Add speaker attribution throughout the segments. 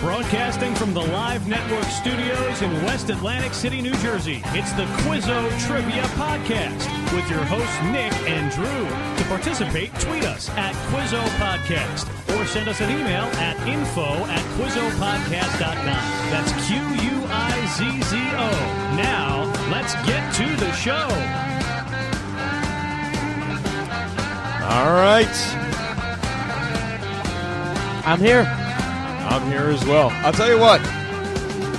Speaker 1: Broadcasting from the Live Network studios in West Atlantic City, New Jersey, it's the Quizzo Trivia Podcast with your hosts, Nick and Drew. To participate, tweet us at Quizzo Podcast or send us an email at info at QuizzoPodcast.com. That's Q U I Z Z O. Now, let's get to the show.
Speaker 2: All right,
Speaker 3: I'm here.
Speaker 2: I'm here as well.
Speaker 4: I'll tell you what.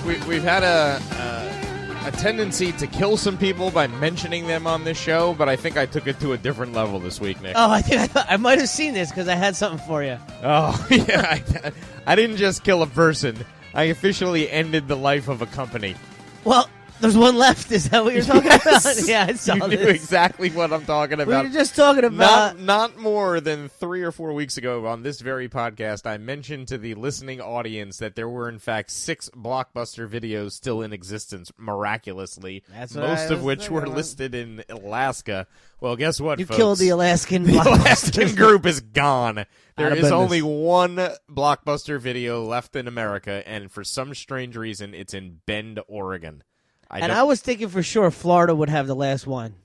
Speaker 4: We, we've had a, a a tendency to kill some people by mentioning them on this show, but I think I took it to a different level this week, Nick.
Speaker 3: Oh, I think I, thought, I might have seen this because I had something for you.
Speaker 4: Oh, yeah. I, I didn't just kill a person. I officially ended the life of a company.
Speaker 3: Well, there's one left. Is that what you're talking about? Yeah, I saw
Speaker 4: you knew
Speaker 3: this.
Speaker 4: exactly what I'm talking
Speaker 3: We
Speaker 4: about.
Speaker 3: were just talking about.
Speaker 4: not, not more than three or four weeks ago on this very podcast, I mentioned to the listening audience that there were, in fact, six blockbuster videos still in existence, miraculously.
Speaker 3: That's what
Speaker 4: most
Speaker 3: I
Speaker 4: of
Speaker 3: was
Speaker 4: which
Speaker 3: thinking
Speaker 4: were
Speaker 3: about.
Speaker 4: listed in Alaska. Well, guess what?
Speaker 3: you
Speaker 4: folks?
Speaker 3: killed the Alaskan.
Speaker 4: The
Speaker 3: blockbuster.
Speaker 4: Alaskan group is gone. There
Speaker 3: Outta
Speaker 4: is
Speaker 3: business.
Speaker 4: only one blockbuster video left in America, and for some strange reason, it's in Bend, Oregon. I
Speaker 3: And
Speaker 4: don't
Speaker 3: I was thinking for sure Florida would have the last one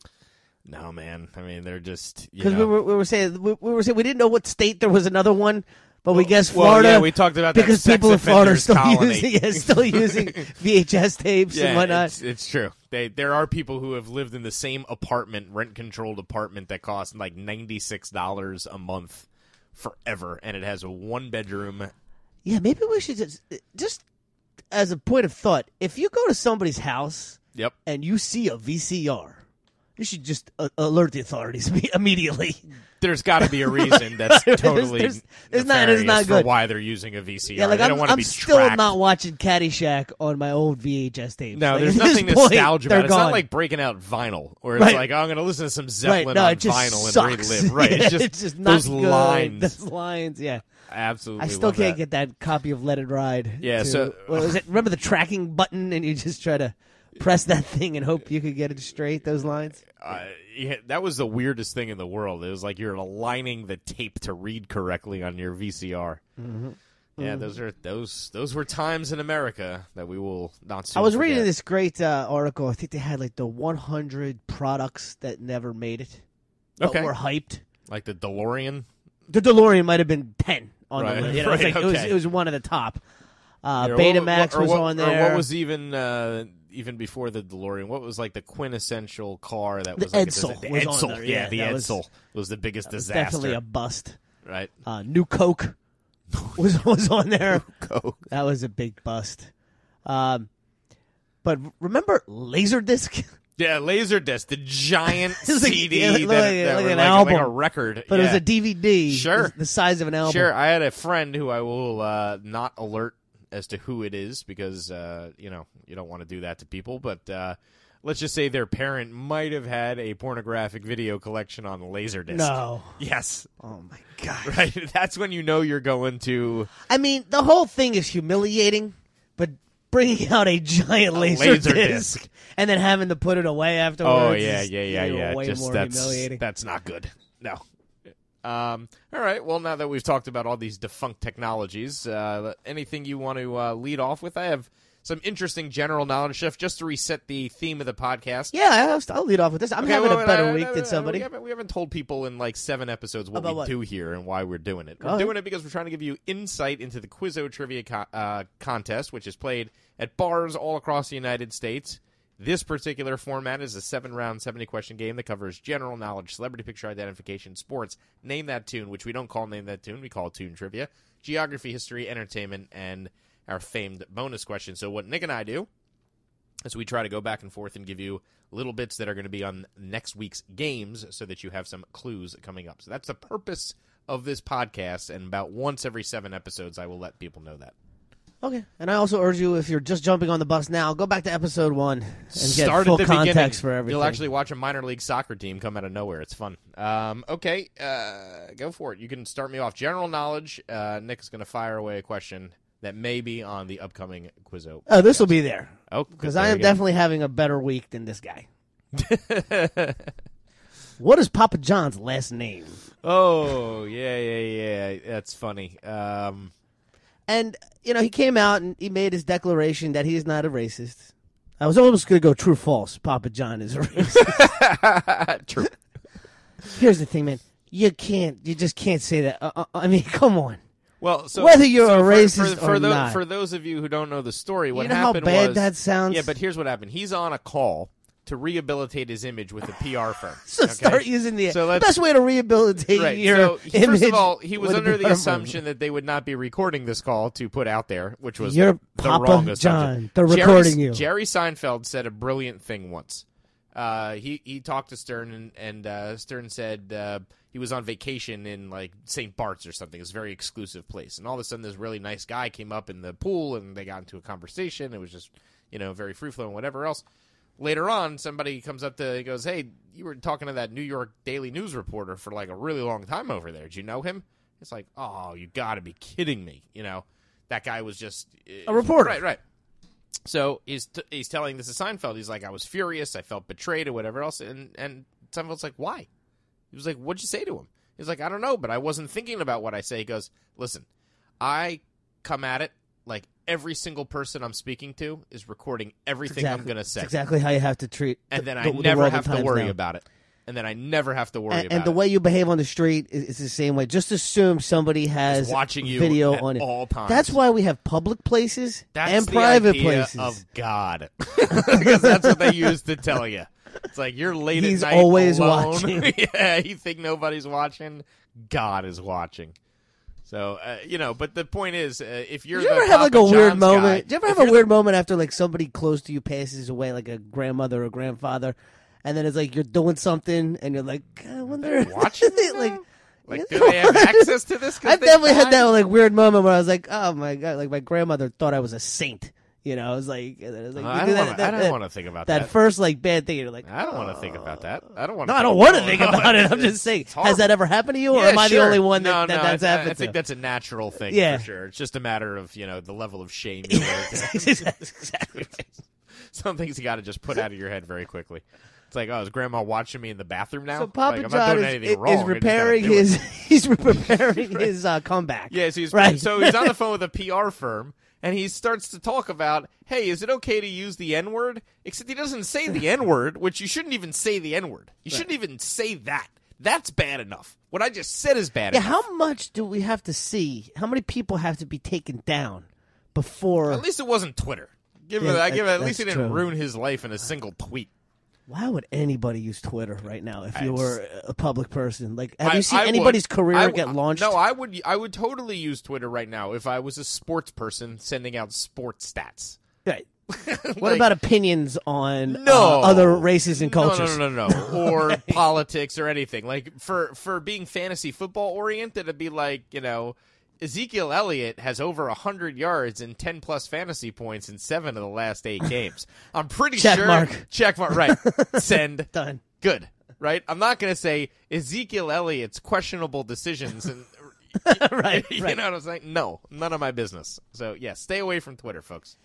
Speaker 4: no man. I mean, they're just you
Speaker 3: because
Speaker 4: know.
Speaker 3: we were we were saying we, we were saying we didn't know what state there was another one, but we guessed
Speaker 4: well,
Speaker 3: Florida.
Speaker 4: yeah, we talked about that
Speaker 3: because
Speaker 4: sex
Speaker 3: people in Florida are
Speaker 4: offenders
Speaker 3: still
Speaker 4: colony.
Speaker 3: using yeah, still using VHS tapes and whatnot.
Speaker 4: It's, it's true. They, there are people who have lived in the same apartment, rent controlled apartment that costs like ninety six dollars a month forever, and it has a one bedroom.
Speaker 3: Yeah, maybe we should just, just as a point of thought, if you go to somebody's house
Speaker 4: Yep.
Speaker 3: and you see a VCR, you should just uh, alert the authorities imme- immediately.
Speaker 4: There's got to be a reason that's
Speaker 3: There's-
Speaker 4: totally
Speaker 3: there's- there's not-
Speaker 4: nefarious
Speaker 3: it's not
Speaker 4: for
Speaker 3: good.
Speaker 4: why they're using a VCR.
Speaker 3: Yeah, like
Speaker 4: they
Speaker 3: I'm,
Speaker 4: don't want to
Speaker 3: I'm
Speaker 4: be
Speaker 3: still
Speaker 4: tracked.
Speaker 3: not watching Caddyshack on my old VHS tapes.
Speaker 4: No,
Speaker 3: Like,
Speaker 4: there's
Speaker 3: at this
Speaker 4: nothing
Speaker 3: point,
Speaker 4: nostalgic
Speaker 3: they're
Speaker 4: about it. It's
Speaker 3: gone.
Speaker 4: not like breaking out vinyl, where it's
Speaker 3: Right.
Speaker 4: like, oh, I'm going to listen to some
Speaker 3: right,
Speaker 4: Zeppelin
Speaker 3: no,
Speaker 4: on
Speaker 3: it just
Speaker 4: vinyl
Speaker 3: sucks.
Speaker 4: and relive. Right,
Speaker 3: yeah,
Speaker 4: it's just
Speaker 3: not
Speaker 4: those
Speaker 3: good.
Speaker 4: lines.
Speaker 3: Those lines, yeah.
Speaker 4: I absolutely
Speaker 3: I still
Speaker 4: love
Speaker 3: can't
Speaker 4: that.
Speaker 3: get that copy of Let It Ride.
Speaker 4: Yeah,
Speaker 3: to-
Speaker 4: so-
Speaker 3: what was it? Remember the tracking button, and you just try to press that thing and hope you could get it straight. Those lines.
Speaker 4: uh, yeah, that was the weirdest thing in the world. It was like you're aligning the tape to read correctly on your VCR.
Speaker 3: Mm-hmm.
Speaker 4: Yeah, those are those those were times in America that we will not. Soon
Speaker 3: I was reading
Speaker 4: forget.
Speaker 3: this great uh, article. I think they had like the 100 products that never made it, but
Speaker 4: Okay.
Speaker 3: were hyped.
Speaker 4: like the DeLorean.
Speaker 3: The DeLorean might have been 10 on
Speaker 4: Right.
Speaker 3: the list. You know, it's
Speaker 4: Right,
Speaker 3: like it, was,
Speaker 4: okay.
Speaker 3: it was one of the top. Uh,
Speaker 4: Or what-
Speaker 3: Betamax
Speaker 4: or
Speaker 3: was
Speaker 4: what-
Speaker 3: on
Speaker 4: or
Speaker 3: there.
Speaker 4: what was even uh, even before the DeLorean? What was like the quintessential car that
Speaker 3: The
Speaker 4: was like a
Speaker 3: Edsel
Speaker 4: dis-
Speaker 3: was on
Speaker 4: Edsel,
Speaker 3: there,
Speaker 4: yeah,
Speaker 3: yeah,
Speaker 4: the
Speaker 3: that was-
Speaker 4: Edsel was, the biggest
Speaker 3: It was
Speaker 4: disaster,
Speaker 3: definitely a bust.
Speaker 4: right?
Speaker 3: Uh, New Coke was was on there.
Speaker 4: Coke.
Speaker 3: That was a big bust. Um, but remember Laserdisc?
Speaker 4: Yeah, Laserdisc, the giant
Speaker 3: It's like-
Speaker 4: CD
Speaker 3: yeah,
Speaker 4: that,
Speaker 3: like-
Speaker 4: that
Speaker 3: like
Speaker 4: were
Speaker 3: an
Speaker 4: like, like a
Speaker 3: album.
Speaker 4: record,
Speaker 3: But it
Speaker 4: yeah.
Speaker 3: was a DVD.
Speaker 4: Sure.
Speaker 3: the size of an album.
Speaker 4: Sure, I had a friend who I will uh, not alert as to who it is because uh, you know you don't want to do that to people. But uh, let's just say their parent might have had a pornographic video collection on Laserdisc.
Speaker 3: No.
Speaker 4: Yes.
Speaker 3: Oh my god.
Speaker 4: Right. That's when you know you're going to
Speaker 3: I mean, the whole thing is humiliating, but bringing out a giant laser,
Speaker 4: laser
Speaker 3: disc,
Speaker 4: disc.
Speaker 3: and then having to put it away afterwards.
Speaker 4: Oh yeah,
Speaker 3: is
Speaker 4: yeah, yeah,
Speaker 3: even
Speaker 4: yeah.
Speaker 3: Way
Speaker 4: Just
Speaker 3: more
Speaker 4: that's
Speaker 3: humiliating.
Speaker 4: that's not good. No. Um, all right. Well, now that we've talked about all these defunct technologies, uh, anything you want to uh, lead off with? I have some interesting general knowledge stuff just to reset the theme of the podcast.
Speaker 3: yeah, I'll, I'll lead off with this. I'm
Speaker 4: Okay,
Speaker 3: having
Speaker 4: well,
Speaker 3: a better
Speaker 4: uh,
Speaker 3: week
Speaker 4: uh,
Speaker 3: than somebody.
Speaker 4: We haven't, we haven't told people in like seven episodes what
Speaker 3: About
Speaker 4: we
Speaker 3: what?
Speaker 4: do here and why we're doing it. We're
Speaker 3: Oh.
Speaker 4: doing it because we're trying to give you insight into the Quizzo Trivia co- uh, Contest, which is played at bars all across the United States. This particular format is a seven round, 70 question game that covers general knowledge, celebrity picture identification, sports, name that tune, which we don't call name that tune, we call tune trivia, geography, history, entertainment, and our famed bonus question. So, what Nick and I do as we try to go back and forth and give you little bits that are going to be on next week's games so that you have some clues coming up. So that's the purpose of this podcast, and about once every seven episodes, I will let people know that.
Speaker 3: Okay, and I also urge you if you're just jumping on the bus now, go back to episode one and get
Speaker 4: Start
Speaker 3: full
Speaker 4: at the
Speaker 3: context
Speaker 4: beginning.
Speaker 3: for everything.
Speaker 4: You'll actually watch a minor league soccer team come out of nowhere. It's fun. Um, okay, uh, go for it. You can start me off. General knowledge. Uh, Nick's going to fire away a question that may be on the upcoming Quizzo.
Speaker 3: oh, this will be there
Speaker 4: Oh, good.
Speaker 3: because
Speaker 4: There
Speaker 3: I am
Speaker 4: you go.
Speaker 3: definitely having a better week than this guy. what is Papa John's last name?
Speaker 4: Oh yeah, yeah, yeah. That's funny. Um,
Speaker 3: And you know, he came out and he made his declaration that he is not a racist. I was almost going to go true false. Papa John is a racist.
Speaker 4: True.
Speaker 3: Here's the thing, man. You can't. You just can't say that. Uh, uh, I mean, come on.
Speaker 4: Well, so
Speaker 3: Whether you're
Speaker 4: so
Speaker 3: a
Speaker 4: for-
Speaker 3: racist
Speaker 4: for, for
Speaker 3: or
Speaker 4: tho-
Speaker 3: not.
Speaker 4: for those of you who don't know the story, what
Speaker 3: know how
Speaker 4: happened
Speaker 3: bad
Speaker 4: was
Speaker 3: that sounds?
Speaker 4: Yeah, but here's what happened. He's on a call to rehabilitate his image with a PR firm.
Speaker 3: So
Speaker 4: okay?
Speaker 3: start using the
Speaker 4: So let's-
Speaker 3: best way to rehabilitate
Speaker 4: Right.
Speaker 3: your
Speaker 4: so he-
Speaker 3: image.
Speaker 4: first of all, he was
Speaker 3: would
Speaker 4: under
Speaker 3: be
Speaker 4: the
Speaker 3: horrible.
Speaker 4: assumption that they would not be recording this call to put out there, which was
Speaker 3: Your
Speaker 4: the
Speaker 3: Papa
Speaker 4: wrong assumption.
Speaker 3: John, they're
Speaker 4: Jerry-
Speaker 3: recording you.
Speaker 4: Jerry Seinfeld said a brilliant thing once. Uh, he he talked to Stern and, and uh, Stern said uh, he was on vacation in like St. Bart's or something. It's a very exclusive place, and all of a sudden this really nice guy came up in the pool and they got into a conversation. It was just you know very free flowing, whatever else. Later on, somebody comes up to he goes, "Hey, you were talking to that New York Daily News reporter for like a really long time over there. Did you know him?" It's like, "Oh, you got to be kidding me!" You know, that guy was just a
Speaker 3: reporter.
Speaker 4: right? Right. So he's t- he's telling this to Seinfeld. He's like, I was furious. I felt betrayed, or whatever else. And and Seinfeld's like, why? He was like, what'd you say to him? He's like, I don't know, but I wasn't thinking about what I say. He goes, listen, I come at it like every single person I'm speaking to is recording everything I'm
Speaker 3: exactly,
Speaker 4: going to say,
Speaker 3: That's exactly how you have to treat.
Speaker 4: and
Speaker 3: the-
Speaker 4: then
Speaker 3: the-
Speaker 4: I
Speaker 3: the
Speaker 4: never
Speaker 3: world
Speaker 4: have to
Speaker 3: times
Speaker 4: worry
Speaker 3: now.
Speaker 4: about it. And then I never have to worry
Speaker 3: And,
Speaker 4: about
Speaker 3: and the
Speaker 4: it.
Speaker 3: way you behave on the street is, is the same way. Just assume somebody has
Speaker 4: watching you
Speaker 3: video
Speaker 4: at
Speaker 3: on it.
Speaker 4: all times.
Speaker 3: That's why we have public places
Speaker 4: That's
Speaker 3: and
Speaker 4: the
Speaker 3: private
Speaker 4: idea
Speaker 3: places.
Speaker 4: of God, because that's what they use to tell you. It's like you're late
Speaker 3: He's
Speaker 4: at night,
Speaker 3: always
Speaker 4: alone.
Speaker 3: watching.
Speaker 4: yeah, you think nobody's watching. God is watching. So uh, you know, but the point is, uh, if you're
Speaker 3: Did you
Speaker 4: the
Speaker 3: ever have like a
Speaker 4: Papa
Speaker 3: weird
Speaker 4: John's guy-
Speaker 3: moment? Did you ever
Speaker 4: if
Speaker 3: have a
Speaker 4: you're
Speaker 3: weird moment after like somebody close to you passes away, like a grandmother or grandfather, and then it's like you're doing something and you're like, I wonder, if
Speaker 4: watching
Speaker 3: they,
Speaker 4: this
Speaker 3: like.
Speaker 4: now? Like, do they have access to this? 'cause
Speaker 3: I've
Speaker 4: they
Speaker 3: definitely had
Speaker 4: died?
Speaker 3: that like weird moment where I was like, "Oh my god!" Like my grandmother thought I was a saint. You know, I was like, and then I was like,
Speaker 4: Uh,
Speaker 3: you
Speaker 4: I
Speaker 3: do
Speaker 4: don't
Speaker 3: that-
Speaker 4: wanna-
Speaker 3: that-
Speaker 4: I
Speaker 3: that-
Speaker 4: don't want to think about
Speaker 3: that
Speaker 4: that.
Speaker 3: first like bad thing. You're like,
Speaker 4: I don't want to think about that. I don't want.
Speaker 3: no, I don't want to think about it. I'm just saying, has that ever happened to you, or
Speaker 4: Yeah,
Speaker 3: am I
Speaker 4: sure.
Speaker 3: the only one that,
Speaker 4: no, no,
Speaker 3: that that's
Speaker 4: I,
Speaker 3: happened
Speaker 4: I think
Speaker 3: to?
Speaker 4: that's a natural thing
Speaker 3: Yeah.
Speaker 4: for sure. It's just a matter of you know the level of shame. You wear to-
Speaker 3: That's exactly right.
Speaker 4: Some things you got to just put out of your head very quickly. It's like, oh, is Grandma watching me in the bathroom now?
Speaker 3: So Papa
Speaker 4: like, I'm not
Speaker 3: John
Speaker 4: doing
Speaker 3: is,
Speaker 4: anything
Speaker 3: is
Speaker 4: wrong. I just gotta
Speaker 3: repairing
Speaker 4: do it.
Speaker 3: his he's preparing his uh, comeback.
Speaker 4: Yeah, so he's
Speaker 3: Right.
Speaker 4: so he's on the phone with a PR firm, and he starts to talk about, hey, is it okay to use the N word? Except he doesn't say the N word, which you shouldn't even say the N word. You shouldn't even say that. That's bad enough. What I just said is bad
Speaker 3: Yeah,
Speaker 4: enough.
Speaker 3: how much do we have to see? How many people have to be taken down before?
Speaker 4: At least it wasn't Twitter. Give
Speaker 3: Yeah,
Speaker 4: it, I
Speaker 3: that-
Speaker 4: give it. At least he
Speaker 3: that's
Speaker 4: didn't
Speaker 3: true.
Speaker 4: ruin his life in a single tweet.
Speaker 3: Why would anybody use Twitter right now if you
Speaker 4: I-
Speaker 3: were a public person? Like, have
Speaker 4: I-
Speaker 3: you seen
Speaker 4: I would.
Speaker 3: anybody's career
Speaker 4: I would-
Speaker 3: get launched?
Speaker 4: No, I would. I would totally use Twitter right now if I was a sports person sending out sports stats.
Speaker 3: Right. What about opinions on uh,
Speaker 4: No.
Speaker 3: other races and
Speaker 4: No,
Speaker 3: cultures?
Speaker 4: No, no, no, no, or politics or anything. Like for for being fantasy football oriented, it'd be like you know. Ezekiel Elliott has over 100 yards and 10 plus fantasy points in seven of the last eight games. I'm pretty
Speaker 3: Check
Speaker 4: sure.
Speaker 3: mark.
Speaker 4: Check mark. Right. Send.
Speaker 3: Done.
Speaker 4: Good. Right? I'm not going to say Ezekiel Elliott's questionable decisions and
Speaker 3: right,
Speaker 4: you
Speaker 3: right.
Speaker 4: know what I'm saying? No, none of my business. So yeah, stay away from Twitter, folks.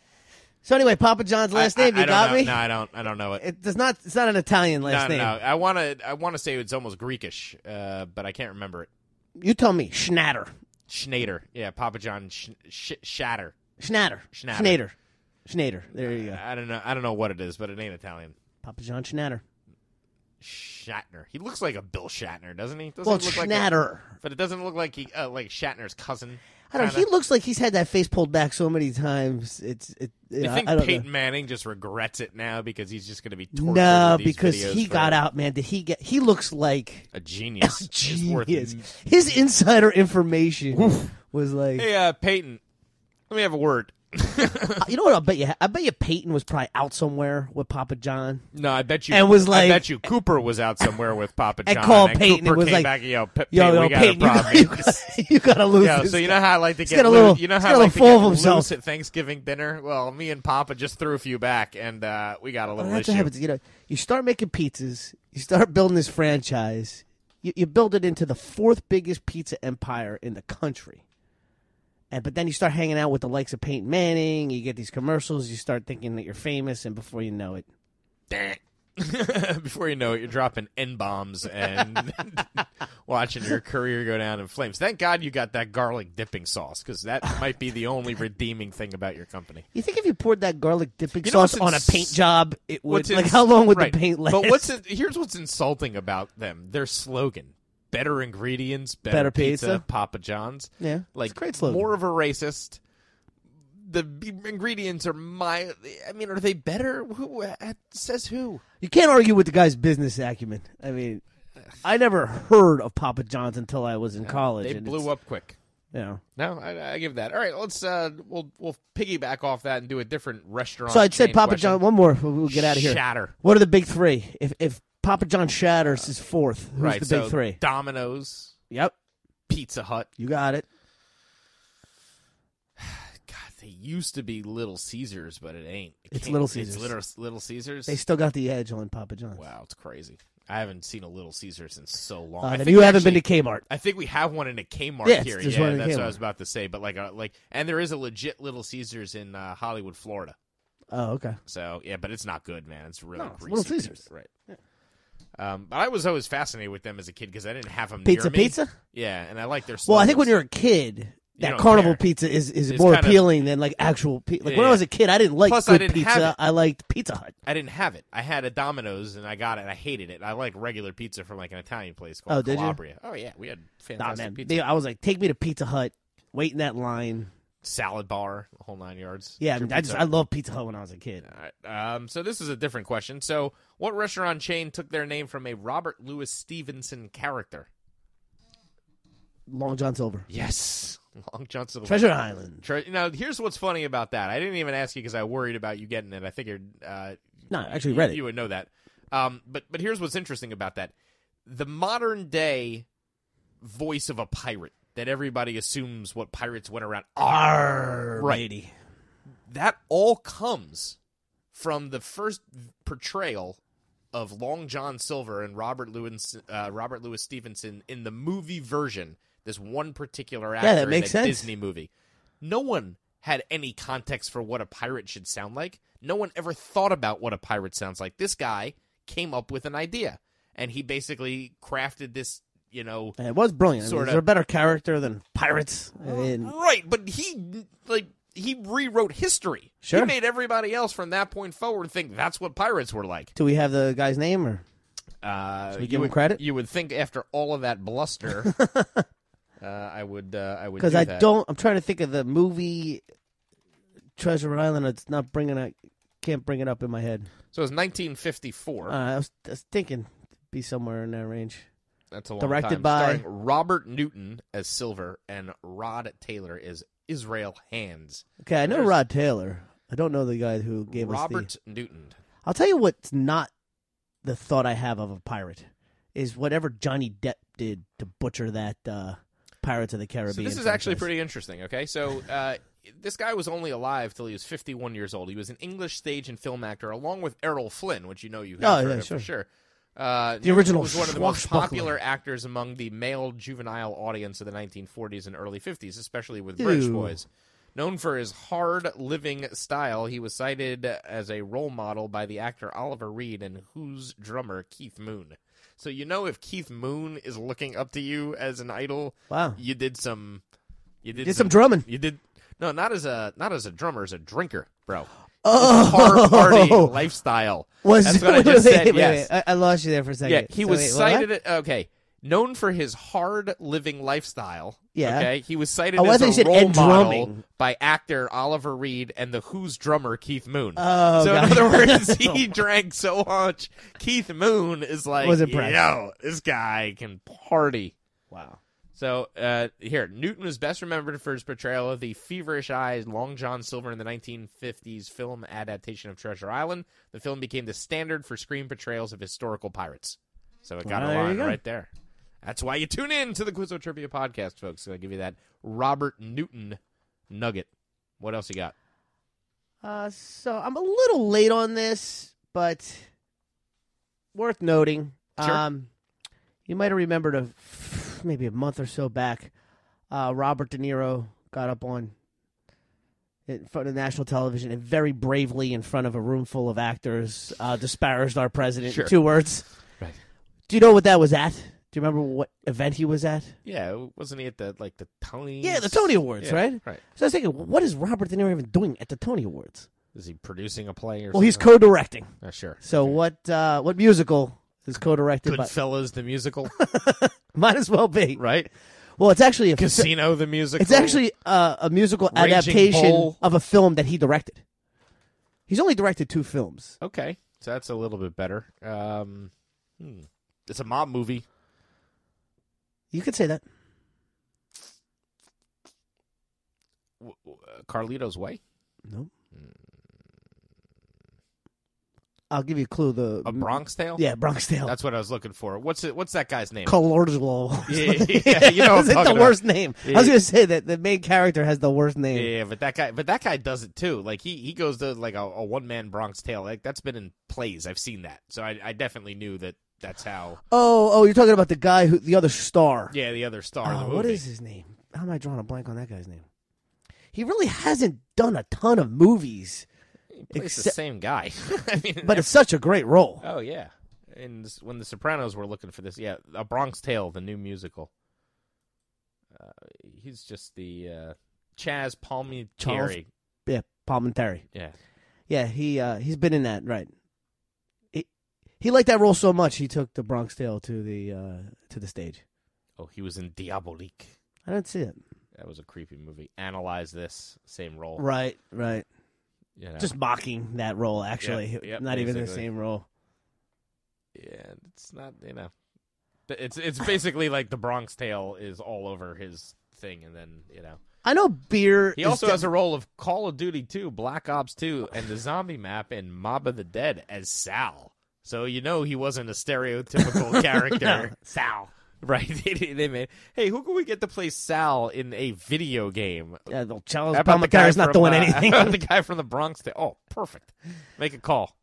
Speaker 3: So anyway, Papa John's last
Speaker 4: I,
Speaker 3: name,
Speaker 4: I-
Speaker 3: you
Speaker 4: I don't
Speaker 3: got
Speaker 4: know.
Speaker 3: me?
Speaker 4: No, I don't. I don't know it.
Speaker 3: It does not it's not an Italian
Speaker 4: no,
Speaker 3: last
Speaker 4: no,
Speaker 3: name.
Speaker 4: no. I want to. I want to say it's almost Greekish, uh, but I can't remember it.
Speaker 3: You tell me. Schnatter.
Speaker 4: Schnader. Yeah, Papa John sh- sh- Shatter.
Speaker 3: Schnatter.
Speaker 4: Schnatter.
Speaker 3: Schnatter. Schnatter. There you go.
Speaker 4: I don't know. I don't know what it is, but it ain't Italian.
Speaker 3: Papa John Schnatter.
Speaker 4: Shatner. He looks like a Bill Shatner, doesn't he? Doesn't
Speaker 3: Well,
Speaker 4: he
Speaker 3: it's
Speaker 4: look like a-
Speaker 3: Schnatter.
Speaker 4: but it doesn't look like he uh, like Shatner's cousin.
Speaker 3: I don't know.
Speaker 4: kinda.
Speaker 3: He looks like he's had that face pulled back so many times. It's it, you
Speaker 4: You
Speaker 3: know,
Speaker 4: think
Speaker 3: I don't
Speaker 4: Peyton
Speaker 3: know.
Speaker 4: Manning just regrets it now because he's just going to be tortured
Speaker 3: No,
Speaker 4: with these
Speaker 3: because
Speaker 4: videos
Speaker 3: he
Speaker 4: for
Speaker 3: got out, man. Did he get he looks like
Speaker 4: a genius. He's worth-
Speaker 3: genius. His insider information was like
Speaker 4: Hey, uh, Peyton, let me have a word.
Speaker 3: uh, you know what I bet you I bet you Peyton was probably out somewhere with Papa John.
Speaker 4: No, I bet you.
Speaker 3: And was
Speaker 4: I
Speaker 3: like-
Speaker 4: bet you Cooper was out somewhere with Papa John.
Speaker 3: and called
Speaker 4: and
Speaker 3: Peyton
Speaker 4: Cooper
Speaker 3: and was
Speaker 4: came
Speaker 3: like,
Speaker 4: back, yo, Pe-
Speaker 3: Yo,
Speaker 4: Peyton,
Speaker 3: yo,
Speaker 4: we got
Speaker 3: Peyton,
Speaker 4: a
Speaker 3: you
Speaker 4: problem.
Speaker 3: gotta, you, gotta, you gotta lose.
Speaker 4: Yeah,
Speaker 3: this
Speaker 4: so you
Speaker 3: guy.
Speaker 4: know how I like to
Speaker 3: He's
Speaker 4: get
Speaker 3: got a
Speaker 4: loo-
Speaker 3: little-
Speaker 4: you know
Speaker 3: he's
Speaker 4: how
Speaker 3: got
Speaker 4: I
Speaker 3: a
Speaker 4: like to
Speaker 3: little full
Speaker 4: get
Speaker 3: of himself.
Speaker 4: loose at Thanksgiving dinner. Well, me and Papa just threw a few back, and uh, we got a
Speaker 3: Well,
Speaker 4: little
Speaker 3: that's what
Speaker 4: issue.
Speaker 3: happens. You know, you start making pizzas, you start building this franchise, you, you build it into the fourth biggest pizza empire in the country. And but then you start hanging out with the likes of Peyton Manning, you get these commercials, you start thinking that you're famous, and before you know it,
Speaker 4: Dang. Before you know it, you're dropping n bombs and watching your career go down in flames. Thank God you got that garlic dipping sauce because that might be the only redeeming thing about your company.
Speaker 3: You think if you poured that garlic dipping
Speaker 4: You know
Speaker 3: sauce on
Speaker 4: what's
Speaker 3: a
Speaker 4: ins-
Speaker 3: paint job, it would
Speaker 4: What's
Speaker 3: like
Speaker 4: ins-
Speaker 3: how long would
Speaker 4: right.
Speaker 3: the paint last?
Speaker 4: But what's in, here's what's insulting about them: their slogan, "Better ingredients, better,
Speaker 3: Better
Speaker 4: pizza,
Speaker 3: pizza.
Speaker 4: Papa John's."
Speaker 3: Yeah, it's
Speaker 4: like
Speaker 3: a great slogan.
Speaker 4: More of a racist. The b- ingredients are my. I mean, are they better? Who uh, says who?
Speaker 3: You can't argue with the guy's business acumen. I mean, I never heard of Papa John's until I was in college.
Speaker 4: They
Speaker 3: and
Speaker 4: blew
Speaker 3: it's-
Speaker 4: up quick.
Speaker 3: You know.
Speaker 4: No, I, I give that. All right, let's uh, we'll we'll piggyback off that and do a different restaurant.
Speaker 3: So I'd say
Speaker 4: chain
Speaker 3: Papa
Speaker 4: question.
Speaker 3: John. One more, we'll we'll get out of here.
Speaker 4: Shatter.
Speaker 3: What are the big three? If if Papa John shatters is fourth, who's
Speaker 4: right,
Speaker 3: the big
Speaker 4: so
Speaker 3: three?
Speaker 4: Domino's,
Speaker 3: Yep,
Speaker 4: Pizza Hut.
Speaker 3: you got it.
Speaker 4: God, they used to be Little Caesars, but it ain't. It
Speaker 3: It's
Speaker 4: can't-
Speaker 3: Little Caesars.
Speaker 4: It's Little, Little Caesars.
Speaker 3: They still got the edge on Papa John's.
Speaker 4: wow, it's crazy. I haven't seen a Little Caesars in so long.
Speaker 3: Uh,
Speaker 4: I
Speaker 3: then
Speaker 4: think
Speaker 3: you
Speaker 4: we
Speaker 3: haven't
Speaker 4: actually-
Speaker 3: been to Kmart.
Speaker 4: I think we have one in a Kmart
Speaker 3: Yes,
Speaker 4: here.
Speaker 3: there's
Speaker 4: yeah,
Speaker 3: one in a
Speaker 4: that's what
Speaker 3: Kmart.
Speaker 4: I was about to say. But like, uh, like, and there is a legit Little Caesars in uh, Hollywood, Florida.
Speaker 3: Oh, okay.
Speaker 4: So yeah, but it's not good, man. It's really
Speaker 3: No, it's
Speaker 4: greasy.
Speaker 3: Little Caesars.
Speaker 4: pizza, right? Um, but I was always fascinated with them as a kid because I didn't have them.
Speaker 3: Pizza,
Speaker 4: near me.
Speaker 3: pizza?
Speaker 4: Yeah, and I like their.
Speaker 3: Well, I think when
Speaker 4: slogans.
Speaker 3: you're a kid, that
Speaker 4: don't
Speaker 3: carnival
Speaker 4: care.
Speaker 3: pizza is, is
Speaker 4: It's
Speaker 3: more
Speaker 4: kind of-
Speaker 3: appealing than like actual pizza. Like
Speaker 4: Yeah,
Speaker 3: when I
Speaker 4: yeah.
Speaker 3: was a kid, I didn't like
Speaker 4: Plus, I
Speaker 3: good
Speaker 4: didn't have
Speaker 3: pizza.
Speaker 4: it.
Speaker 3: I liked Pizza Hut.
Speaker 4: I didn't have it. I had a Domino's and I got it. and I hated it. I like regular pizza from like an Italian place called
Speaker 3: Oh, did you?
Speaker 4: Calabria. Oh yeah, we had
Speaker 3: Nah,
Speaker 4: fantastic
Speaker 3: man.
Speaker 4: pizza,
Speaker 3: They- I was like, take me to Pizza Hut. Wait in that line.
Speaker 4: salad bar, the whole nine yards.
Speaker 3: Yeah, I,
Speaker 4: Your
Speaker 3: mean, I just
Speaker 4: pizza.
Speaker 3: I love Pizza Hut when I was a kid.
Speaker 4: All right, Um, so this is a different question. So, what restaurant chain took their name from a Robert Louis Stevenson character?
Speaker 3: Long John Silver,
Speaker 4: Yes, Long John Silver.
Speaker 3: Treasure Island.
Speaker 4: Tre- now, here's what's funny about that. I didn't even ask you because I worried about you getting it. I figured uh,
Speaker 3: No, I actually read
Speaker 4: you
Speaker 3: it.
Speaker 4: would know that. Um, but but here's what's interesting about that: the modern day voice of a pirate that everybody assumes what pirates went around.
Speaker 3: Arr,
Speaker 4: Right.
Speaker 3: matey.
Speaker 4: That all comes from the first portrayal of Long John Silver and Robert Louis uh, Robert Louis Stevenson in the movie version. This one particular actor
Speaker 3: that
Speaker 4: in
Speaker 3: makes
Speaker 4: that
Speaker 3: sense.
Speaker 4: Disney movie. No one had any context for what a pirate should sound like. No one ever thought about what a pirate sounds like. This guy came up with an idea, and he basically crafted this. You know,
Speaker 3: And It was brilliant. I mean,
Speaker 4: Sorta.
Speaker 3: is there a better character than pirates? I mean,
Speaker 4: Right, but he like he rewrote history.
Speaker 3: Sure.
Speaker 4: He made everybody else from that point forward think that's what pirates were like.
Speaker 3: do we have the guy's name or
Speaker 4: Uh,
Speaker 3: we
Speaker 4: you
Speaker 3: give him
Speaker 4: would-
Speaker 3: credit?
Speaker 4: You would think after all of that bluster, uh, I would. Uh, I would. Because
Speaker 3: because
Speaker 4: do
Speaker 3: I
Speaker 4: that.
Speaker 3: don't. I'm trying to think of the movie Treasure Island. It's not bringing. I can't bring it up in my head.
Speaker 4: So it's 1954.
Speaker 3: Uh, I, was, I was thinking it'd be somewhere in that range.
Speaker 4: that's a long
Speaker 3: directed
Speaker 4: time.
Speaker 3: by-
Speaker 4: starring Robert Newton as Silver and Rod Taylor as Israel Hands.
Speaker 3: Okay, I know
Speaker 4: There's-
Speaker 3: Rod Taylor. I don't know the guy who gave us
Speaker 4: Robert
Speaker 3: the.
Speaker 4: Newton.
Speaker 3: I'll tell you what's not the thought I have of a pirate is whatever Johnny Depp did to butcher that uh, Pirates of the Caribbean.
Speaker 4: So this is actually
Speaker 3: franchise.
Speaker 4: pretty interesting. Okay, so uh, this guy was only alive till he was 51 years old. He was an English stage and film actor, along with Errol Flynn, which you know you
Speaker 3: Oh,
Speaker 4: have heard
Speaker 3: yeah,
Speaker 4: of
Speaker 3: sure.
Speaker 4: for sure. Uh,
Speaker 3: The original
Speaker 4: was one of the most
Speaker 3: swashbuckler.
Speaker 4: popular actors among the male juvenile audience of the 1940s and early 50s, especially with
Speaker 3: Ew.
Speaker 4: British boys. Known for his hard living style, he was cited as a role model by the actor Oliver Reed and Who's drummer Keith Moon. So you know if Keith Moon is looking up to you as an idol,
Speaker 3: Wow.
Speaker 4: you did some you did,
Speaker 3: Did some drumming.
Speaker 4: You did no, not as a not as a drummer, as a drinker, bro.
Speaker 3: Oh,
Speaker 4: Hard party lifestyle.
Speaker 3: was
Speaker 4: That's what I
Speaker 3: wait,
Speaker 4: just
Speaker 3: wait,
Speaker 4: said.
Speaker 3: wait,
Speaker 4: yes.
Speaker 3: wait. I, I lost you there for a second.
Speaker 4: Yeah, he
Speaker 3: So
Speaker 4: was
Speaker 3: wait, what?
Speaker 4: cited. Okay, known for his hard living lifestyle.
Speaker 3: Yeah.
Speaker 4: Okay, he was cited
Speaker 3: Oh, I
Speaker 4: as
Speaker 3: thought you
Speaker 4: a
Speaker 3: said
Speaker 4: role
Speaker 3: and
Speaker 4: model
Speaker 3: drumming.
Speaker 4: by actor Oliver Reed and the Who's drummer Keith Moon.
Speaker 3: Oh,
Speaker 4: so
Speaker 3: got
Speaker 4: in other
Speaker 3: it.
Speaker 4: words, he drank so much. Keith Moon is like,
Speaker 3: Was impressed.
Speaker 4: yo, this guy can party.
Speaker 3: Wow.
Speaker 4: So uh, here, Newton was best remembered for his portrayal of the feverish eyes Long John Silver in the 1950s film adaptation of Treasure Island. The film became the standard for screen portrayals of historical pirates. So it got
Speaker 3: Well,
Speaker 4: a
Speaker 3: there you
Speaker 4: line
Speaker 3: go.
Speaker 4: right there. That's why you tune in to the Quizzo Trivia podcast, folks. So I give you that Robert Newton nugget. What else you got?
Speaker 3: Uh, so I'm a little late on this, but worth noting.
Speaker 4: Sure.
Speaker 3: Um, you might have remembered a maybe a month or so back, uh, Robert De Niro got up on in front of national television and very bravely in front of a room full of actors uh, disparaged our president
Speaker 4: Sure.
Speaker 3: in two words.
Speaker 4: Right.
Speaker 3: Do you know what that was at? Do you remember what event he was at?
Speaker 4: Yeah, wasn't he at the like the Tony?
Speaker 3: Yeah, the Tony Awards,
Speaker 4: Yeah,
Speaker 3: right?
Speaker 4: right.
Speaker 3: So I was thinking, what is Robert De Niro even doing at the Tony Awards?
Speaker 4: Is he producing a play or
Speaker 3: Well, he's
Speaker 4: something?
Speaker 3: co-directing.
Speaker 4: Uh, sure.
Speaker 3: So what? Uh, what musical is co-directed by?
Speaker 4: Goodfellas the musical,
Speaker 3: Might as well be.
Speaker 4: right?
Speaker 3: Well, it's actually a
Speaker 4: Casino the musical.
Speaker 3: It's actually uh, a musical
Speaker 4: Raging
Speaker 3: adaptation
Speaker 4: Bull.
Speaker 3: of a film that he directed. He's only directed two films.
Speaker 4: okay. So that's a little bit better. Um, hmm. It's a mob movie.
Speaker 3: You could say that.
Speaker 4: W- w- uh, Carlito's Way,
Speaker 3: No.
Speaker 4: Hmm.
Speaker 3: I'll give you a clue. The
Speaker 4: a Bronx Tale.
Speaker 3: Mm. Yeah, Bronx Tale.
Speaker 4: that's what I was looking for. What's it? What's that guy's name?
Speaker 3: Colorado.
Speaker 4: Yeah, yeah, yeah, you know what I'm
Speaker 3: Is it the
Speaker 4: talking about.
Speaker 3: worst name? I was
Speaker 4: Yeah.
Speaker 3: going to say that the main character has the worst name.
Speaker 4: yeah, but that guy, but that guy does it too. Like he, he goes to like a, a one man Bronx Tale. Like that's been in plays. I've seen that, so I, I definitely knew that that's how.
Speaker 3: Oh, oh, you're talking about the guy who the other star.
Speaker 4: Yeah, the other star. of
Speaker 3: Oh,
Speaker 4: the movie.
Speaker 3: what is his name? How am I drawing a blank on that guy's name? He really hasn't done a ton of movies,
Speaker 4: It's the
Speaker 3: Except-
Speaker 4: same guy. I mean,
Speaker 3: but it's such a great role.
Speaker 4: oh yeah. And this, when the Sopranos were looking for this, yeah, A Bronx Tale, the new musical. Uh, he's just the uh, Chaz Palminteri.
Speaker 3: Charles- Yeah, Palmentary.
Speaker 4: Yeah,
Speaker 3: Yeah, he uh, he's been in that right. He he liked that role so much he took the Bronx Tale to the uh, to the stage.
Speaker 4: Oh, he was in Diabolique.
Speaker 3: I don't see it.
Speaker 4: That was a creepy movie. Analyze this same role.
Speaker 3: Right, right.
Speaker 4: you know?
Speaker 3: Just mocking that role. Actually,
Speaker 4: Yep, yep,
Speaker 3: not even the
Speaker 4: basically.
Speaker 3: same role.
Speaker 4: yeah, it's not you know, Th- it's it's basically like the Bronx Tale is all over his thing, and then you know
Speaker 3: I know beer.
Speaker 4: he
Speaker 3: is
Speaker 4: also
Speaker 3: de-
Speaker 4: has a role of Call of Duty Two, Black Ops Two, and the Zombie Map in Mob of the Dead as Sal. So you know he wasn't a stereotypical character,
Speaker 3: Sal.
Speaker 4: right? they, they made, hey, who can we get to play Sal in a video game?
Speaker 3: Yeah, the Charles
Speaker 4: How about the guy
Speaker 3: Palmentary's not
Speaker 4: from,
Speaker 3: doing
Speaker 4: uh,
Speaker 3: anything.
Speaker 4: how about the guy from the Bronx Tale. Oh, perfect. Make a call.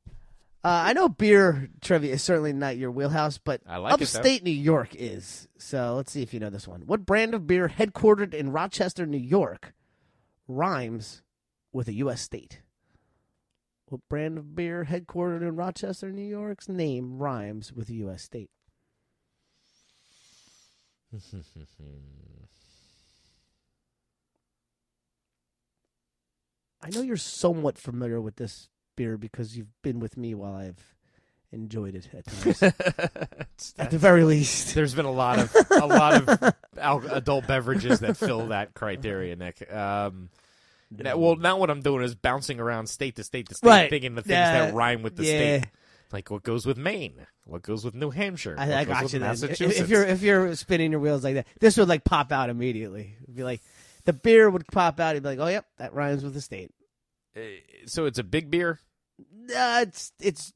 Speaker 3: Uh, I know beer trivia is certainly not your wheelhouse, but
Speaker 4: I like it, though.
Speaker 3: upstate New York is. So let's see if you know this one. What brand of beer headquartered in Rochester, New York, rhymes with a U.S. state? What brand of beer headquartered in Rochester, New York's name rhymes with a U.S. state? I know you're somewhat familiar with this beer because you've been with me while I've enjoyed it at times,
Speaker 4: It's-
Speaker 3: at the very least.
Speaker 4: There's been a lot of a lot of al- adult beverages that fill that criteria, Nick. Um, now- well, now what I'm doing is bouncing around state to state to state,
Speaker 3: Right.
Speaker 4: thinking the things
Speaker 3: Yeah.
Speaker 4: that rhyme with the
Speaker 3: Yeah.
Speaker 4: state. Like what goes with Maine, what goes with New Hampshire,
Speaker 3: I,
Speaker 4: what
Speaker 3: I
Speaker 4: goes
Speaker 3: got
Speaker 4: with
Speaker 3: you. Then. If,
Speaker 4: Massachusetts.
Speaker 3: if you're if you're spinning your wheels like that, this would like pop out immediately. It'd be like the beer would pop out. You'd be like, oh yep, that rhymes with the state.
Speaker 4: Uh, so it's a big beer.
Speaker 3: Uh, it's it's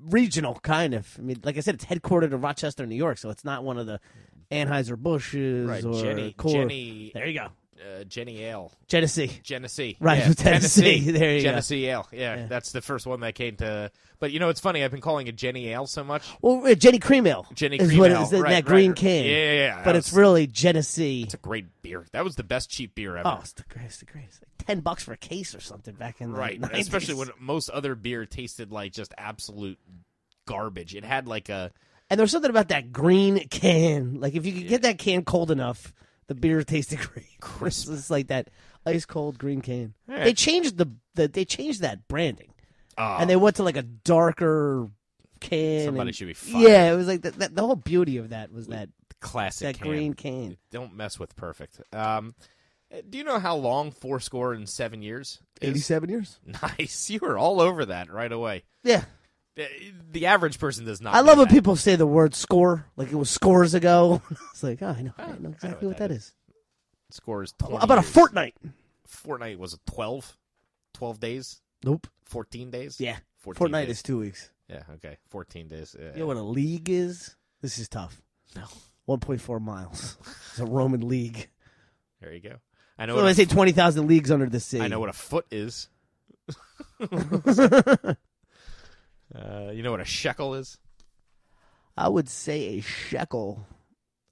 Speaker 3: regional kind of. I mean, like I said, it's headquartered in Rochester, New York, so it's not one of the Anheuser Busches
Speaker 4: Right,
Speaker 3: or
Speaker 4: Jenny,
Speaker 3: Coors.
Speaker 4: Jenny,
Speaker 3: There you go,
Speaker 4: uh, Jenny Ale,
Speaker 3: Genesee.
Speaker 4: Genesee,
Speaker 3: Right,
Speaker 4: yeah,
Speaker 3: Tennessee. There you go.
Speaker 4: Genesee Ale, yeah, that's the first one that came to. But you know, it's funny. I've been calling it Jenny Ale so much.
Speaker 3: Well, uh, Jenny Cream Ale.
Speaker 4: Jenny
Speaker 3: is
Speaker 4: Cream
Speaker 3: what it
Speaker 4: Ale.
Speaker 3: is, that-
Speaker 4: Right,
Speaker 3: that
Speaker 4: right,
Speaker 3: green
Speaker 4: right.
Speaker 3: can.
Speaker 4: Yeah, yeah, yeah.
Speaker 3: But
Speaker 4: That
Speaker 3: it's
Speaker 4: was-
Speaker 3: really Genesee.
Speaker 4: It's a great beer. That was the best cheap beer ever.
Speaker 3: Oh, it's the greatest, the greatest. Like ten bucks for a case or something back in the
Speaker 4: right
Speaker 3: 90s.
Speaker 4: especially when most other beer tasted like just absolute garbage it had like a
Speaker 3: And there's something about that green can. Like if you could get that can cold enough, the beer tasted great. Crisp. it's like that ice cold green can. They changed the, the they changed that branding.
Speaker 4: Oh.
Speaker 3: And they went to like a darker can.
Speaker 4: Somebody
Speaker 3: and-
Speaker 4: should be fired.
Speaker 3: Yeah, it was like the, the, the whole beauty of that was that
Speaker 4: classic
Speaker 3: that
Speaker 4: can.
Speaker 3: green can.
Speaker 4: don't mess with perfect um do you know how long four score and seven years is?
Speaker 3: Eighty-seven years.
Speaker 4: nice you were all over that right away
Speaker 3: Yeah,
Speaker 4: the, the average person does not
Speaker 3: I
Speaker 4: know
Speaker 3: love when
Speaker 4: that.
Speaker 3: people say the word "score" like it was scores ago. it's like, oh, I know, I know exactly what that is.
Speaker 4: score is 20
Speaker 3: How about a
Speaker 4: years.
Speaker 3: fortnight?
Speaker 4: fortnight was it 12 12 days
Speaker 3: Nope.
Speaker 4: 14 days
Speaker 3: Yeah,
Speaker 4: 14
Speaker 3: fortnight
Speaker 4: days.
Speaker 3: is two weeks.
Speaker 4: yeah okay 14 days yeah,
Speaker 3: You know what a league is? This is tough. No. 1.4 miles. It's a Roman league.
Speaker 4: there you go i know
Speaker 3: So
Speaker 4: what
Speaker 3: they
Speaker 4: a-
Speaker 3: say 20,000 leagues under the sea.
Speaker 4: I know what a foot is. uh, you know what a shekel is?
Speaker 3: I would say a shekel.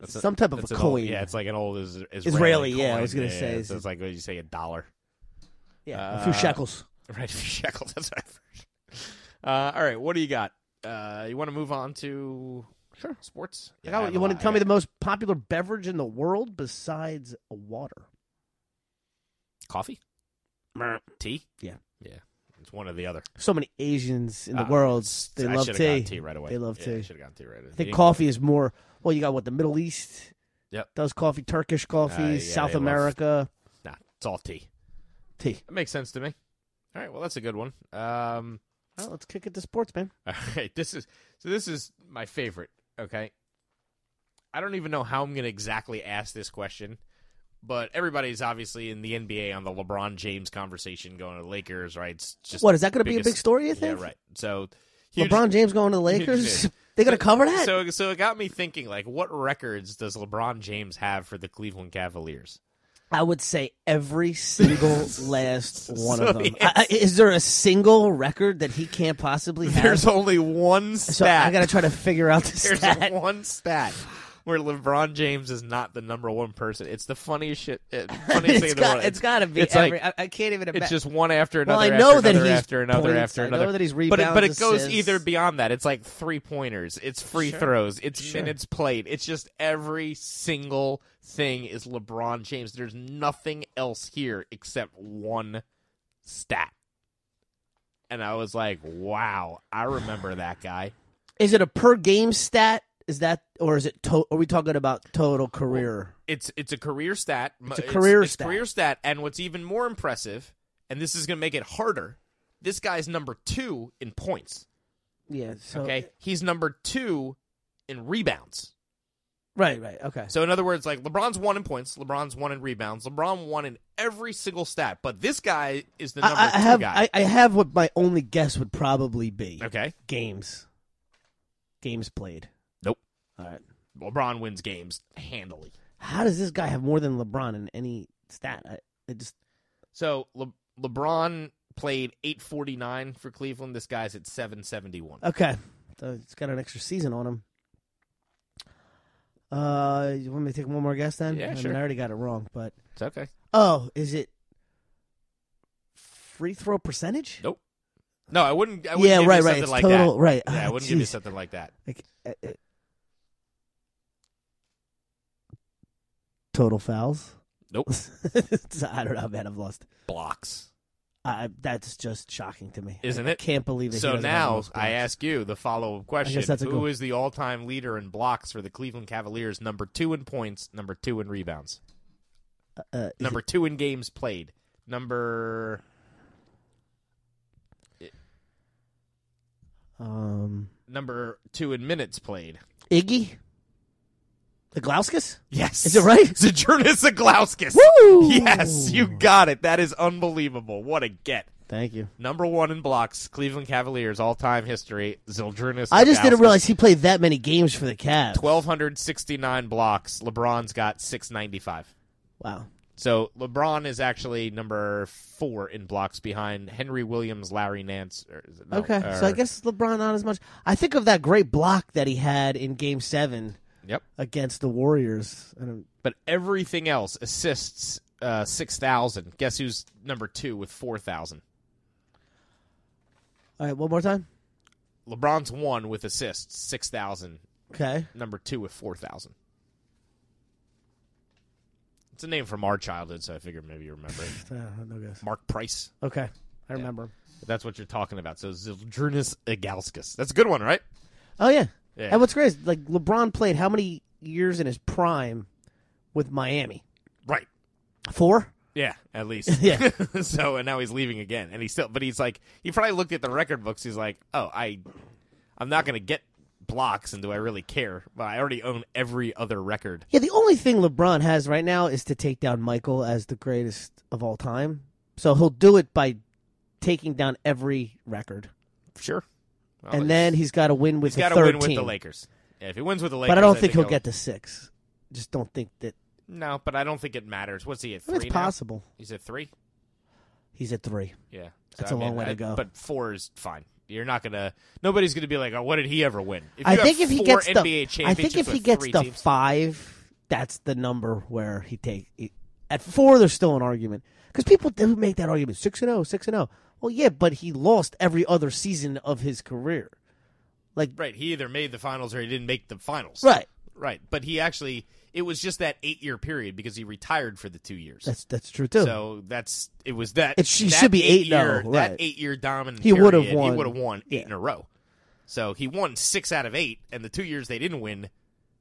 Speaker 4: That's a-
Speaker 3: Some type of
Speaker 4: that's
Speaker 3: a
Speaker 4: an old-
Speaker 3: coin.
Speaker 4: yeah, it's like an old Is- Israeli.
Speaker 3: Israeli, yeah, I
Speaker 4: coin.
Speaker 3: was gonna say,
Speaker 4: so
Speaker 3: it's-
Speaker 4: it's like what you say, a dollar.
Speaker 3: Yeah, a few
Speaker 4: Uh,
Speaker 3: shekels.
Speaker 4: Right, shekels. That's what I heard. Uh, all right, what do you got? Uh, you want to move on to
Speaker 3: Sure.
Speaker 4: sports?
Speaker 3: I got-
Speaker 4: I have
Speaker 3: you
Speaker 4: a
Speaker 3: want
Speaker 4: lot.
Speaker 3: to tell
Speaker 4: I
Speaker 3: me the
Speaker 4: got
Speaker 3: most popular beverage in the world besides water?
Speaker 4: coffee, tea?
Speaker 3: Yeah.
Speaker 4: yeah. It's one or the other.
Speaker 3: So many Asians in the
Speaker 4: Uh,
Speaker 3: world they
Speaker 4: I
Speaker 3: love
Speaker 4: should've
Speaker 3: tea.
Speaker 4: gotten tea right away.
Speaker 3: They love
Speaker 4: Yeah, I
Speaker 3: tea.
Speaker 4: should have gotten tea right away.
Speaker 3: I think coffee is more. Well, you got what the Middle East.
Speaker 4: Yep.
Speaker 3: Does coffee Turkish coffee,
Speaker 4: Uh, yeah,
Speaker 3: South
Speaker 4: they love-
Speaker 3: America
Speaker 4: Nah, it's all tea.
Speaker 3: tea.
Speaker 4: That makes sense to me. All right, well, that's a good one. Um,
Speaker 3: Well, let's kick it to sports, man.
Speaker 4: All right, this is so. This is my favorite. Okay, I don't even know how I'm going to exactly ask this question, but everybody's obviously in the NBA on the LeBron James conversation going to the Lakers, right? It's just
Speaker 3: What is that going to be a
Speaker 4: biggest-
Speaker 3: big story? You think?
Speaker 4: Yeah, right. So huge-
Speaker 3: LeBron James going to the
Speaker 4: huge
Speaker 3: Lakers.
Speaker 4: thing.
Speaker 3: they going to cover that?
Speaker 4: So so it got me thinking. Like, what records does LeBron James have for the Cleveland Cavaliers?
Speaker 3: I would say every single last one
Speaker 4: So
Speaker 3: of them.
Speaker 4: the
Speaker 3: I, I- is there a single record that he can't possibly have?
Speaker 4: There's only one
Speaker 3: so
Speaker 4: stat.
Speaker 3: I got to try to figure out the
Speaker 4: There's
Speaker 3: stat.
Speaker 4: one stat where LeBron James is not the number one person. It's the funniest shit. uh, funniest thing
Speaker 3: it's
Speaker 4: in the world.
Speaker 3: got, it's got to be
Speaker 4: It's
Speaker 3: every.
Speaker 4: like-
Speaker 3: I, I can't even
Speaker 4: it's
Speaker 3: imagine.
Speaker 4: just one after
Speaker 3: Well,
Speaker 4: another.
Speaker 3: I know
Speaker 4: after
Speaker 3: that
Speaker 4: another,
Speaker 3: he's
Speaker 4: after another
Speaker 3: points.
Speaker 4: after
Speaker 3: I
Speaker 4: another.
Speaker 3: know that he's
Speaker 4: but it, but it
Speaker 3: rebounds,
Speaker 4: goes
Speaker 3: assists.
Speaker 4: either beyond that. It's like three pointers. It's free throws. It's
Speaker 3: Sure.
Speaker 4: minutes played. It's just every single thing is LeBron James. There's nothing else here except one stat. And I was like, wow, I remember that guy.
Speaker 3: Is it a per game stat? Is that or is it? To- are we talking about total career?
Speaker 4: it's it's a career stat. It's
Speaker 3: a career
Speaker 4: it's
Speaker 3: stat.
Speaker 4: career stat. And what's even more impressive, and this is going to make it harder, this guy's number two in points.
Speaker 3: yeah. So,
Speaker 4: Okay, he's number two in rebounds.
Speaker 3: Right. Right. Okay.
Speaker 4: So in other words, like LeBron's one in points, LeBron's one in rebounds, LeBron one in every single stat. But this guy is the number
Speaker 3: I, I
Speaker 4: two
Speaker 3: have.
Speaker 4: guy.
Speaker 3: I, I have what my only guess would probably be.
Speaker 4: okay,
Speaker 3: Games. Games played.
Speaker 4: Nope.
Speaker 3: All right.
Speaker 4: LeBron wins games handily.
Speaker 3: How does this guy have more than LeBron in any stat? I, I just
Speaker 4: So Le- LeBron played eight forty nine for Cleveland. This guy's at seven seventy one.
Speaker 3: okay. So it's got an extra season on him. Uh, you want me to take one more guess then?
Speaker 4: Yeah,
Speaker 3: I
Speaker 4: sure.
Speaker 3: mean, I already got it wrong, but
Speaker 4: It's okay.
Speaker 3: oh, is it free throw percentage?
Speaker 4: Nope. No, I wouldn't. I wouldn't
Speaker 3: yeah,
Speaker 4: give
Speaker 3: right,
Speaker 4: you
Speaker 3: right.
Speaker 4: something
Speaker 3: It's
Speaker 4: like
Speaker 3: total,
Speaker 4: that.
Speaker 3: right.
Speaker 4: Yeah, I
Speaker 3: Ah,
Speaker 4: wouldn't give you
Speaker 3: jeez.
Speaker 4: something like that.
Speaker 3: Like, uh, uh, total fouls.
Speaker 4: Nope.
Speaker 3: I don't know, man. I've lost.
Speaker 4: Blocks.
Speaker 3: I, that's just shocking to me.
Speaker 4: Isn't
Speaker 3: I,
Speaker 4: it?
Speaker 3: can't believe that. he
Speaker 4: So
Speaker 3: doesn't have
Speaker 4: now
Speaker 3: those blocks.
Speaker 4: I ask you the follow up question:
Speaker 3: that's a good
Speaker 4: Who
Speaker 3: one.
Speaker 4: is the all time leader in blocks for the Cleveland Cavaliers? Number two in points, number two in rebounds,
Speaker 3: Uh, is it-
Speaker 4: number two in games played, number
Speaker 3: um,
Speaker 4: number two in minutes played.
Speaker 3: Iggy, Iglauskas.
Speaker 4: Yes,
Speaker 3: Is it right?
Speaker 4: Zajunas Zaglowskis.
Speaker 3: Woo!
Speaker 4: Yes, you got it. That is unbelievable. What a get!
Speaker 3: Thank you.
Speaker 4: Number one in blocks, Cleveland Cavaliers all time history. Zajunas.
Speaker 3: I just didn't
Speaker 4: Zaglowskis.
Speaker 3: realize he played that many games for the Cavs.
Speaker 4: 1269 blocks. LeBron's got 695.
Speaker 3: Wow.
Speaker 4: So LeBron is actually number four in blocks behind Henry Williams, Larry Nance. Or is it- no,
Speaker 3: Okay,
Speaker 4: or-
Speaker 3: so I guess LeBron not as much. I think of that great block that he had in Game Seven
Speaker 4: Yep.
Speaker 3: against the Warriors. I don't,
Speaker 4: But everything else assists uh, 6,000. Guess who's number two with 4,000?
Speaker 3: all right, one more time.
Speaker 4: LeBron's one with assists, 6,000.
Speaker 3: Okay,
Speaker 4: Number two with 4,000. It's a name from our childhood, so I figured maybe you remember it.
Speaker 3: Uh, no guess.
Speaker 4: Mark Price.
Speaker 3: Okay, I remember. him.
Speaker 4: But that's what you're talking about. So Zildrunas Igalskis. That's a good one, right?
Speaker 3: Oh yeah.
Speaker 4: Yeah.
Speaker 3: And what's great is like LeBron played how many years in his prime with Miami?
Speaker 4: Right.
Speaker 3: Four.
Speaker 4: Yeah, at least.
Speaker 3: Yeah.
Speaker 4: so and now he's leaving again, and he still. But he's like, he probably looked at the record books. He's like, oh, I, I'm not gonna get blocks, and do I really care? But I already own every other record.
Speaker 3: Yeah, the only thing LeBron has right now is to take down Michael as the greatest of all time. So he'll do it by taking down every record,
Speaker 4: Sure. Well,
Speaker 3: and then he's got to win with
Speaker 4: Oh, he's
Speaker 3: the
Speaker 4: got to
Speaker 3: third
Speaker 4: win with
Speaker 3: team.
Speaker 4: the Lakers. Yeah, if he wins with the Lakers,
Speaker 3: but I don't think he'll
Speaker 4: he'll-
Speaker 3: get to six. Just don't think that
Speaker 4: No, but I don't think it matters. What's he at
Speaker 3: I
Speaker 4: three?
Speaker 3: mean, it's
Speaker 4: now?
Speaker 3: possible.
Speaker 4: He's at three.
Speaker 3: He's at three.
Speaker 4: Yeah, So,
Speaker 3: That's a long way to
Speaker 4: I-
Speaker 3: go.
Speaker 4: But four is fine. You're not gonna. Nobody's gonna be like, "Oh, what did he ever win?" If
Speaker 3: I
Speaker 4: you have
Speaker 3: think if he
Speaker 4: four
Speaker 3: gets
Speaker 4: NBA
Speaker 3: the, I think
Speaker 4: championships
Speaker 3: if he
Speaker 4: with
Speaker 3: gets
Speaker 4: three
Speaker 3: the
Speaker 4: teams-
Speaker 3: five, that's the number where he take he, At four, there's still an argument because people do make that argument: six and zero, six and zero. Well, yeah, but he lost every other season of his career. Like
Speaker 4: Right. He either made the finals or he didn't make the finals.
Speaker 3: Right.
Speaker 4: Right. But he actually, it was just that eight year period because he retired for the two years.
Speaker 3: that's that's true too.
Speaker 4: so that's it was that
Speaker 3: It sh- he
Speaker 4: that
Speaker 3: should be eight now,
Speaker 4: year,
Speaker 3: right.
Speaker 4: that eight year dominant
Speaker 3: He would've
Speaker 4: period,
Speaker 3: won.
Speaker 4: he would have won eight
Speaker 3: Yeah.
Speaker 4: in a row so he won six out of eight and the two years they didn't win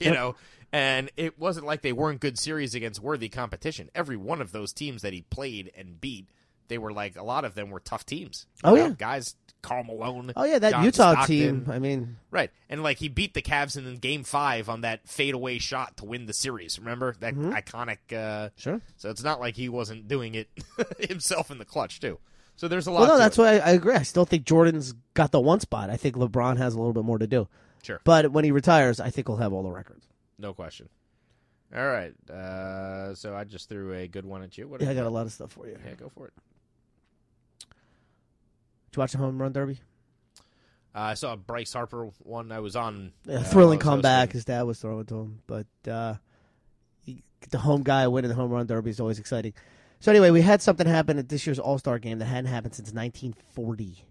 Speaker 4: you know and it wasn't like they weren't good series against worthy competition every one of those teams that he played and beat they were like a lot of them were tough teams You
Speaker 3: Oh,
Speaker 4: know,
Speaker 3: yeah.
Speaker 4: guys Carl Malone
Speaker 3: oh yeah, that
Speaker 4: John
Speaker 3: Utah
Speaker 4: Stockton.
Speaker 3: team. I mean,
Speaker 4: Right. And like he beat the Cavs in game five on that fadeaway shot to win the series. Remember that
Speaker 3: Mm-hmm.
Speaker 4: iconic uh
Speaker 3: Sure.
Speaker 4: So it's not like he wasn't doing it himself in the clutch too. So there's a lot
Speaker 3: well, no,
Speaker 4: to
Speaker 3: that's
Speaker 4: it.
Speaker 3: why I, I agree. I still think Jordan's got the one spot. I think LeBron has a little bit more to do.
Speaker 4: Sure.
Speaker 3: But when he retires, I think he'll have all the records.
Speaker 4: no question. All right. Uh so I just threw a good one at you. What
Speaker 3: Yeah, I got a lot of stuff for you.
Speaker 4: yeah, go for it.
Speaker 3: Did you watch the home run derby?
Speaker 4: Uh, I saw a Bryce Harper one I was on.
Speaker 3: Yeah,
Speaker 4: uh,
Speaker 3: thrilling
Speaker 4: while I was
Speaker 3: comeback.
Speaker 4: hosting.
Speaker 3: His dad was throwing to him, but uh, you get the home guy winning the home run derby is always exciting. So anyway, we had something happen at this year's All Star game that hadn't happened since 1940.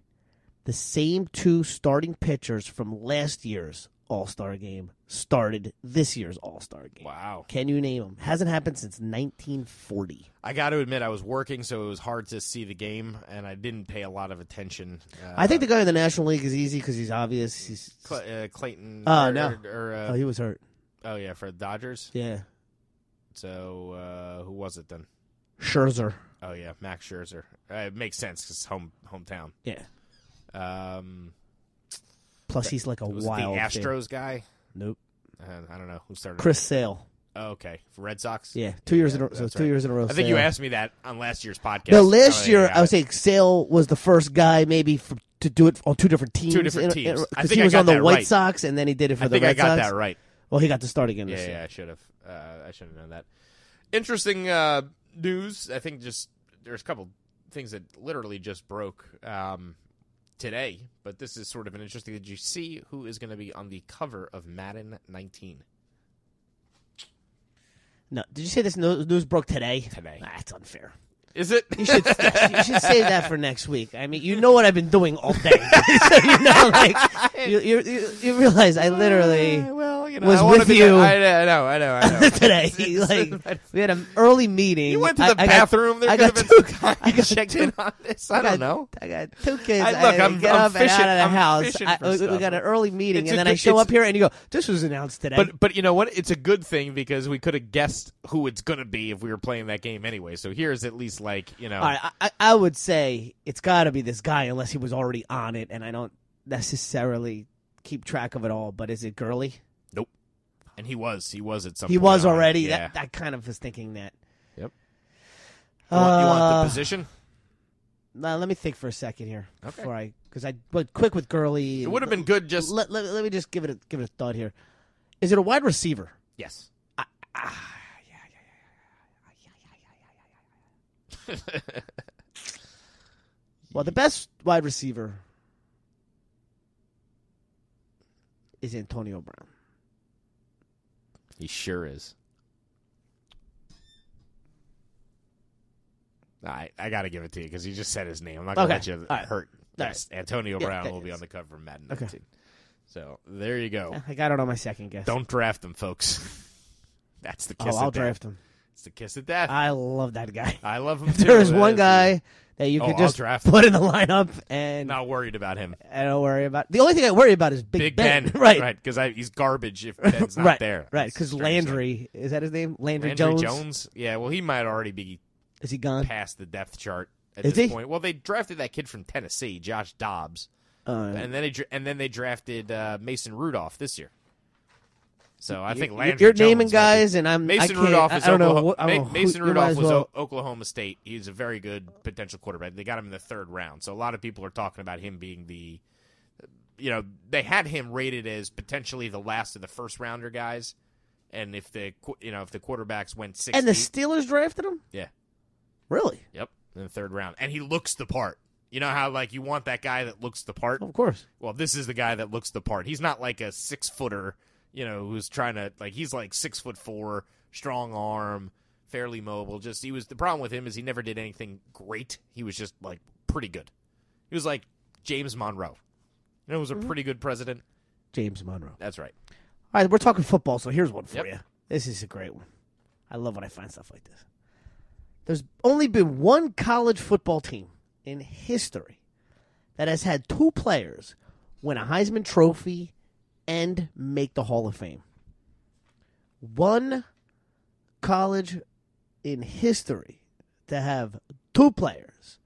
Speaker 3: The same two starting pitchers from last year's All Star game started this year's All Star game.
Speaker 4: Wow.
Speaker 3: Can you name them? Hasn't happened since 1940.
Speaker 4: I got to admit I was working so it was hard to see the game and I didn't pay a lot of attention. Uh,
Speaker 3: I think the guy in the National League is easy because he's obvious. He's
Speaker 4: Cl- uh, Clayton
Speaker 3: Uh,
Speaker 4: or,
Speaker 3: no.
Speaker 4: or, or, uh,
Speaker 3: oh, he was hurt.
Speaker 4: Oh yeah, for the Dodgers.
Speaker 3: Yeah,
Speaker 4: So uh, who was it then?
Speaker 3: Scherzer.
Speaker 4: Oh yeah, Max Scherzer. Uh, it makes sense because home hometown.
Speaker 3: Yeah.
Speaker 4: Um,
Speaker 3: Plus, he's like a
Speaker 4: was it
Speaker 3: wild.
Speaker 4: the
Speaker 3: thing.
Speaker 4: Astros guy.
Speaker 3: Nope.
Speaker 4: Uh, I don't know who started.
Speaker 3: Chris Sale.
Speaker 4: Oh, okay, Red Sox.
Speaker 3: Yeah, two years in a, so
Speaker 4: that's
Speaker 3: two
Speaker 4: right.
Speaker 3: years in a row.
Speaker 4: I think you
Speaker 3: Sale.
Speaker 4: asked me that on last year's podcast. Oh,
Speaker 3: No,
Speaker 4: I don't
Speaker 3: last
Speaker 4: think
Speaker 3: year
Speaker 4: got
Speaker 3: I was
Speaker 4: it.
Speaker 3: saying Sale was the first guy maybe for, to do it on two different teams.
Speaker 4: different teams. I
Speaker 3: Because
Speaker 4: think
Speaker 3: he
Speaker 4: I
Speaker 3: was
Speaker 4: got
Speaker 3: on the
Speaker 4: that
Speaker 3: White
Speaker 4: right.
Speaker 3: Sox and then he did it for
Speaker 4: I
Speaker 3: the
Speaker 4: think
Speaker 3: Red
Speaker 4: I got
Speaker 3: Sox.
Speaker 4: that right.
Speaker 3: Well, he got to start again this
Speaker 4: Yeah,
Speaker 3: year.
Speaker 4: yeah, I should have. Uh, I should have known that. Interesting uh, news. I think just there's a couple things that literally just broke um, today, but this is sort of an interesting. Did you see who is going to be on the cover of Madden 19
Speaker 3: No, did you say this no- news broke today?
Speaker 4: Today.
Speaker 3: Ah, that's unfair.
Speaker 4: Is it?
Speaker 3: You should, you should save that for next week. I mean, you know what I've been doing all day, so you know, like, you, you, you, you realize I literally
Speaker 4: Uh, well, you know,
Speaker 3: was
Speaker 4: I wanna
Speaker 3: with
Speaker 4: be-
Speaker 3: you.
Speaker 4: I know, I know, I know. I know.
Speaker 3: today, like, we had an early meeting.
Speaker 4: you went to
Speaker 3: I-
Speaker 4: the
Speaker 3: I got-
Speaker 4: bathroom.
Speaker 3: I
Speaker 4: there
Speaker 3: got
Speaker 4: could have been
Speaker 3: two-
Speaker 4: some
Speaker 3: I
Speaker 4: guy
Speaker 3: got
Speaker 4: checked
Speaker 3: two-
Speaker 4: in on this. I, don't
Speaker 3: got-
Speaker 4: know.
Speaker 3: I got two kids.
Speaker 4: I-
Speaker 3: I,
Speaker 4: look,
Speaker 3: gotta
Speaker 4: I'm-
Speaker 3: get
Speaker 4: I'm
Speaker 3: up
Speaker 4: fishing-
Speaker 3: and out of
Speaker 4: I'm
Speaker 3: the house.
Speaker 4: fishing
Speaker 3: I,
Speaker 4: for
Speaker 3: we- we,
Speaker 4: stuff.
Speaker 3: got an early meeting,
Speaker 4: It's a
Speaker 3: and then I
Speaker 4: good-
Speaker 3: show
Speaker 4: it's-
Speaker 3: up here, and you go, "This was announced today."
Speaker 4: But but you know what? It's a good thing because we could have guessed who it's gonna be if we were playing that game anyway. So here's at least like you know.
Speaker 3: All right, I, I, I would say it's got to be this guy, unless he was already on it, and I don't necessarily keep track of it all. But is it Gurley?
Speaker 4: And he was. He was at some.
Speaker 3: He
Speaker 4: point
Speaker 3: was
Speaker 4: on.
Speaker 3: already.
Speaker 4: Yeah.
Speaker 3: That, that kind of was thinking that.
Speaker 4: Yep.
Speaker 3: Uh,
Speaker 4: you, want, you want the position?
Speaker 3: now let me think for a second here
Speaker 4: Okay.
Speaker 3: before I, because I went quick with Gurley.
Speaker 4: It
Speaker 3: and-
Speaker 4: would have been good. Just
Speaker 3: Let, let, let me just give it a, give it a thought here. Is it a wide receiver?
Speaker 4: yes.
Speaker 3: Well, the best wide receiver is Antonio Brown.
Speaker 4: He sure is. All right, I got to give it to you because you just said his name. I'm not going to
Speaker 3: Okay,
Speaker 4: let you
Speaker 3: all right,
Speaker 4: hurt.
Speaker 3: all
Speaker 4: Yes, Antonio
Speaker 3: Yeah,
Speaker 4: Brown
Speaker 3: that
Speaker 4: will be
Speaker 3: is.
Speaker 4: on the cover of Madden
Speaker 3: Okay.
Speaker 4: 19. So there you go.
Speaker 3: I got it on my second guess.
Speaker 4: Don't draft him, folks. That's the
Speaker 3: oh,
Speaker 4: kiss
Speaker 3: I'll
Speaker 4: of death.
Speaker 3: draft him.
Speaker 4: It's the kiss of death. I,
Speaker 3: I love that guy.
Speaker 4: love him.
Speaker 3: If there
Speaker 4: too. uh,
Speaker 3: is
Speaker 4: That
Speaker 3: one
Speaker 4: the-
Speaker 3: guy that you
Speaker 4: Oh,
Speaker 3: could
Speaker 4: I'll
Speaker 3: just
Speaker 4: draft
Speaker 3: put in the lineup and
Speaker 4: Not worried about him.
Speaker 3: I don't worry about the only thing I worry about is Big,
Speaker 4: Big Ben,
Speaker 3: right?
Speaker 4: Right, because he's garbage if Ben's not
Speaker 3: right,
Speaker 4: there.
Speaker 3: right?
Speaker 4: That's
Speaker 3: Because
Speaker 4: strange, right?
Speaker 3: Landry is that his name? Landry,
Speaker 4: Landry
Speaker 3: Jones?
Speaker 4: Yeah, well, he might already be
Speaker 3: is he gone?
Speaker 4: past the depth chart at
Speaker 3: Is
Speaker 4: this
Speaker 3: he?
Speaker 4: point. Well, they drafted that kid from Tennessee, Josh Dobbs,
Speaker 3: Uh,
Speaker 4: and then they dr- and then they drafted uh, Mason Rudolph this year. So I think
Speaker 3: you're-
Speaker 4: Landry.
Speaker 3: you're
Speaker 4: Jones
Speaker 3: naming
Speaker 4: might be-
Speaker 3: guys, and I'm I
Speaker 4: Mason
Speaker 3: can't,
Speaker 4: Rudolph
Speaker 3: I,
Speaker 4: is
Speaker 3: I don't know.
Speaker 4: Oklahoma.
Speaker 3: what- I don't
Speaker 4: Ma-
Speaker 3: know who-
Speaker 4: Mason
Speaker 3: you might
Speaker 4: Rudolph
Speaker 3: as
Speaker 4: was
Speaker 3: well-
Speaker 4: O- Oklahoma State. He's a very good potential quarterback. They got him in the third round, so a lot of people are talking about him being the, you know, they had him rated as potentially the last of the first rounder guys, and if the qu- you know if the quarterbacks went six,
Speaker 3: and the Steelers drafted him.
Speaker 4: yeah,
Speaker 3: Really?
Speaker 4: yep, in the third round, and he looks the part. You know how like you want that guy that looks the part.
Speaker 3: Of course.
Speaker 4: Well, this is the guy that looks the part. He's not like a six footer you know, who's trying to like he's like six foot four, strong arm, fairly mobile. Just he was the problem with him is he never did anything great. He was just like pretty good. He was like James Monroe. You know, was a pretty good president.
Speaker 3: James Monroe.
Speaker 4: That's right.
Speaker 3: All right, we're talking football, so here's one for
Speaker 4: Yep.
Speaker 3: you. This is a great one. I love when I find stuff like this. There's only been one college football team in history that has had two players win a Heisman Trophy and make the Hall of Fame. One college in history to have two players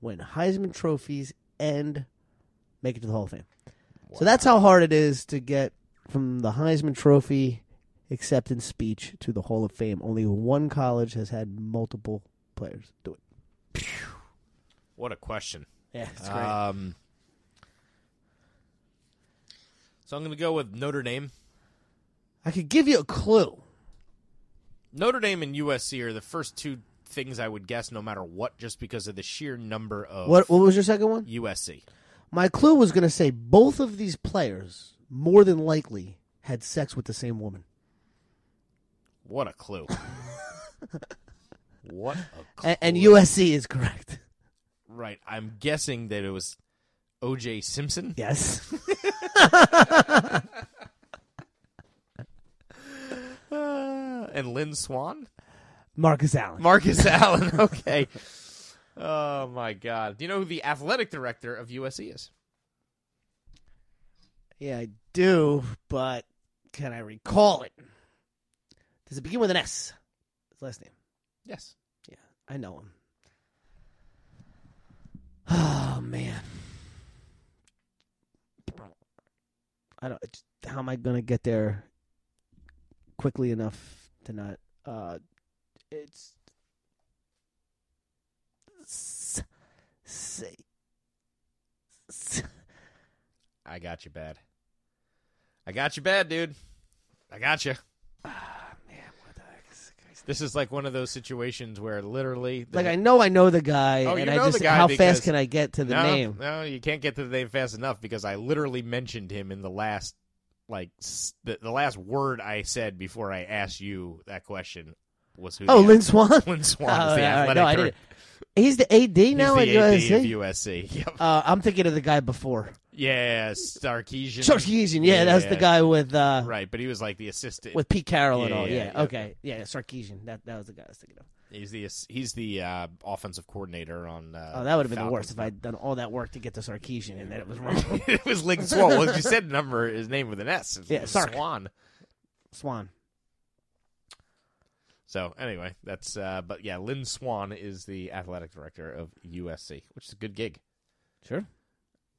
Speaker 3: win Heisman Trophies and make it to the Hall of Fame. So that's how hard it is to get from the Heisman Trophy acceptance speech to the Hall of Fame. Only one college has had multiple players do it.
Speaker 4: What a question.
Speaker 3: Yeah, it's great.
Speaker 4: Um, so I'm going to go with Notre Dame.
Speaker 3: I could give you a clue.
Speaker 4: Notre Dame and USC are the first two things I would guess, no matter what, just because of the sheer number of
Speaker 3: What What was your second one?
Speaker 4: USC.
Speaker 3: My clue was going to say both of these players more than likely had sex with the same woman,
Speaker 4: What a clue! what a clue.
Speaker 3: and, and USC is correct.
Speaker 4: right? I'm guessing that it was O.J. Simpson.
Speaker 3: Yes,
Speaker 4: Uh, and Lynn Swan,
Speaker 3: Marcus Allen.
Speaker 4: Marcus Allen. Okay. Oh my God! Do you know who the athletic director of USC is?
Speaker 3: yeah, I do, but can I recall it? Does it begin with an S? His last name.
Speaker 4: Yes.
Speaker 3: Yeah, I know him. Oh man, I don't. it's- How am I gonna get there quickly enough to not? Uh, it's S- S- S-
Speaker 4: I got you bad. I got you bad, dude. I got you.
Speaker 3: man, what the heck is the guy's-
Speaker 4: This is like one of those situations where literally, the
Speaker 3: Like I know I know the guy,
Speaker 4: Oh, you
Speaker 3: and I
Speaker 4: know the
Speaker 3: just
Speaker 4: guy
Speaker 3: how
Speaker 4: because-
Speaker 3: fast can I get to the
Speaker 4: no,
Speaker 3: name?
Speaker 4: No, you can't get to the name fast enough because I literally mentioned him in the last, like s- the, the last word I said before I asked you that question was who.
Speaker 3: Oh,
Speaker 4: the-
Speaker 3: Lynn Swan.
Speaker 4: Lynn Swan is the
Speaker 3: yeah, all
Speaker 4: athletic
Speaker 3: right. Oh, No, I
Speaker 4: director.
Speaker 3: didn't. He's the AD
Speaker 4: He's
Speaker 3: now
Speaker 4: the
Speaker 3: at
Speaker 4: AD
Speaker 3: USC.
Speaker 4: of USC. Yep.
Speaker 3: Uh, I'm thinking of the guy before.
Speaker 4: Yeah, Sarkeesian.
Speaker 3: Sarkeesian, yeah, that's the
Speaker 4: Yeah.
Speaker 3: guy with uh,
Speaker 4: Right, but he was like the assistant.
Speaker 3: with Pete Carroll and
Speaker 4: Yeah,
Speaker 3: all.
Speaker 4: yeah,
Speaker 3: Yeah,
Speaker 4: yeah.
Speaker 3: okay, yeah, Sarkeesian. That that was the guy I was thinking of.
Speaker 4: He's the ass- he's the uh, offensive coordinator on. Uh,
Speaker 3: Oh, that would have been the
Speaker 4: Falcons.
Speaker 3: worst if I'd done all that work to get to Sarkeesian and then it was wrong.
Speaker 4: it was Link Swan. Well, you said number his name with an S. It
Speaker 3: Yeah,
Speaker 4: was
Speaker 3: Sark.
Speaker 4: Swan.
Speaker 3: Swan.
Speaker 4: So anyway, that's uh, but yeah, Lynn Swan is the athletic director of USC, which is a good gig.
Speaker 3: Sure.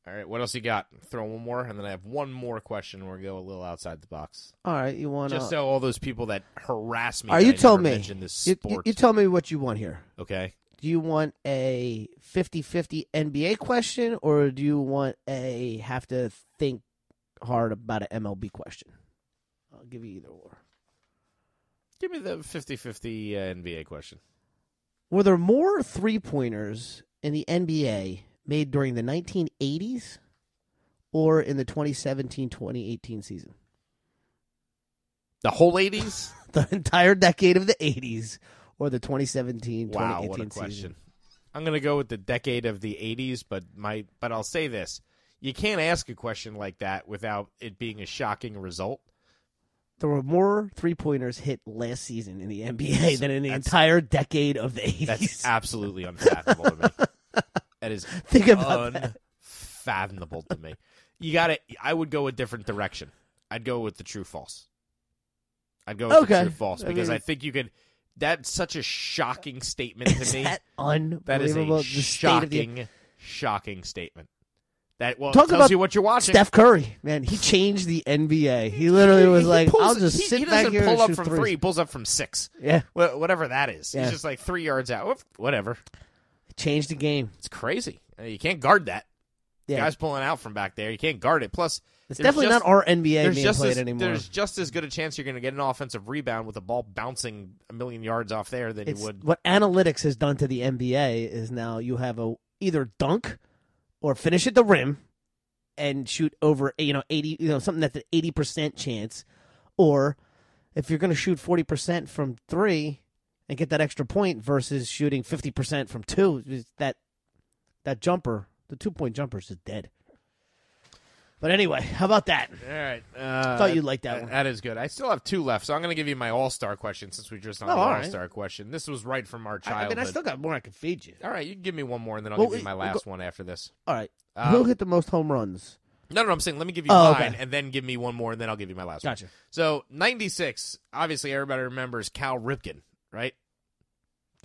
Speaker 4: All right, what else you got? Throw one more, and then I have one more question. We'll go a little outside the box,
Speaker 3: All right, you want
Speaker 4: just so all those people that harass me.
Speaker 3: All right,
Speaker 4: that
Speaker 3: you
Speaker 4: I
Speaker 3: tell
Speaker 4: never
Speaker 3: me.
Speaker 4: mention This
Speaker 3: You,
Speaker 4: sport,
Speaker 3: you, you tell me what you want here.
Speaker 4: okay?
Speaker 3: Do you want a 50-50 NBA question or do you want a have to think hard about an MLB question? I'll give you either or.
Speaker 4: Give me the 50-50 uh, NBA question.
Speaker 3: Were there more three pointers in the NBA made during the 1980s or in the 2017 2018 season?
Speaker 4: The whole ladies.
Speaker 3: The entire decade of the 80s or the 2017
Speaker 4: wow,
Speaker 3: 2018
Speaker 4: what a question.
Speaker 3: season?
Speaker 4: I'm gonna go with the decade of the '80s, but my but I'll say this: you can't ask a question like that without it being a shocking result.
Speaker 3: There were more three pointers hit last season in the NBA than in the
Speaker 4: That's-
Speaker 3: entire decade of the 80s.
Speaker 4: That's absolutely unfathomable to me. That is
Speaker 3: Think about that.
Speaker 4: unfathomable to me. You got to I would go a different direction. I'd go with the true false. I'd go with
Speaker 3: Okay.
Speaker 4: the true false
Speaker 3: I
Speaker 4: because I,
Speaker 3: mean-
Speaker 4: think you could. That's such a shocking statement to me.
Speaker 3: That unbelievable.
Speaker 4: that is a
Speaker 3: the state of the-
Speaker 4: shocking, shocking statement. That well it
Speaker 3: Talk
Speaker 4: tells
Speaker 3: about
Speaker 4: you what you're watching.
Speaker 3: Steph Curry, man, he changed the NBA. He literally was
Speaker 4: He
Speaker 3: like,
Speaker 4: pulls-
Speaker 3: "I'll just
Speaker 4: he,
Speaker 3: sit
Speaker 4: he
Speaker 3: back
Speaker 4: doesn't
Speaker 3: here
Speaker 4: pull
Speaker 3: and
Speaker 4: up
Speaker 3: shoot
Speaker 4: from
Speaker 3: threes."
Speaker 4: three. He pulls up from six.
Speaker 3: Yeah,
Speaker 4: Wha- Whatever that is,
Speaker 3: Yeah.
Speaker 4: he's just like three yards out. Whoop, Whatever,
Speaker 3: changed the game.
Speaker 4: it's crazy. Uh, You can't guard that.
Speaker 3: Yeah,
Speaker 4: Guys pulling out from back there, you can't guard it. Plus,
Speaker 3: It's
Speaker 4: there's
Speaker 3: definitely
Speaker 4: just-
Speaker 3: not our NBA
Speaker 4: there's
Speaker 3: being
Speaker 4: just
Speaker 3: played
Speaker 4: as,
Speaker 3: anymore.
Speaker 4: There's just as good a chance you're going to get an offensive rebound with the ball bouncing a million yards off there than
Speaker 3: It's-
Speaker 4: you would.
Speaker 3: What analytics has done to the NBA is now you have a either dunk or finish at the rim and shoot over you know eighty you know something that's an eighty percent chance, Or if you're going to shoot 40% from three and get that extra point versus shooting 50% from two, is that that jumper, the two point jumper, is just dead. But anyway, how about that?
Speaker 4: All right. Uh,
Speaker 3: Thought you'd like that one.
Speaker 4: That is good. I still have two left, so I'm going to give you my All Star question since we just on
Speaker 3: Oh,
Speaker 4: the
Speaker 3: all
Speaker 4: All
Speaker 3: right.
Speaker 4: Star question. This was right from our
Speaker 3: I, I
Speaker 4: childhood.
Speaker 3: mean, I still got more I can feed you.
Speaker 4: All right, you can give me one more, and then I'll
Speaker 3: Well,
Speaker 4: give you
Speaker 3: we-
Speaker 4: my
Speaker 3: we'll go-
Speaker 4: last one after this.
Speaker 3: All right. Um,
Speaker 4: Uh,
Speaker 3: Who'll hit the most home runs?
Speaker 4: No, no, no, I'm saying let me give you
Speaker 3: Oh, okay.
Speaker 4: mine, and then give me one more, and then I'll give you my last
Speaker 3: Gotcha.
Speaker 4: one. So 96, obviously everybody remembers Cal Ripken, right?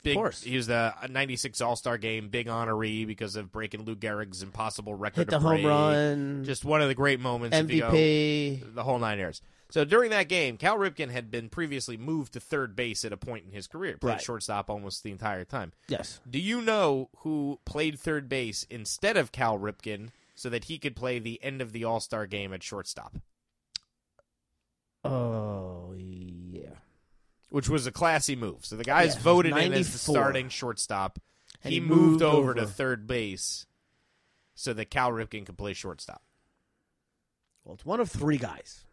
Speaker 4: Big,
Speaker 3: course.
Speaker 4: He was the 96 All Star game, big honoree because of breaking Lou Gehrig's impossible record.
Speaker 3: Hit the
Speaker 4: of
Speaker 3: home
Speaker 4: break.
Speaker 3: run,
Speaker 4: Just one of the great moments. if you go-
Speaker 3: MVP.
Speaker 4: the whole nine yards. So during that game, Cal Ripken had been previously moved to third base at a point in his career. Played
Speaker 3: Right.
Speaker 4: shortstop almost the entire time.
Speaker 3: Yes.
Speaker 4: Do you know who played third base instead of Cal Ripken so that he could play the end of the All Star game at shortstop?
Speaker 3: Oh yeah.
Speaker 4: Which was a classy move. So the guys
Speaker 3: Yeah.
Speaker 4: voted him as the
Speaker 3: 94.
Speaker 4: starting shortstop.
Speaker 3: And
Speaker 4: he
Speaker 3: he
Speaker 4: moved,
Speaker 3: moved
Speaker 4: over, to
Speaker 3: over.
Speaker 4: third base so that Cal Ripken could play shortstop.
Speaker 3: Well, it's one of three guys.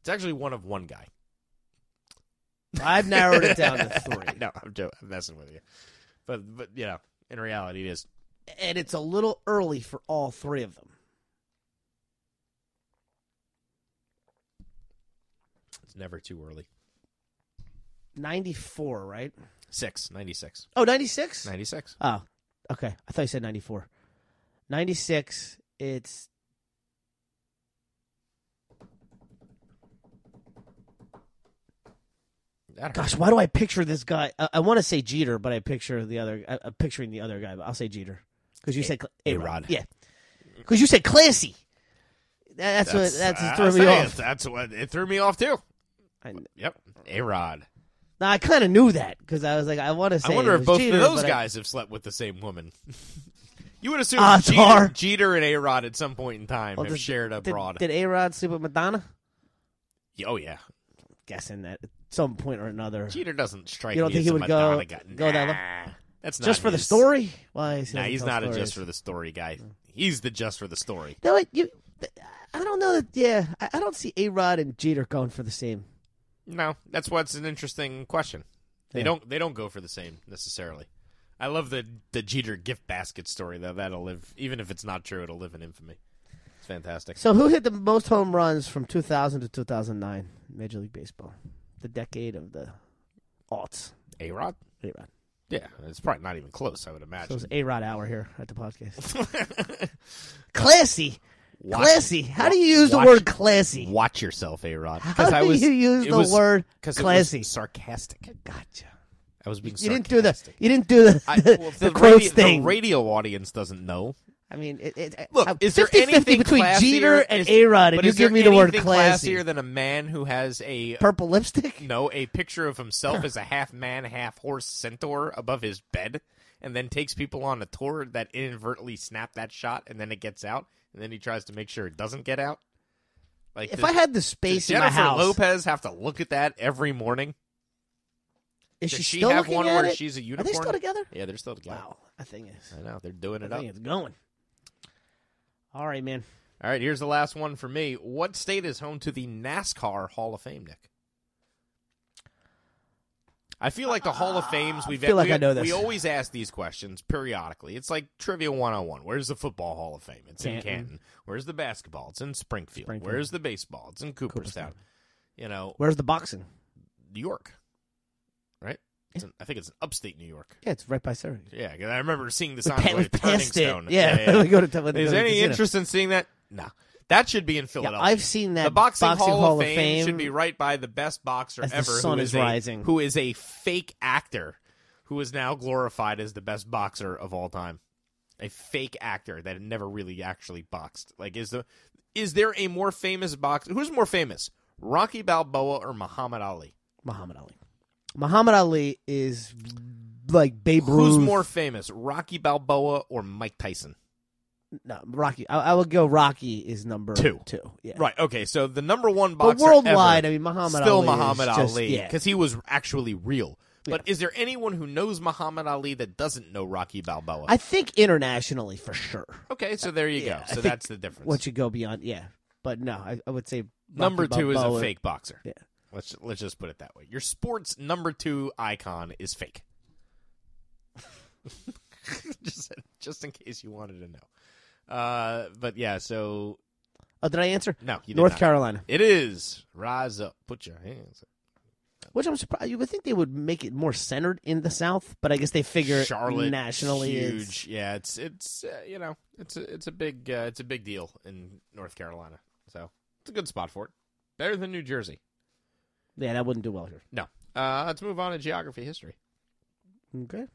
Speaker 4: It's actually one of one guy.
Speaker 3: I've narrowed it down to three,
Speaker 4: no, I'm joking. I'm messing with you. But but you know, in reality it is
Speaker 3: and it's a little early for all three of them.
Speaker 4: It's never too early.
Speaker 3: Ninety-four, right?
Speaker 4: Six, 96.
Speaker 3: Oh, 96?
Speaker 4: 96.
Speaker 3: Oh, okay. I thought you said ninety-four. Ninety-six. It's
Speaker 4: That hurt.
Speaker 3: gosh. Why do I picture this guy? I, I want to say Jeter, but I picture the other. I, I'm picturing the other guy, but I'll say Jeter because you said
Speaker 4: A-
Speaker 3: A
Speaker 4: A-Rod.
Speaker 3: Rod. Yeah, because you said classy. That- That's, what. That's
Speaker 4: I-
Speaker 3: what
Speaker 4: I
Speaker 3: threw me
Speaker 4: say it,
Speaker 3: off.
Speaker 4: That's what it threw me off too.
Speaker 3: I, now,
Speaker 4: Yep. A Rod.
Speaker 3: I kind of knew that because I was like, I want to say.
Speaker 4: I wonder
Speaker 3: it
Speaker 4: if
Speaker 3: was
Speaker 4: both
Speaker 3: Jeter,
Speaker 4: of those
Speaker 3: but I-
Speaker 4: guys have slept with the same woman. you would assume
Speaker 3: Odds
Speaker 4: Jeter,
Speaker 3: are.
Speaker 4: Jeter and A Rod at some point in time
Speaker 3: Well,
Speaker 4: have
Speaker 3: did-
Speaker 4: shared a
Speaker 3: did,
Speaker 4: broad.
Speaker 3: Did A Rod sleep with Madonna?
Speaker 4: oh yeah.
Speaker 3: Guessing that at some point or another.
Speaker 4: Jeter doesn't strike
Speaker 3: You don't
Speaker 4: me
Speaker 3: think
Speaker 4: as
Speaker 3: he
Speaker 4: a
Speaker 3: would go-
Speaker 4: Madonna guy.
Speaker 3: go that
Speaker 4: Nah. That's not
Speaker 3: just for the
Speaker 4: his-
Speaker 3: story? Well, he
Speaker 4: Nah,
Speaker 3: doesn't
Speaker 4: he's
Speaker 3: tell
Speaker 4: not a
Speaker 3: stories. Hmm.
Speaker 4: just for the story guy. He's the just for the story.
Speaker 3: No, it, you. th- I don't know that. Yeah, I, I don't see A Rod and Jeter going for the same.
Speaker 4: No, that's what's an interesting question. They
Speaker 3: Yeah.
Speaker 4: don't they don't go for the same necessarily. I love the the Jeter gift basket story though. That'll live even if it's not true, it'll live in infamy. It's fantastic.
Speaker 3: So, who hit the most home runs from 2000 to 2009 Major League Baseball? The decade of the aughts.
Speaker 4: A Rod?
Speaker 3: A Rod.
Speaker 4: Yeah, it's probably not even close. I would
Speaker 3: So
Speaker 4: imagine.
Speaker 3: it's A Rod hour here at the podcast. classy,
Speaker 4: Watch-
Speaker 3: classy. How do you use
Speaker 4: watch-
Speaker 3: the word classy?
Speaker 4: Watch yourself, A Rod.
Speaker 3: How do you use the word classy?
Speaker 4: sarcastic.
Speaker 3: Gotcha.
Speaker 4: I was being.
Speaker 3: You didn't
Speaker 4: sarcastic.
Speaker 3: do the. You didn't do the
Speaker 4: I,
Speaker 3: the,
Speaker 4: well,
Speaker 3: the
Speaker 4: the,
Speaker 3: gross
Speaker 4: radio,
Speaker 3: thing.
Speaker 4: the radio audience doesn't know.
Speaker 3: I mean, it, it,
Speaker 4: Look,
Speaker 3: I'm
Speaker 4: is there
Speaker 3: 50-50
Speaker 4: anything
Speaker 3: between
Speaker 4: classier-
Speaker 3: Jeter and
Speaker 4: is-
Speaker 3: A Rod, and
Speaker 4: but
Speaker 3: you
Speaker 4: is there
Speaker 3: give me the word
Speaker 4: anything
Speaker 3: classy?
Speaker 4: classier than a man who has a
Speaker 3: Purple lipstick.
Speaker 4: no a picture of himself as a half man, half horse centaur above his bed, and then takes people on a tour that inadvertently snapped that shot, and then it gets out, and then he tries to make sure it doesn't get out. Like
Speaker 3: If
Speaker 4: does-
Speaker 3: I had the
Speaker 4: does
Speaker 3: space in my
Speaker 4: Jennifer
Speaker 3: house,
Speaker 4: Lopez have to look at that every morning?
Speaker 3: is
Speaker 4: Does
Speaker 3: she,
Speaker 4: she
Speaker 3: still
Speaker 4: have
Speaker 3: looking
Speaker 4: one
Speaker 3: at
Speaker 4: where
Speaker 3: it?
Speaker 4: she's a
Speaker 3: Are they still
Speaker 4: unicorn?
Speaker 3: together?
Speaker 4: Yeah, they're still together.
Speaker 3: Wow, I think it's.
Speaker 4: I know they're doing it
Speaker 3: I
Speaker 4: up.
Speaker 3: think it's going. All right, man.
Speaker 4: All right, here's the last one for me. What state is home to the NASCAR Hall of Fame, Nick? I feel like the Hall of Fames we've
Speaker 3: feel like
Speaker 4: we,
Speaker 3: Ah, I know this.
Speaker 4: we always ask these questions periodically. It's like Trivia 101. Where's the Football Hall of Fame? It's in
Speaker 3: Canton.
Speaker 4: Canton. Where's the basketball? It's in Springfield.
Speaker 3: Springfield.
Speaker 4: Where's the baseball? It's in Cooperstown.
Speaker 3: Cooperstown.
Speaker 4: You know,
Speaker 3: Where's the boxing?
Speaker 4: New York. Right? It's in, I think it's in upstate New York.
Speaker 3: Yeah, it's right by Syracuse.
Speaker 4: Yeah, 'cause I remember seeing this
Speaker 3: We,
Speaker 4: on the way
Speaker 3: pa- we
Speaker 4: to Turning
Speaker 3: passed it.
Speaker 4: Stone.
Speaker 3: Yeah, we go to. we go to
Speaker 4: Is
Speaker 3: the
Speaker 4: there any
Speaker 3: casino.
Speaker 4: interest in seeing that? Nah. That should be in
Speaker 3: Yeah,
Speaker 4: Philadelphia.
Speaker 3: I've seen that
Speaker 4: the boxing,
Speaker 3: boxing
Speaker 4: hall, of, fame should
Speaker 3: Fame.
Speaker 4: be right by the best boxer
Speaker 3: As the
Speaker 4: ever
Speaker 3: sun
Speaker 4: who
Speaker 3: is
Speaker 4: a-
Speaker 3: rising.
Speaker 4: who is a fake actor who is now glorified as the best boxer of all time a fake actor that had never really actually boxed like is the is there a more famous boxer who's more famous rocky balboa or muhammad ali
Speaker 3: Muhammad Ali. Muhammad Ali is like Babe Ruth.
Speaker 4: who's more famous rocky balboa or mike tyson
Speaker 3: No, Rocky. I, I would go. Rocky is number
Speaker 4: Two.
Speaker 3: Two. Yeah.
Speaker 4: right okay so the number one boxer
Speaker 3: But worldwide,
Speaker 4: ever,
Speaker 3: I mean, Muhammad
Speaker 4: still
Speaker 3: Ali.
Speaker 4: Muhammad
Speaker 3: is just-
Speaker 4: Ali
Speaker 3: yeah.
Speaker 4: because he was actually real. But is there anyone who knows Muhammad Ali that doesn't know Rocky Balboa?
Speaker 3: I think internationally for sure.
Speaker 4: okay, so there you
Speaker 3: Yeah,
Speaker 4: go.
Speaker 3: I
Speaker 4: So
Speaker 3: think
Speaker 4: that's the difference.
Speaker 3: Once you go beyond, yeah. But no, I, I would say
Speaker 4: number two is a
Speaker 3: Balboa.
Speaker 4: fake boxer.
Speaker 3: Yeah.
Speaker 4: Let's let's just put it that way. Your sports number two icon is fake. just just in case you wanted to know. Uh, but yeah, so
Speaker 3: Oh, did I answer?
Speaker 4: no, you did
Speaker 3: North
Speaker 4: not.
Speaker 3: Carolina.
Speaker 4: It is rise up, put your hands up.
Speaker 3: Which I'm surprised. You would think they would make it more centered in the South, but I guess they figure
Speaker 4: Charlotte,
Speaker 3: nationally is-
Speaker 4: huge. Yeah, it's it's uh, you know it's a, it's a big uh, it's a big deal in North Carolina. So it's a good spot for it. Better than New Jersey.
Speaker 3: Yeah, that wouldn't do well here.
Speaker 4: No. Uh, let's move on to geography history.
Speaker 3: Okay.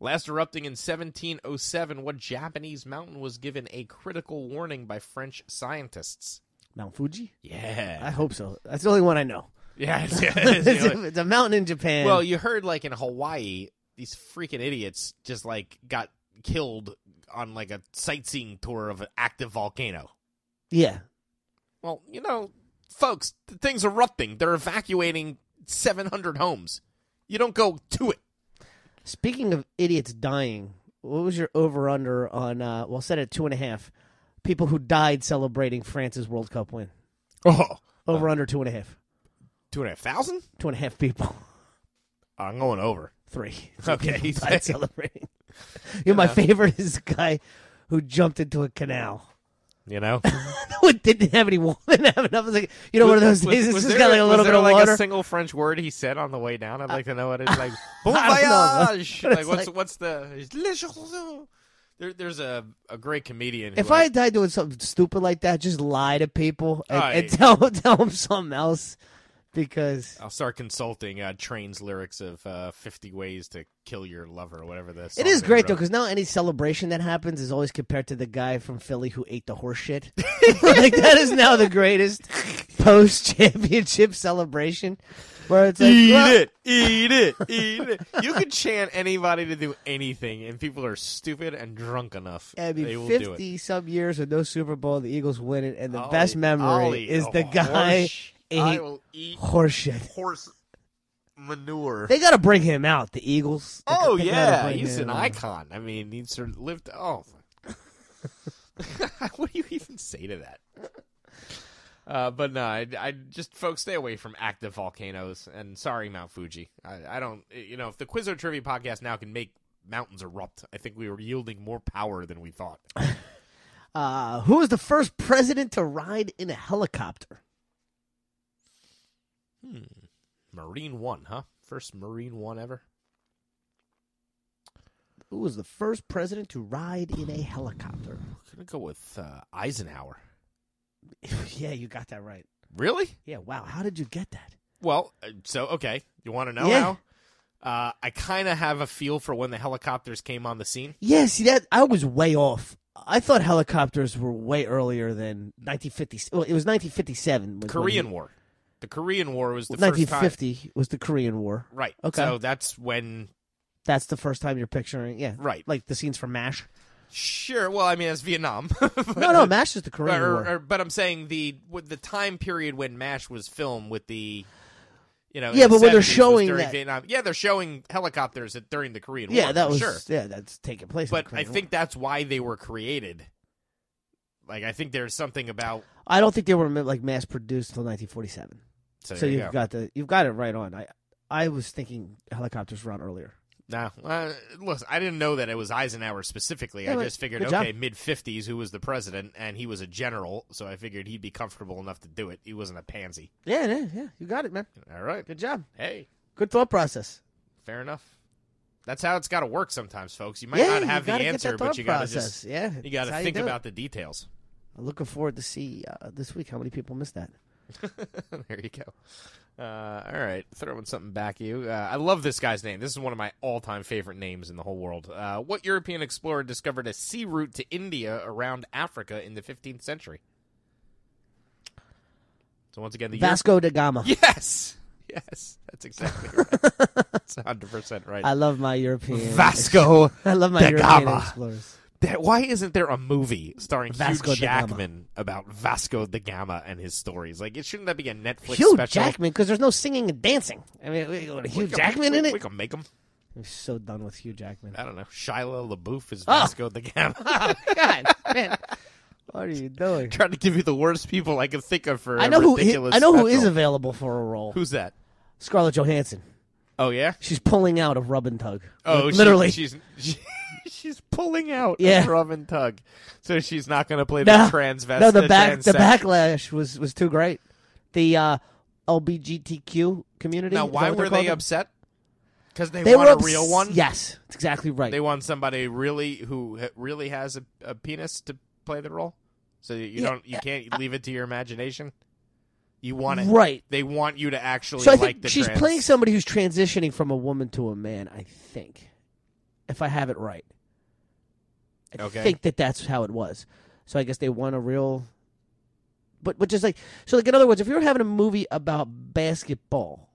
Speaker 4: Last erupting in 1707, what Japanese mountain was given a critical warning by French scientists?
Speaker 3: Mount Fuji. I
Speaker 4: Yeah.
Speaker 3: hope so. That's the only one I know.
Speaker 4: Yeah. it's- it's-
Speaker 3: it's,
Speaker 4: you know,
Speaker 3: a, it's a mountain in Japan.
Speaker 4: well, you heard like in Hawaii, these freaking idiots just like got killed on like a sightseeing tour of an active volcano.
Speaker 3: yeah.
Speaker 4: Well, you know, folks, the thing's erupting. They're evacuating 700 homes. You don't go to it.
Speaker 3: Speaking of idiots dying, what was your over under on? Uh, well, set at two and a half. People who died celebrating France's World Cup win.
Speaker 4: Oh,
Speaker 3: Over under two and a half.
Speaker 4: two and a half thousand?
Speaker 3: Two and a half people.
Speaker 4: I'm going over.
Speaker 3: Three.
Speaker 4: Okay.
Speaker 3: People died celebrating. you know, my favorite is the guy who jumped into a canal.
Speaker 4: You know?
Speaker 3: no one didn't have any water. Didn't have enough. It's like, you know, one of those days. It's just got like a little bit of
Speaker 4: like
Speaker 3: water.
Speaker 4: a single French word he said on the way down? I'd like to know what it's like. Bon
Speaker 3: I don't know.
Speaker 4: voyage!
Speaker 3: But
Speaker 4: Like
Speaker 3: it's
Speaker 4: what's
Speaker 3: like-
Speaker 4: what's the? Le jour- There, there's a, a great comedian. Who
Speaker 3: If I died doing something stupid like that, just lie to people and, and
Speaker 4: Aye.
Speaker 3: tell tell them something else, because
Speaker 4: I'll start consulting uh, Train's lyrics of uh, Fifty Ways to Kill Your Lover or whatever this.
Speaker 3: it is great though. Because now any celebration that happens is always compared to the guy from Philly who ate the horse shit. like that is now the greatest post championship celebration, where it's like
Speaker 4: Eat
Speaker 3: well,
Speaker 4: it, eat it, eat it. You could chant anybody to do anything, and people are stupid and drunk enough.
Speaker 3: I
Speaker 4: they
Speaker 3: mean,
Speaker 4: will do it.
Speaker 3: fifty some years with no Super Bowl, the Eagles win it, and the
Speaker 4: I'll
Speaker 3: best
Speaker 4: eat-
Speaker 3: memory
Speaker 4: I'll eat
Speaker 3: is
Speaker 4: a
Speaker 3: the guy
Speaker 4: horse- I
Speaker 3: ate
Speaker 4: will eat
Speaker 3: horse shit.
Speaker 4: horse manure.
Speaker 3: They got to bring him out, the Eagles. They-
Speaker 4: Oh
Speaker 3: they gotta
Speaker 4: yeah,
Speaker 3: bring
Speaker 4: he's
Speaker 3: him
Speaker 4: an
Speaker 3: out.
Speaker 4: icon. I mean, he's sort of lived. Oh, what do you even say to that? Uh, but no, I, I just folks stay away from active volcanoes. And sorry, Mount Fuji. I, I don't. You know, if the Quizzo Trivia podcast now can make mountains erupt, I think we were yielding more power than we thought.
Speaker 3: Uh, who was the first president to ride in a helicopter?
Speaker 4: Marine One, huh? First Marine One ever.
Speaker 3: Who was the first president to ride in a helicopter?
Speaker 4: gonna go with uh, Eisenhower.
Speaker 3: yeah, you got that right.
Speaker 4: Really?
Speaker 3: Yeah, wow. How did you get that?
Speaker 4: Well, uh, so okay, you want to know
Speaker 3: Yeah.
Speaker 4: how? Uh, I kind of have a feel for when the helicopters came on the scene.
Speaker 3: Yeah, see that I was way off. I thought helicopters were way earlier than 1950. Well, it was 1957. was when
Speaker 4: Korean
Speaker 3: he-
Speaker 4: War. The Korean War was the first time.
Speaker 3: 1950 was the Korean War.
Speaker 4: Right.
Speaker 3: Okay.
Speaker 4: So that's when.
Speaker 3: That's the first time you're picturing. Yeah.
Speaker 4: Right.
Speaker 3: Like the scenes from MASH.
Speaker 4: Sure. Well, I mean, it's Vietnam. But-
Speaker 3: No, no, MASH is the Korean
Speaker 4: or-
Speaker 3: War.
Speaker 4: or- but I'm saying the with the time period when Mash was filmed with the. You know, in
Speaker 3: Yeah,
Speaker 4: the
Speaker 3: but when they're
Speaker 4: 70s was
Speaker 3: showing
Speaker 4: during
Speaker 3: that-
Speaker 4: Vietnam. yeah, they're showing helicopters at, during the Korean War.
Speaker 3: yeah, that
Speaker 4: for
Speaker 3: was
Speaker 4: sure.
Speaker 3: yeah, that's taking place. in
Speaker 4: But
Speaker 3: the
Speaker 4: I
Speaker 3: Korean War.
Speaker 4: think that's why they were created. Like, I think there's something about.
Speaker 3: I don't think they were like mass produced until 1947.
Speaker 4: So,
Speaker 3: so
Speaker 4: there you
Speaker 3: you've
Speaker 4: go.
Speaker 3: got the you've got it right on. I I was thinking helicopters were on earlier.
Speaker 4: No, uh, listen, I didn't know that it was Eisenhower specifically.
Speaker 3: Yeah,
Speaker 4: I
Speaker 3: but
Speaker 4: just figured,
Speaker 3: good job.
Speaker 4: okay, mid fifties, who was the president, and he was a general, so I figured he'd be comfortable enough to do it. He wasn't a pansy.
Speaker 3: Yeah, yeah, yeah. You got it, man.
Speaker 4: All right,
Speaker 3: Good job.
Speaker 4: hey,
Speaker 3: Good thought process.
Speaker 4: fair enough. That's how it's got to work sometimes, folks. You might
Speaker 3: yeah,
Speaker 4: not
Speaker 3: you
Speaker 4: have the
Speaker 3: gotta get
Speaker 4: answer,
Speaker 3: that
Speaker 4: but
Speaker 3: thought
Speaker 4: you got to
Speaker 3: process.
Speaker 4: just
Speaker 3: yeah,
Speaker 4: you
Speaker 3: got to
Speaker 4: think about the details.
Speaker 3: I'm looking forward to see uh, this week how many people missed that.
Speaker 4: there you go. Uh, all right, throwing something back at you. Uh, I love this guy's name. This is one of my all-time favorite names in the whole world. Uh, what European explorer discovered a sea route to India around Africa in the 15th century? So once again, the Euro-
Speaker 3: Vasco da Gama.
Speaker 4: yes, yes, that's exactly right. That's 100 percent right.
Speaker 3: I love my European
Speaker 4: Vasco
Speaker 3: I love my
Speaker 4: da
Speaker 3: European
Speaker 4: Gama.
Speaker 3: explorers.
Speaker 4: That- why isn't there a movie starring
Speaker 3: Vasco
Speaker 4: Hugh
Speaker 3: da Gama.
Speaker 4: Jackman about Vasco da Gama and his stories? Like, it shouldn't that be a Netflix
Speaker 3: Hugh
Speaker 4: special?
Speaker 3: Jackman, because there's no singing and dancing. I mean, we go to Hugh Jackman
Speaker 4: we,
Speaker 3: in
Speaker 4: We
Speaker 3: it.
Speaker 4: can make them.
Speaker 3: I'm so done with Hugh Jackman. Oh.
Speaker 4: I don't know. Shia LaBeouf is Vasco da Gama.
Speaker 3: God, man. What are you doing?
Speaker 4: Trying to give you the worst people I could think of for
Speaker 3: I
Speaker 4: a
Speaker 3: know who i-
Speaker 4: ridiculous
Speaker 3: I know who
Speaker 4: special.
Speaker 3: is available for a role.
Speaker 4: Who's that?
Speaker 3: Scarlett Johansson.
Speaker 4: Oh yeah.
Speaker 3: She's pulling out of Rub and Tug.
Speaker 4: Oh, she-
Speaker 3: literally.
Speaker 4: she's she, she's pulling out
Speaker 3: Yeah.
Speaker 4: of Rum and Tug, so she's not going to play
Speaker 3: no,
Speaker 4: the transvestite.
Speaker 3: no, the back the backlash was was too great. The uh, LBGTQ community.
Speaker 4: Now,
Speaker 3: is that
Speaker 4: why
Speaker 3: what they're
Speaker 4: were they
Speaker 3: called?
Speaker 4: upset? Because they,
Speaker 3: They
Speaker 4: want
Speaker 3: were
Speaker 4: a real
Speaker 3: obs-
Speaker 4: one.
Speaker 3: Yes, that's exactly right.
Speaker 4: They want somebody really who ha- really has a, a penis to play the role. So you
Speaker 3: Yeah, uh,
Speaker 4: don't you can't leave it to your imagination. You want it
Speaker 3: Right.
Speaker 4: They want you to actually
Speaker 3: so I
Speaker 4: like
Speaker 3: think
Speaker 4: the
Speaker 3: she's
Speaker 4: trans.
Speaker 3: playing somebody who's transitioning from a woman to a man. I think, if I have it right, I
Speaker 4: Okay.
Speaker 3: think that that's how it was. So I guess they want a real, but which is like so. Like in other words, if you're having a movie about basketball,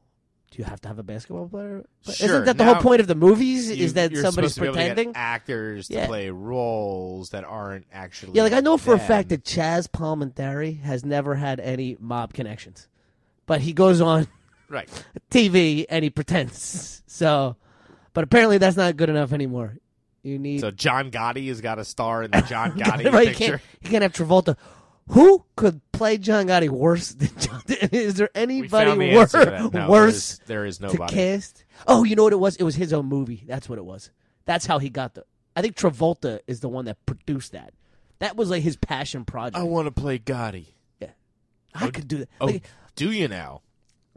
Speaker 3: do you have to have a basketball player? But
Speaker 4: Sure,
Speaker 3: Isn't that the
Speaker 4: now
Speaker 3: whole point of the movies?
Speaker 4: You-
Speaker 3: is that
Speaker 4: you're supposed
Speaker 3: somebody's
Speaker 4: to be able to get
Speaker 3: pretending?
Speaker 4: actors to
Speaker 3: Yeah.
Speaker 4: play roles that aren't actually.
Speaker 3: Yeah, like I know for a
Speaker 4: them.
Speaker 3: fact that Chaz Palminteri has never had any mob connections, but he goes on
Speaker 4: right.
Speaker 3: TV and he pretends. So, but apparently that's not good enough anymore. You need
Speaker 4: So John Gotti has got a star in the John Gotti
Speaker 3: right, you
Speaker 4: picture.
Speaker 3: can't, you can't have Travolta. Who could play John Gotti worse than John? Is there
Speaker 4: We found
Speaker 3: anybody
Speaker 4: the
Speaker 3: wor-
Speaker 4: answer to that. No,
Speaker 3: worse
Speaker 4: There is, there is
Speaker 3: to
Speaker 4: nobody.
Speaker 3: cast? Oh, you know what it was? It was his own movie. That's what it was. That's how he got the. I think Travolta is the one that produced that. That was like his passion project.
Speaker 4: I want to play Gotti.
Speaker 3: I could do that.
Speaker 4: Oh,
Speaker 3: Like,
Speaker 4: do you now?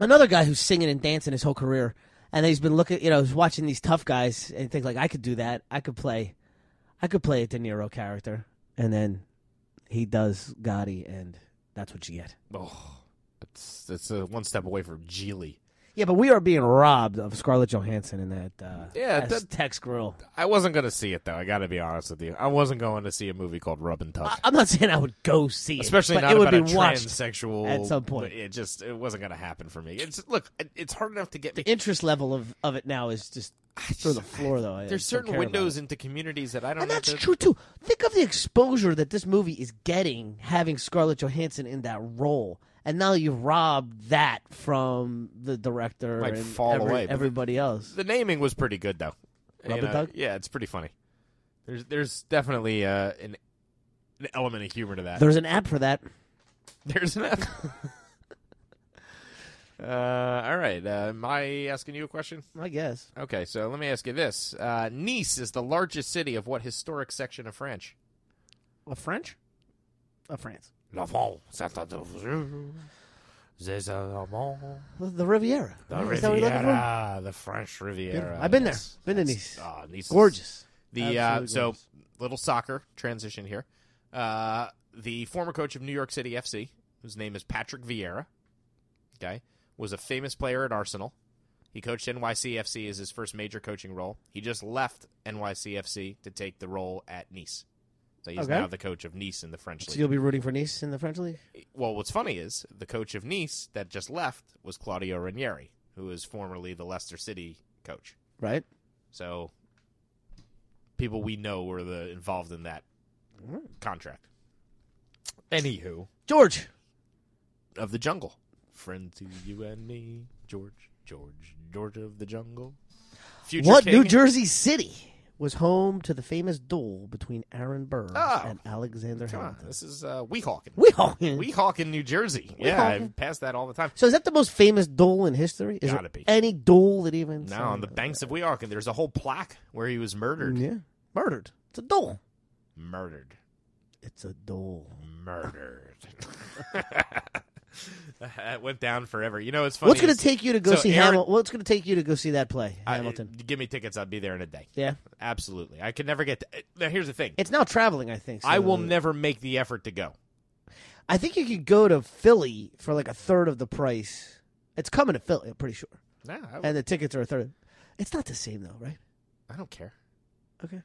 Speaker 3: another guy who's singing and dancing his whole career, and he's been looking, you know, he's watching these tough guys and think like, I could do that. I could play, I could play a De Niro character, and then he does Gotti, and that's what you get.
Speaker 4: Oh, that's that's uh, one step away from Geely.
Speaker 3: Yeah, but we are being robbed of Scarlett Johansson in that. Uh,
Speaker 4: Yeah, that-
Speaker 3: Aztecs grill.
Speaker 4: I wasn't gonna see it though. I got to be honest with you. I wasn't going to see a movie called Rub and Tuck,
Speaker 3: I, am not saying I would go see it,
Speaker 4: especially
Speaker 3: Uh, but
Speaker 4: not
Speaker 3: it would
Speaker 4: about a
Speaker 3: be watched.
Speaker 4: transsexual.
Speaker 3: at some point.
Speaker 4: it just it wasn't gonna happen for me. It's look, it- it's hard enough to get me.
Speaker 3: The interest level of, of it now is just through the floor, though. I just don't
Speaker 4: There's certain
Speaker 3: care about it.
Speaker 4: windows into communities that I don't.
Speaker 3: And
Speaker 4: have
Speaker 3: that's
Speaker 4: to-
Speaker 3: true too. Think of the exposure that this movie is getting having Scarlett Johansson in that role. And now you've robbed that from the director
Speaker 4: Might
Speaker 3: and
Speaker 4: fall
Speaker 3: every-
Speaker 4: away, but-
Speaker 3: everybody else.
Speaker 4: The naming was pretty good though.
Speaker 3: Rub and Tuck?
Speaker 4: Yeah, it's pretty funny. There's there's definitely uh, an an element of humor to that.
Speaker 3: There's an app for that.
Speaker 4: There's an F. uh, all right. Uh, am I asking you a question?
Speaker 3: I guess.
Speaker 4: Okay, so let me ask you this. Uh, nice is the largest city of what historic section of French?
Speaker 3: A French? A France.
Speaker 4: La France, There's a
Speaker 3: The, the Riviera.
Speaker 4: the
Speaker 3: Is that what you're looking for?
Speaker 4: Riviera, the French Riviera.
Speaker 3: I've been there.
Speaker 4: Yes.
Speaker 3: Been to
Speaker 4: That's-
Speaker 3: Nice.
Speaker 4: ah, nice is-
Speaker 3: Gorgeous.
Speaker 4: The uh,
Speaker 3: Absolutely
Speaker 4: so
Speaker 3: gorgeous.
Speaker 4: little soccer transition here. Uh, the former coach of New York City FC, whose name is Patrick Vieira, okay, was a famous player at Arsenal. He coached NYCFC as his first major coaching role. He just left NYCFC to take the role at Nice. So he's
Speaker 3: Okay.
Speaker 4: now the coach of Nice in the French
Speaker 3: So
Speaker 4: league.
Speaker 3: you'll be rooting for Nice in the French league?
Speaker 4: Well, what's funny is the coach of Nice that just left was Claudio Ranieri, who is formerly the Leicester City coach.
Speaker 3: Right?
Speaker 4: So people we know were the involved in that contract. Anywho,
Speaker 3: George.
Speaker 4: of the jungle, friend to you and me, George, George, George of the jungle. Future
Speaker 3: what
Speaker 4: King-
Speaker 3: New Jersey city was home to the famous duel between Aaron Burr
Speaker 4: Oh.
Speaker 3: and Alexander
Speaker 4: Come on,
Speaker 3: Hamilton?
Speaker 4: this is uh, Weehawken.
Speaker 3: We all in.
Speaker 4: Weehawken, New Jersey. Yeah, I pass that all the time.
Speaker 3: So is that the most famous duel in history? Is
Speaker 4: Gotta
Speaker 3: there
Speaker 4: be.
Speaker 3: any duel that even
Speaker 4: Now on the banks of Weehawken, there's a whole plaque where he was murdered.
Speaker 3: yeah murdered? It's a duel.
Speaker 4: Murdered.
Speaker 3: It's a duel.
Speaker 4: Murdered. that went down forever. You know, it's funny.
Speaker 3: What's going
Speaker 4: is-
Speaker 3: to take you to go
Speaker 4: So
Speaker 3: see
Speaker 4: Aaron-
Speaker 3: Hamilton? What's going to take you to go see that play,
Speaker 4: I- uh,
Speaker 3: Hamilton?
Speaker 4: give me tickets. I'd be there in a day.
Speaker 3: yeah,
Speaker 4: Absolutely. I could never get. To, now, here's the thing.
Speaker 3: it's now traveling. I think. so-
Speaker 4: I will never make the effort to go.
Speaker 3: I think you could go to Philly for like a third of the price. It's coming to Philly. I'm pretty sure,
Speaker 4: No, I,
Speaker 3: and the tickets are a third. It's not the same though, right?
Speaker 4: I don't care.
Speaker 3: Okay.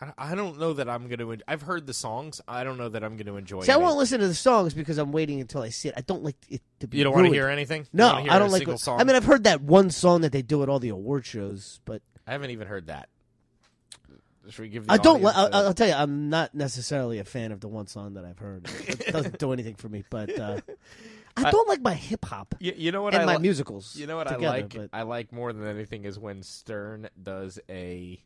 Speaker 4: I, I don't know that I'm going to. I've heard the songs. I don't know that I'm going to enjoy.
Speaker 3: See, I
Speaker 4: any-
Speaker 3: won't listen to the songs because I'm waiting until I see it. I don't like it to be.
Speaker 4: You don't
Speaker 3: want to
Speaker 4: hear anything. You
Speaker 3: No,
Speaker 4: wanna hear
Speaker 3: I
Speaker 4: a
Speaker 3: don't like.
Speaker 4: single song.
Speaker 3: I mean, I've heard that one song that they do at all the award shows, but
Speaker 4: I haven't even heard that. Should we give? the
Speaker 3: I don't. li-
Speaker 4: audience
Speaker 3: I'll,
Speaker 4: the-
Speaker 3: I'll tell you, I'm not necessarily a fan of the one song that I've heard. It doesn't do anything for me, but uh, I don't like my hip hop
Speaker 4: you, you know what
Speaker 3: and
Speaker 4: I
Speaker 3: my
Speaker 4: li-
Speaker 3: musicals.
Speaker 4: You know what
Speaker 3: together,
Speaker 4: I like?
Speaker 3: but-
Speaker 4: I like more than anything is when Stern does a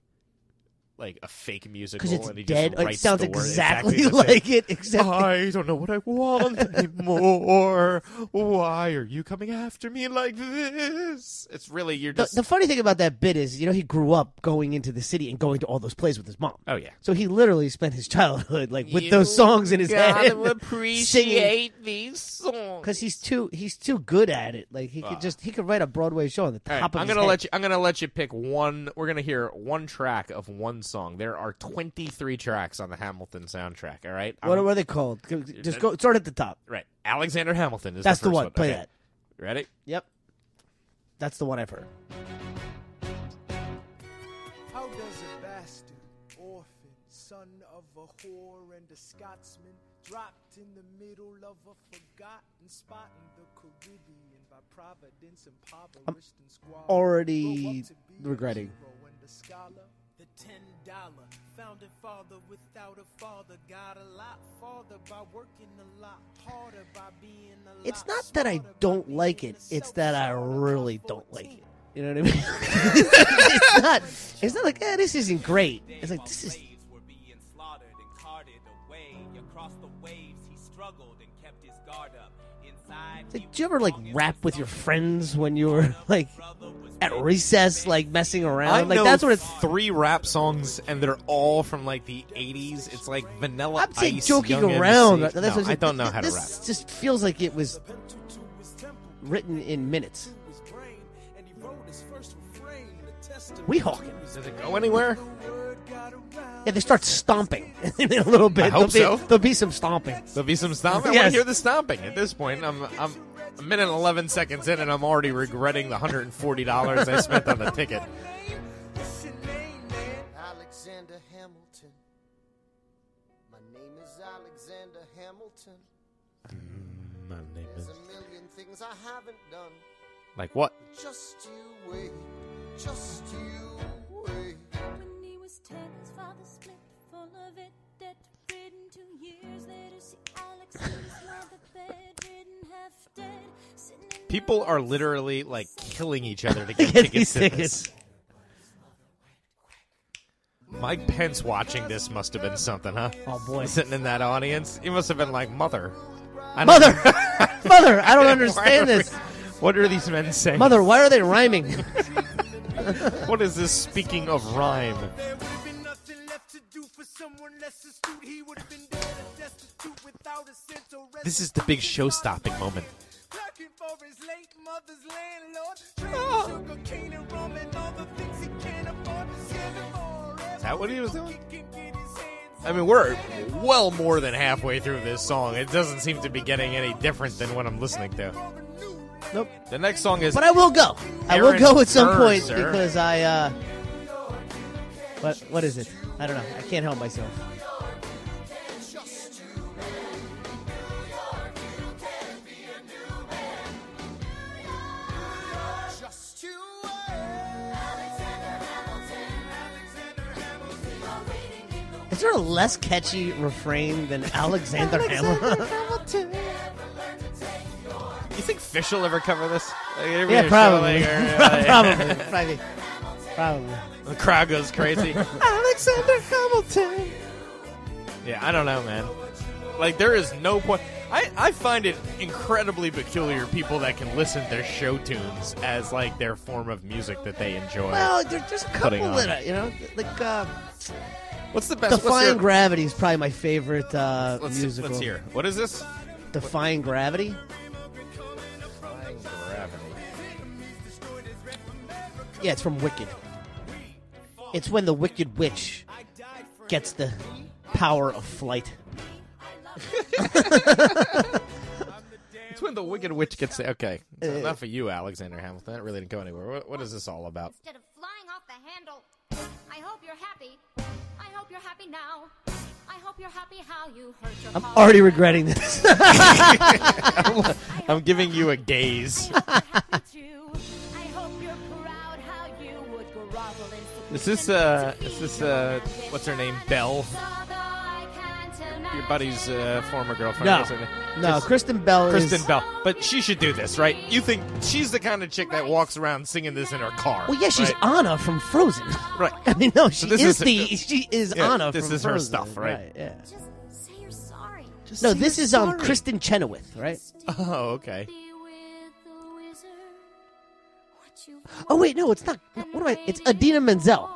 Speaker 4: like a fake musical
Speaker 3: Because it's
Speaker 4: and he
Speaker 3: dead.
Speaker 4: just
Speaker 3: It
Speaker 4: writes
Speaker 3: sounds
Speaker 4: the word
Speaker 3: exactly,
Speaker 4: the same. Oh,
Speaker 3: like it, except
Speaker 4: I don't know what I want anymore. Why are you coming after me like this? It's really you're
Speaker 3: the,
Speaker 4: just
Speaker 3: the funny thing about that bit is, you know, he grew up going into the city and going to all those plays with his mom.
Speaker 4: Oh yeah.
Speaker 3: So he literally spent his childhood like with those songs in his head, singing.
Speaker 4: these songs.
Speaker 3: Because he's too he's too good at it. Like he could just he could write a Broadway show on the top
Speaker 4: All right,
Speaker 3: of
Speaker 4: Uh. I'm
Speaker 3: his
Speaker 4: gonna
Speaker 3: head.
Speaker 4: let you. I'm gonna let you pick one. We're gonna hear one track of one song. There are 23 tracks on the Hamilton soundtrack. All right.
Speaker 3: What
Speaker 4: I'm-
Speaker 3: were they called? Go- Just go start at the top.
Speaker 4: right. Alexander Hamilton is
Speaker 3: That's the
Speaker 4: first
Speaker 3: one. Play
Speaker 4: Okay.
Speaker 3: that.
Speaker 4: Ready?
Speaker 3: Yep. That's the one I've heard.
Speaker 5: How does a bastard, orphan, son of a whore and a Scotsman, dropped in the middle of a forgotten spot in the Caribbean by providence, impoverished and squalor,
Speaker 3: already
Speaker 5: grow up to be a
Speaker 3: regretting.
Speaker 5: hero and a scholar? The ten dollar founding father without a father got a lot farther by working a lot harder by being a
Speaker 3: It's
Speaker 5: lot
Speaker 3: not that I
Speaker 5: smarter by
Speaker 3: don't
Speaker 5: being
Speaker 3: like
Speaker 5: a
Speaker 3: it. It's that I
Speaker 5: self-starter by
Speaker 3: really don't like
Speaker 5: 14.
Speaker 3: it. You know what I mean? it's not. It's not like eh, this isn't great. It's like this is
Speaker 6: slaves were being slaughtered and carted away across the waves he struggled and kept his guard up inside
Speaker 3: It's Like, do you ever like rap with your friends when you were like at recess, like messing around?
Speaker 4: I
Speaker 3: like
Speaker 4: know
Speaker 3: that's what it's.
Speaker 4: three rap songs, and they're all from like the 80s. It's like Vanilla
Speaker 3: I'm saying
Speaker 4: Ice,
Speaker 3: joking
Speaker 4: Young
Speaker 3: around.
Speaker 4: MC.
Speaker 3: That's what
Speaker 4: No,
Speaker 3: I'm
Speaker 4: I
Speaker 3: saying.
Speaker 4: don't know how to
Speaker 3: this
Speaker 4: rap.
Speaker 3: Just feels like it was written in minutes. We hawking.
Speaker 4: Does it go anywhere?
Speaker 3: Yeah, they start stomping in a little bit.
Speaker 4: I hope
Speaker 3: there'll, be,
Speaker 4: so.
Speaker 3: there'll be some stomping.
Speaker 4: There'll be some stomping. I
Speaker 3: Yes.
Speaker 4: want to hear the stomping. At this point, I'm I'm a minute and 11 seconds in, and I'm already regretting the 140 dollars I spent on the ticket.
Speaker 7: Alexander Hamilton. My name is Alexander Hamilton. There's a million things I haven't done.
Speaker 4: Like what?
Speaker 7: Just you wait. Just you wait.
Speaker 8: When he was ten, his father split, full of it, debt ridden. Two years later, see Alex in his mother bedridden, half dead. Sitting in
Speaker 4: People
Speaker 8: the
Speaker 4: are
Speaker 8: house.
Speaker 4: literally like killing each other to get
Speaker 3: Get
Speaker 4: tickets
Speaker 3: these
Speaker 4: to
Speaker 3: tickets.
Speaker 4: this. Mike Pence watching this must have been something, huh?
Speaker 3: Oh boy,
Speaker 4: Sitting in that audience, he must have been like, "Mother, I don't-
Speaker 3: mother, mother! I don't
Speaker 4: Why are
Speaker 3: understand
Speaker 4: we-
Speaker 3: this,
Speaker 4: What are these men saying?
Speaker 3: mother. Why are they rhyming?
Speaker 4: What is this speaking of rhyme?
Speaker 5: There would have been nothing left to do for someone less astute. He would have been dead and destitute without a cent or rest.
Speaker 4: This is the big show-stopping moment.
Speaker 5: Looking for his late mother's landlord.
Speaker 4: Ah.
Speaker 5: Trading sugar cane and rum and all the things he can't afford. Scamming forever. Is
Speaker 4: that what he was doing? I mean, we're well more than halfway through this song. It doesn't seem to be getting any different than what I'm listening to.
Speaker 3: Nope.
Speaker 4: The next song is
Speaker 3: But I will go. I will
Speaker 4: Aaron
Speaker 3: go at some
Speaker 4: Burr,
Speaker 3: point
Speaker 4: sir.
Speaker 3: because I. uh What what is it? I don't know. I can't help myself.
Speaker 7: Just you wait.
Speaker 3: Is there a less catchy refrain than Alexander Hamilton?
Speaker 4: You think Fish will ever cover this? Like, every
Speaker 3: yeah,
Speaker 4: show,
Speaker 3: probably.
Speaker 4: like, or, uh,
Speaker 3: probably. Probably. Probably.
Speaker 4: the crowd goes crazy. Alexander Hamilton. Yeah, I don't know, man. Like, there is no point. I, I find it incredibly peculiar people that can listen to show tunes as like their form of music that they enjoy.
Speaker 3: Well, there, there's a
Speaker 4: Putting
Speaker 3: couple
Speaker 4: on.
Speaker 3: that I, you know, like uh,
Speaker 4: what's the best? what's
Speaker 3: Defying
Speaker 4: your-
Speaker 3: Gravity is probably my favorite uh,
Speaker 4: let's,
Speaker 3: musical.
Speaker 4: let's hear. What is this?
Speaker 3: Defying Gravity. Yeah, it's from Wicked. It's when the Wicked Witch gets the power of flight.
Speaker 4: It's when the Wicked Witch gets there. Okay, so
Speaker 3: Eh.
Speaker 4: enough of you, Alexander Hamilton. That really didn't go anywhere. What, what is this all about?
Speaker 9: instead of flying off the handle. I hope you're happy. I hope you're happy now. I hope you're happy how you hurt your
Speaker 3: I'm
Speaker 9: father.
Speaker 3: already regretting this.
Speaker 4: I'm giving you a gaze.
Speaker 9: happy too. I hope you're proud how you would grovel in
Speaker 4: Is this uh? Is this uh? What's her name? Belle.
Speaker 9: Although I can't imagine
Speaker 4: your buddy's uh, former girlfriend.
Speaker 3: No.
Speaker 4: or something.
Speaker 3: No,
Speaker 4: It's
Speaker 3: Kristen Bell is.
Speaker 4: Kristen Bell. But she should do this, right? You think she's the kind of chick that walks around singing this in her car?
Speaker 3: Well, yeah, she's
Speaker 4: right?
Speaker 3: Anna from Frozen.
Speaker 4: Right.
Speaker 3: I mean, no, she
Speaker 4: this
Speaker 3: is
Speaker 4: is-
Speaker 3: the she is
Speaker 4: Yeah,
Speaker 3: Anna.
Speaker 4: this
Speaker 3: from
Speaker 4: is her
Speaker 3: Frozen.
Speaker 4: stuff, right?
Speaker 3: Yeah.
Speaker 9: Just say you're sorry.
Speaker 4: Just
Speaker 3: No,
Speaker 4: sing
Speaker 3: this
Speaker 4: her
Speaker 3: is um
Speaker 4: sorry.
Speaker 3: Kristen Chenoweth, right?
Speaker 4: Oh, okay.
Speaker 9: Be with the wizard. What you
Speaker 3: Oh wait, no, it's not. no, what do I? It's Adina Menzel.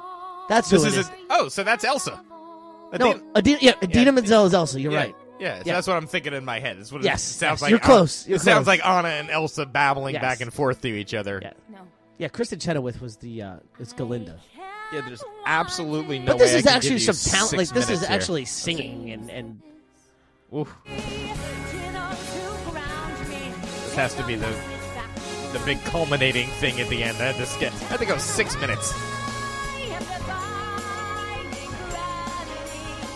Speaker 3: That's who
Speaker 4: This
Speaker 3: it
Speaker 4: is
Speaker 3: is.
Speaker 4: a, oh, so that's Elsa.
Speaker 3: no,
Speaker 4: Adina-
Speaker 3: Adina. Yeah, Adina
Speaker 4: Yeah.
Speaker 3: Menzel is Elsa. You're
Speaker 4: yeah,
Speaker 3: right.
Speaker 4: Yeah, so
Speaker 3: Yeah.
Speaker 4: that's what I'm thinking in my head. It's what
Speaker 3: Yes,
Speaker 4: it sounds
Speaker 3: yes,
Speaker 4: like.
Speaker 3: you're
Speaker 4: Anna-
Speaker 3: close, you're
Speaker 4: it sounds
Speaker 3: close.
Speaker 4: like Anna and Elsa babbling
Speaker 3: Yes.
Speaker 4: back and forth to each other.
Speaker 3: Yeah.
Speaker 9: No.
Speaker 3: Yeah, Kristen Chenoweth was the uh, is Galinda.
Speaker 4: Yeah, there's absolutely no
Speaker 3: But this
Speaker 4: way I
Speaker 3: is
Speaker 4: can
Speaker 3: actually
Speaker 4: give you
Speaker 3: some talent. Like
Speaker 4: six
Speaker 3: this is
Speaker 4: minutes here.
Speaker 3: actually singing and and
Speaker 4: Oof.
Speaker 9: This
Speaker 4: has to be the- the big culminating thing at the end. I had to skip. I think it was six minutes.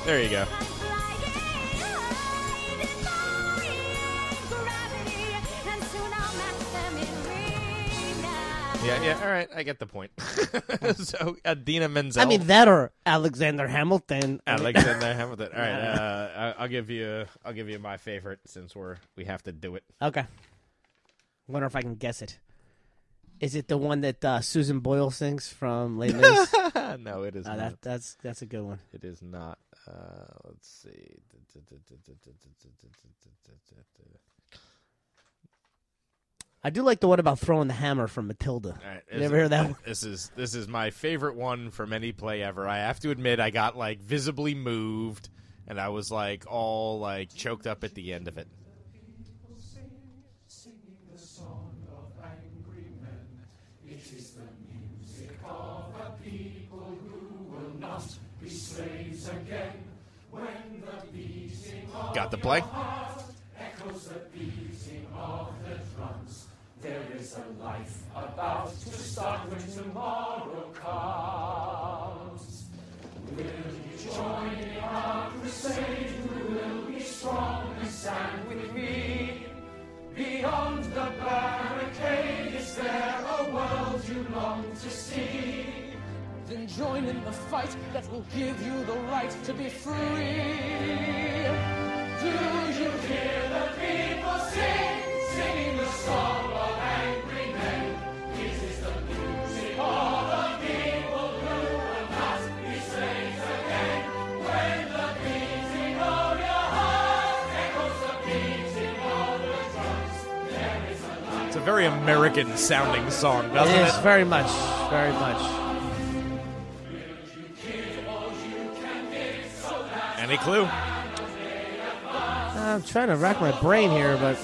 Speaker 4: There you go. Yeah, yeah. All right, I get the point. so Adina Menzel.
Speaker 3: I mean that or Alexander Hamilton. I mean-
Speaker 4: Alexander Hamilton. All right, uh, I- I'll give you. I'll give you my favorite since we're we have to do it.
Speaker 3: Okay. Wonder if I can guess it. Is it the one that uh, Susan Boyle sings from Les Mis?
Speaker 4: no, it is
Speaker 3: Uh,
Speaker 4: not.
Speaker 3: that, that's that's a good one.
Speaker 4: It is not. Uh, let's see.
Speaker 3: I do like the one about throwing the hammer from Matilda.
Speaker 4: All right,
Speaker 3: you
Speaker 4: this-
Speaker 3: ever hear that one?
Speaker 4: This is this is my favorite one from any play ever. I have to admit, I got like visibly moved, and I was like all like choked up at the end of it. Got the play?
Speaker 10: Then join in the fight that will give you the right to be free. Do you hear the people sing, singing the song of angry men? This is the music of the people who will not be slaves again. When the beating of your heart echoes the beating of the drums, there is a light.
Speaker 4: It's a very American sounding song, doesn't
Speaker 3: Yes,
Speaker 4: it?
Speaker 3: very much, very much.
Speaker 4: Any clue?
Speaker 3: I'm trying to rack my brain here, but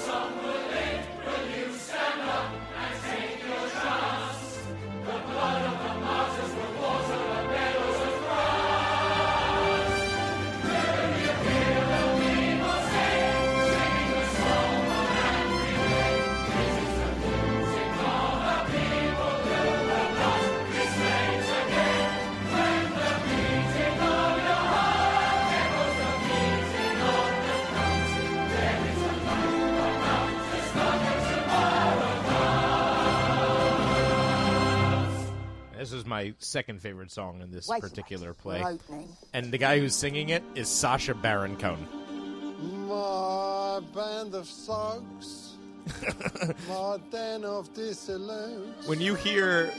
Speaker 4: This is my second favorite song in this particular play. And the guy who's singing it is Sasha Baron Cohen.
Speaker 7: My band of thugs, my den of dissolute,
Speaker 4: When you hear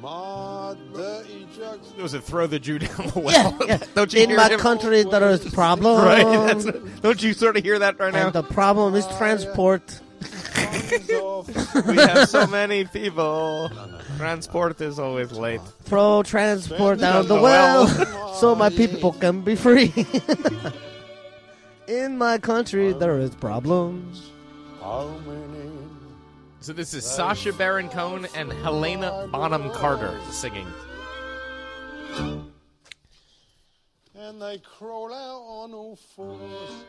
Speaker 7: my dirty drugs.
Speaker 4: there was a throw the Jew down the
Speaker 3: yeah,
Speaker 4: well,
Speaker 3: yeah.
Speaker 4: don't you
Speaker 3: in
Speaker 4: hear
Speaker 3: my
Speaker 4: him?
Speaker 3: country there is problem,
Speaker 4: Right? That's- don't you sort of hear that right now?
Speaker 3: and the problem is transport.
Speaker 7: Sons of
Speaker 4: we have so many people. Transport is always late.
Speaker 3: Throw transport down
Speaker 4: down
Speaker 3: the
Speaker 4: the
Speaker 3: well, so my people can be free. in my country there is problems.
Speaker 7: How many?
Speaker 4: So this is Sasha Baron Cohen and Helena Bonham Carter singing.
Speaker 7: And they crawl out on all fours.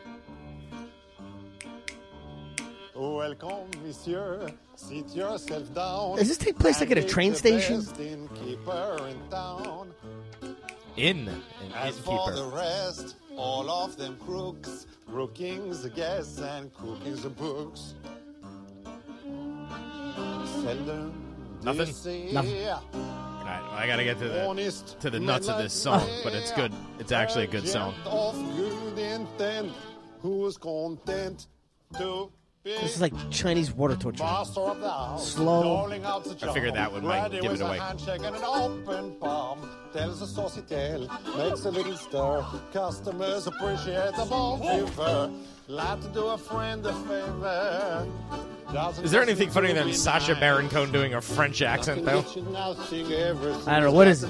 Speaker 7: Welcome, monsieur. Sit yourself down.
Speaker 3: Does this take place, like,
Speaker 7: and
Speaker 3: at a
Speaker 7: meet
Speaker 3: train
Speaker 7: the
Speaker 3: station?
Speaker 7: best innkeeper in town.
Speaker 4: In an
Speaker 7: As for the
Speaker 4: innkeeper.
Speaker 7: rest, all of them crooks. Crooking's the guests and cooking's the books. Seldom do you
Speaker 4: Nothing.
Speaker 7: see
Speaker 3: Nothing.
Speaker 4: right, well, I gotta get to the
Speaker 7: Honest
Speaker 4: to the nuts of this
Speaker 7: midnight
Speaker 4: song, but it's
Speaker 7: prayer.
Speaker 4: good. It's actually a good song.
Speaker 7: Agent Of good intent, who's content to be
Speaker 3: This is like Chinese water torture.
Speaker 7: master of the house,
Speaker 3: Slow.
Speaker 7: doling out the
Speaker 4: I figured that
Speaker 7: job.
Speaker 4: one might
Speaker 7: Ready
Speaker 4: give
Speaker 7: with
Speaker 4: it away.
Speaker 7: A handshake and an open palm. Tells a saucy tale, makes a little stir. Customers appreciate the bon vivre. Like to do a friend a favor. Doesn't
Speaker 4: Is there
Speaker 7: just
Speaker 4: anything
Speaker 7: need
Speaker 4: funnier
Speaker 7: to
Speaker 4: than
Speaker 7: be
Speaker 4: Sasha
Speaker 7: nice.
Speaker 4: Baron Cohen doing a French accent, though?
Speaker 3: I
Speaker 7: I
Speaker 3: don't know, what is it?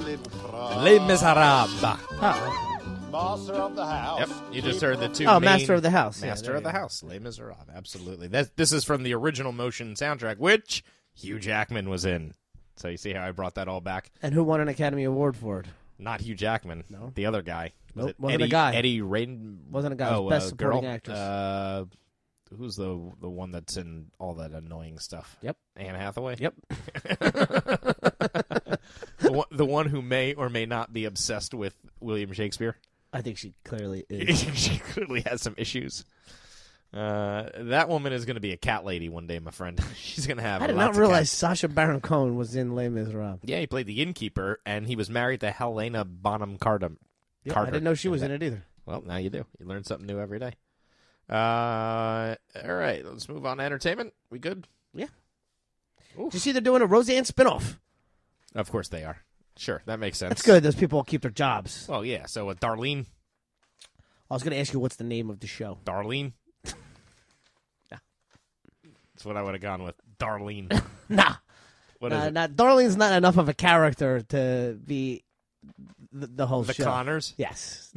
Speaker 4: Les Miserables.
Speaker 3: Oh,
Speaker 7: Master of the house.
Speaker 4: Yep, you just heard the two.
Speaker 3: Oh,
Speaker 4: main-
Speaker 3: Master of the House. Yeah,
Speaker 4: Master
Speaker 3: there
Speaker 4: of the
Speaker 3: you go.
Speaker 4: House, Les Miserables. Absolutely. That this is from the original motion soundtrack, which Hugh Jackman was in. So you see how I brought that all back.
Speaker 3: and who won an Academy Award for it?
Speaker 4: Not Hugh Jackman.
Speaker 3: No.
Speaker 4: the other guy. Was
Speaker 3: Nope,
Speaker 4: it
Speaker 3: wasn't a
Speaker 4: Eddie,
Speaker 3: guy.
Speaker 4: Eddie Rain
Speaker 3: Wasn't a guy, it was
Speaker 4: Oh,
Speaker 3: Best
Speaker 4: uh,
Speaker 3: Supporting
Speaker 4: girl?
Speaker 3: Actress.
Speaker 4: Uh, who's the the one that's in all that annoying stuff?
Speaker 3: Yep.
Speaker 4: Anne Hathaway.
Speaker 3: Yep.
Speaker 4: the, one, the one who may or may not be obsessed with William Shakespeare.
Speaker 3: I think she clearly is.
Speaker 4: she clearly has some issues. Uh, that woman is going to be a cat lady one day, my friend. She's going to have.
Speaker 3: I did
Speaker 4: lots
Speaker 3: not
Speaker 4: of
Speaker 3: realize
Speaker 4: cats.
Speaker 3: Sasha Baron Cohen was in Les Miserables.
Speaker 4: Yeah, he played the innkeeper, and he was married to Helena Bonham Carter.
Speaker 3: Yeah, I
Speaker 4: Carter.
Speaker 3: didn't know she
Speaker 4: And
Speaker 3: was
Speaker 4: that-
Speaker 3: in it either.
Speaker 4: Well, now you do. You learn something new every day. Uh, all right, let's move on to entertainment. We good?
Speaker 3: Did you see they're doing a Roseanne spinoff?
Speaker 4: Of course they are. Sure, that makes sense.
Speaker 3: That's good. Those people will keep their jobs.
Speaker 4: Well, yeah. So, uh, Darlene,
Speaker 3: I was going to ask you what's the name of the show.
Speaker 4: Darlene. That's what I would have gone with. Darlene.
Speaker 3: Nah,
Speaker 4: What is
Speaker 3: nah,
Speaker 4: it?
Speaker 3: nah Darlene's Uh, not enough of a character to be the, the whole
Speaker 4: the
Speaker 3: show.
Speaker 4: Connors.
Speaker 3: Yes.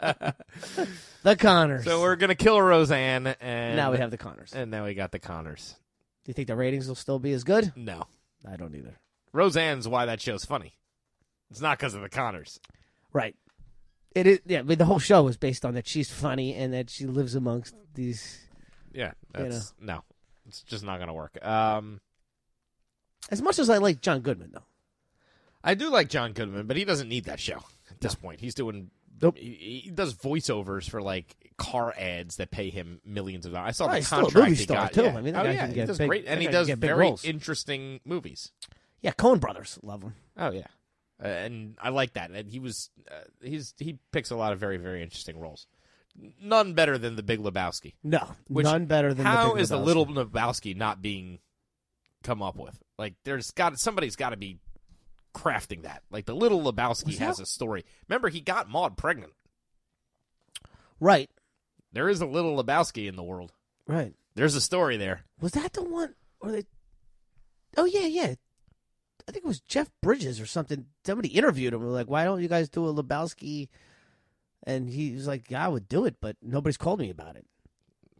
Speaker 3: the Connors.
Speaker 4: So we're gonna kill Roseanne, and
Speaker 3: now we have the Connors. Do
Speaker 4: and now we got the Connors.
Speaker 3: you think the ratings will still be as good?
Speaker 4: No,
Speaker 3: I don't either.
Speaker 4: Roseanne's why that show's funny. It's not because of the Connors.
Speaker 3: Right. It is. Yeah. I mean, the whole show is based on that she's funny and that she lives amongst these.
Speaker 4: Yeah,
Speaker 3: You
Speaker 4: that's no, it's just not gonna work. Um,
Speaker 3: As much as I like John Goodman, though.
Speaker 4: I do like John Goodman, but he doesn't need that show at this point. He's doing. He, he does voiceovers for like car ads that pay him millions of dollars. I saw
Speaker 3: Right,
Speaker 4: the
Speaker 3: Oh, he's still a
Speaker 4: contract
Speaker 3: movie
Speaker 4: he
Speaker 3: star,
Speaker 4: got.
Speaker 3: too.
Speaker 4: Yeah.
Speaker 3: I mean, that
Speaker 4: oh,
Speaker 3: guy
Speaker 4: yeah,
Speaker 3: can
Speaker 4: he
Speaker 3: get
Speaker 4: does
Speaker 3: big-
Speaker 4: great,
Speaker 3: that
Speaker 4: and he
Speaker 3: guy can
Speaker 4: does
Speaker 3: get big
Speaker 4: very
Speaker 3: roles.
Speaker 4: interesting movies.
Speaker 3: Yeah, Cohen Brothers, love him.
Speaker 4: Oh yeah, Uh, and I like that. And he was uh, he's he picks a lot of very very interesting roles. None better than the Big Lebowski.
Speaker 3: No,
Speaker 4: Which-
Speaker 3: none better than
Speaker 4: How
Speaker 3: the Big
Speaker 4: is the
Speaker 3: Lebowski.
Speaker 4: Little Lebowski not being come up with? Like there's got somebody's got to be crafting that. Like the Little Lebowski
Speaker 3: Was
Speaker 4: has
Speaker 3: that-
Speaker 4: a story. Remember, he got Maud pregnant.
Speaker 3: right?
Speaker 4: There is a Little Lebowski in the world.
Speaker 3: Right.
Speaker 4: There's a story there.
Speaker 3: Was that the one? Or they? Oh yeah, yeah. I think it was Jeff Bridges or something. Somebody interviewed him. Like, why don't you guys do a Lebowski? And he was like, yeah, I would do it, but nobody's called me about it.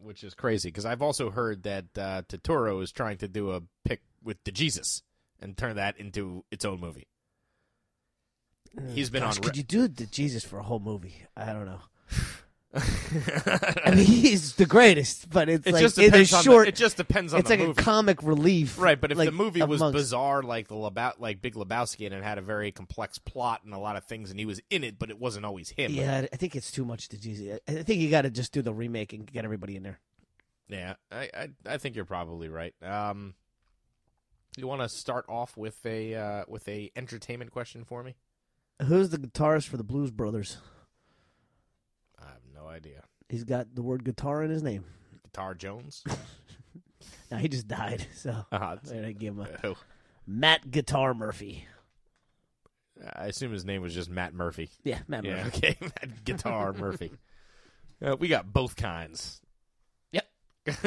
Speaker 4: which is crazy because I've also heard that uh, Totoro is trying to do a pick with the Jesus and turn that into its own movie. He's been
Speaker 3: Mm, Gosh,
Speaker 4: on.
Speaker 3: could you do the Jesus for a whole movie? I don't know.
Speaker 4: re-
Speaker 3: I mean, he's the greatest, but it's
Speaker 4: it
Speaker 3: like
Speaker 4: just
Speaker 3: in a
Speaker 4: depends on.
Speaker 3: short.
Speaker 4: the, it just depends on
Speaker 3: it's
Speaker 4: the
Speaker 3: like
Speaker 4: movie,
Speaker 3: a comic relief,
Speaker 4: right? But if the
Speaker 3: like,
Speaker 4: movie was
Speaker 3: amongst-
Speaker 4: bizarre, like the Lebow- like Big Lebowski, and it had a very complex plot and a lot of things, and he was in it, but it wasn't always him.
Speaker 3: yeah, I think it's too much to Jesus. I I think you got to just do the remake and get everybody in there.
Speaker 4: yeah. I, I I think you're probably right. Um, you want to start off with a uh, with a entertainment question for me?
Speaker 3: Who's the guitarist for the Blues Brothers?
Speaker 4: I have no idea.
Speaker 3: He's got the word guitar in his name.
Speaker 4: Guitar Jones.
Speaker 3: Now he just died, so
Speaker 4: Uh-huh.
Speaker 3: I gotta give him a
Speaker 4: Oh.
Speaker 3: Matt Guitar Murphy.
Speaker 4: I assume his name was just Matt Murphy.
Speaker 3: Yeah, Matt
Speaker 4: yeah,
Speaker 3: Murphy.
Speaker 4: okay, Matt Guitar Murphy. Uh, we got both kinds.
Speaker 3: Yep.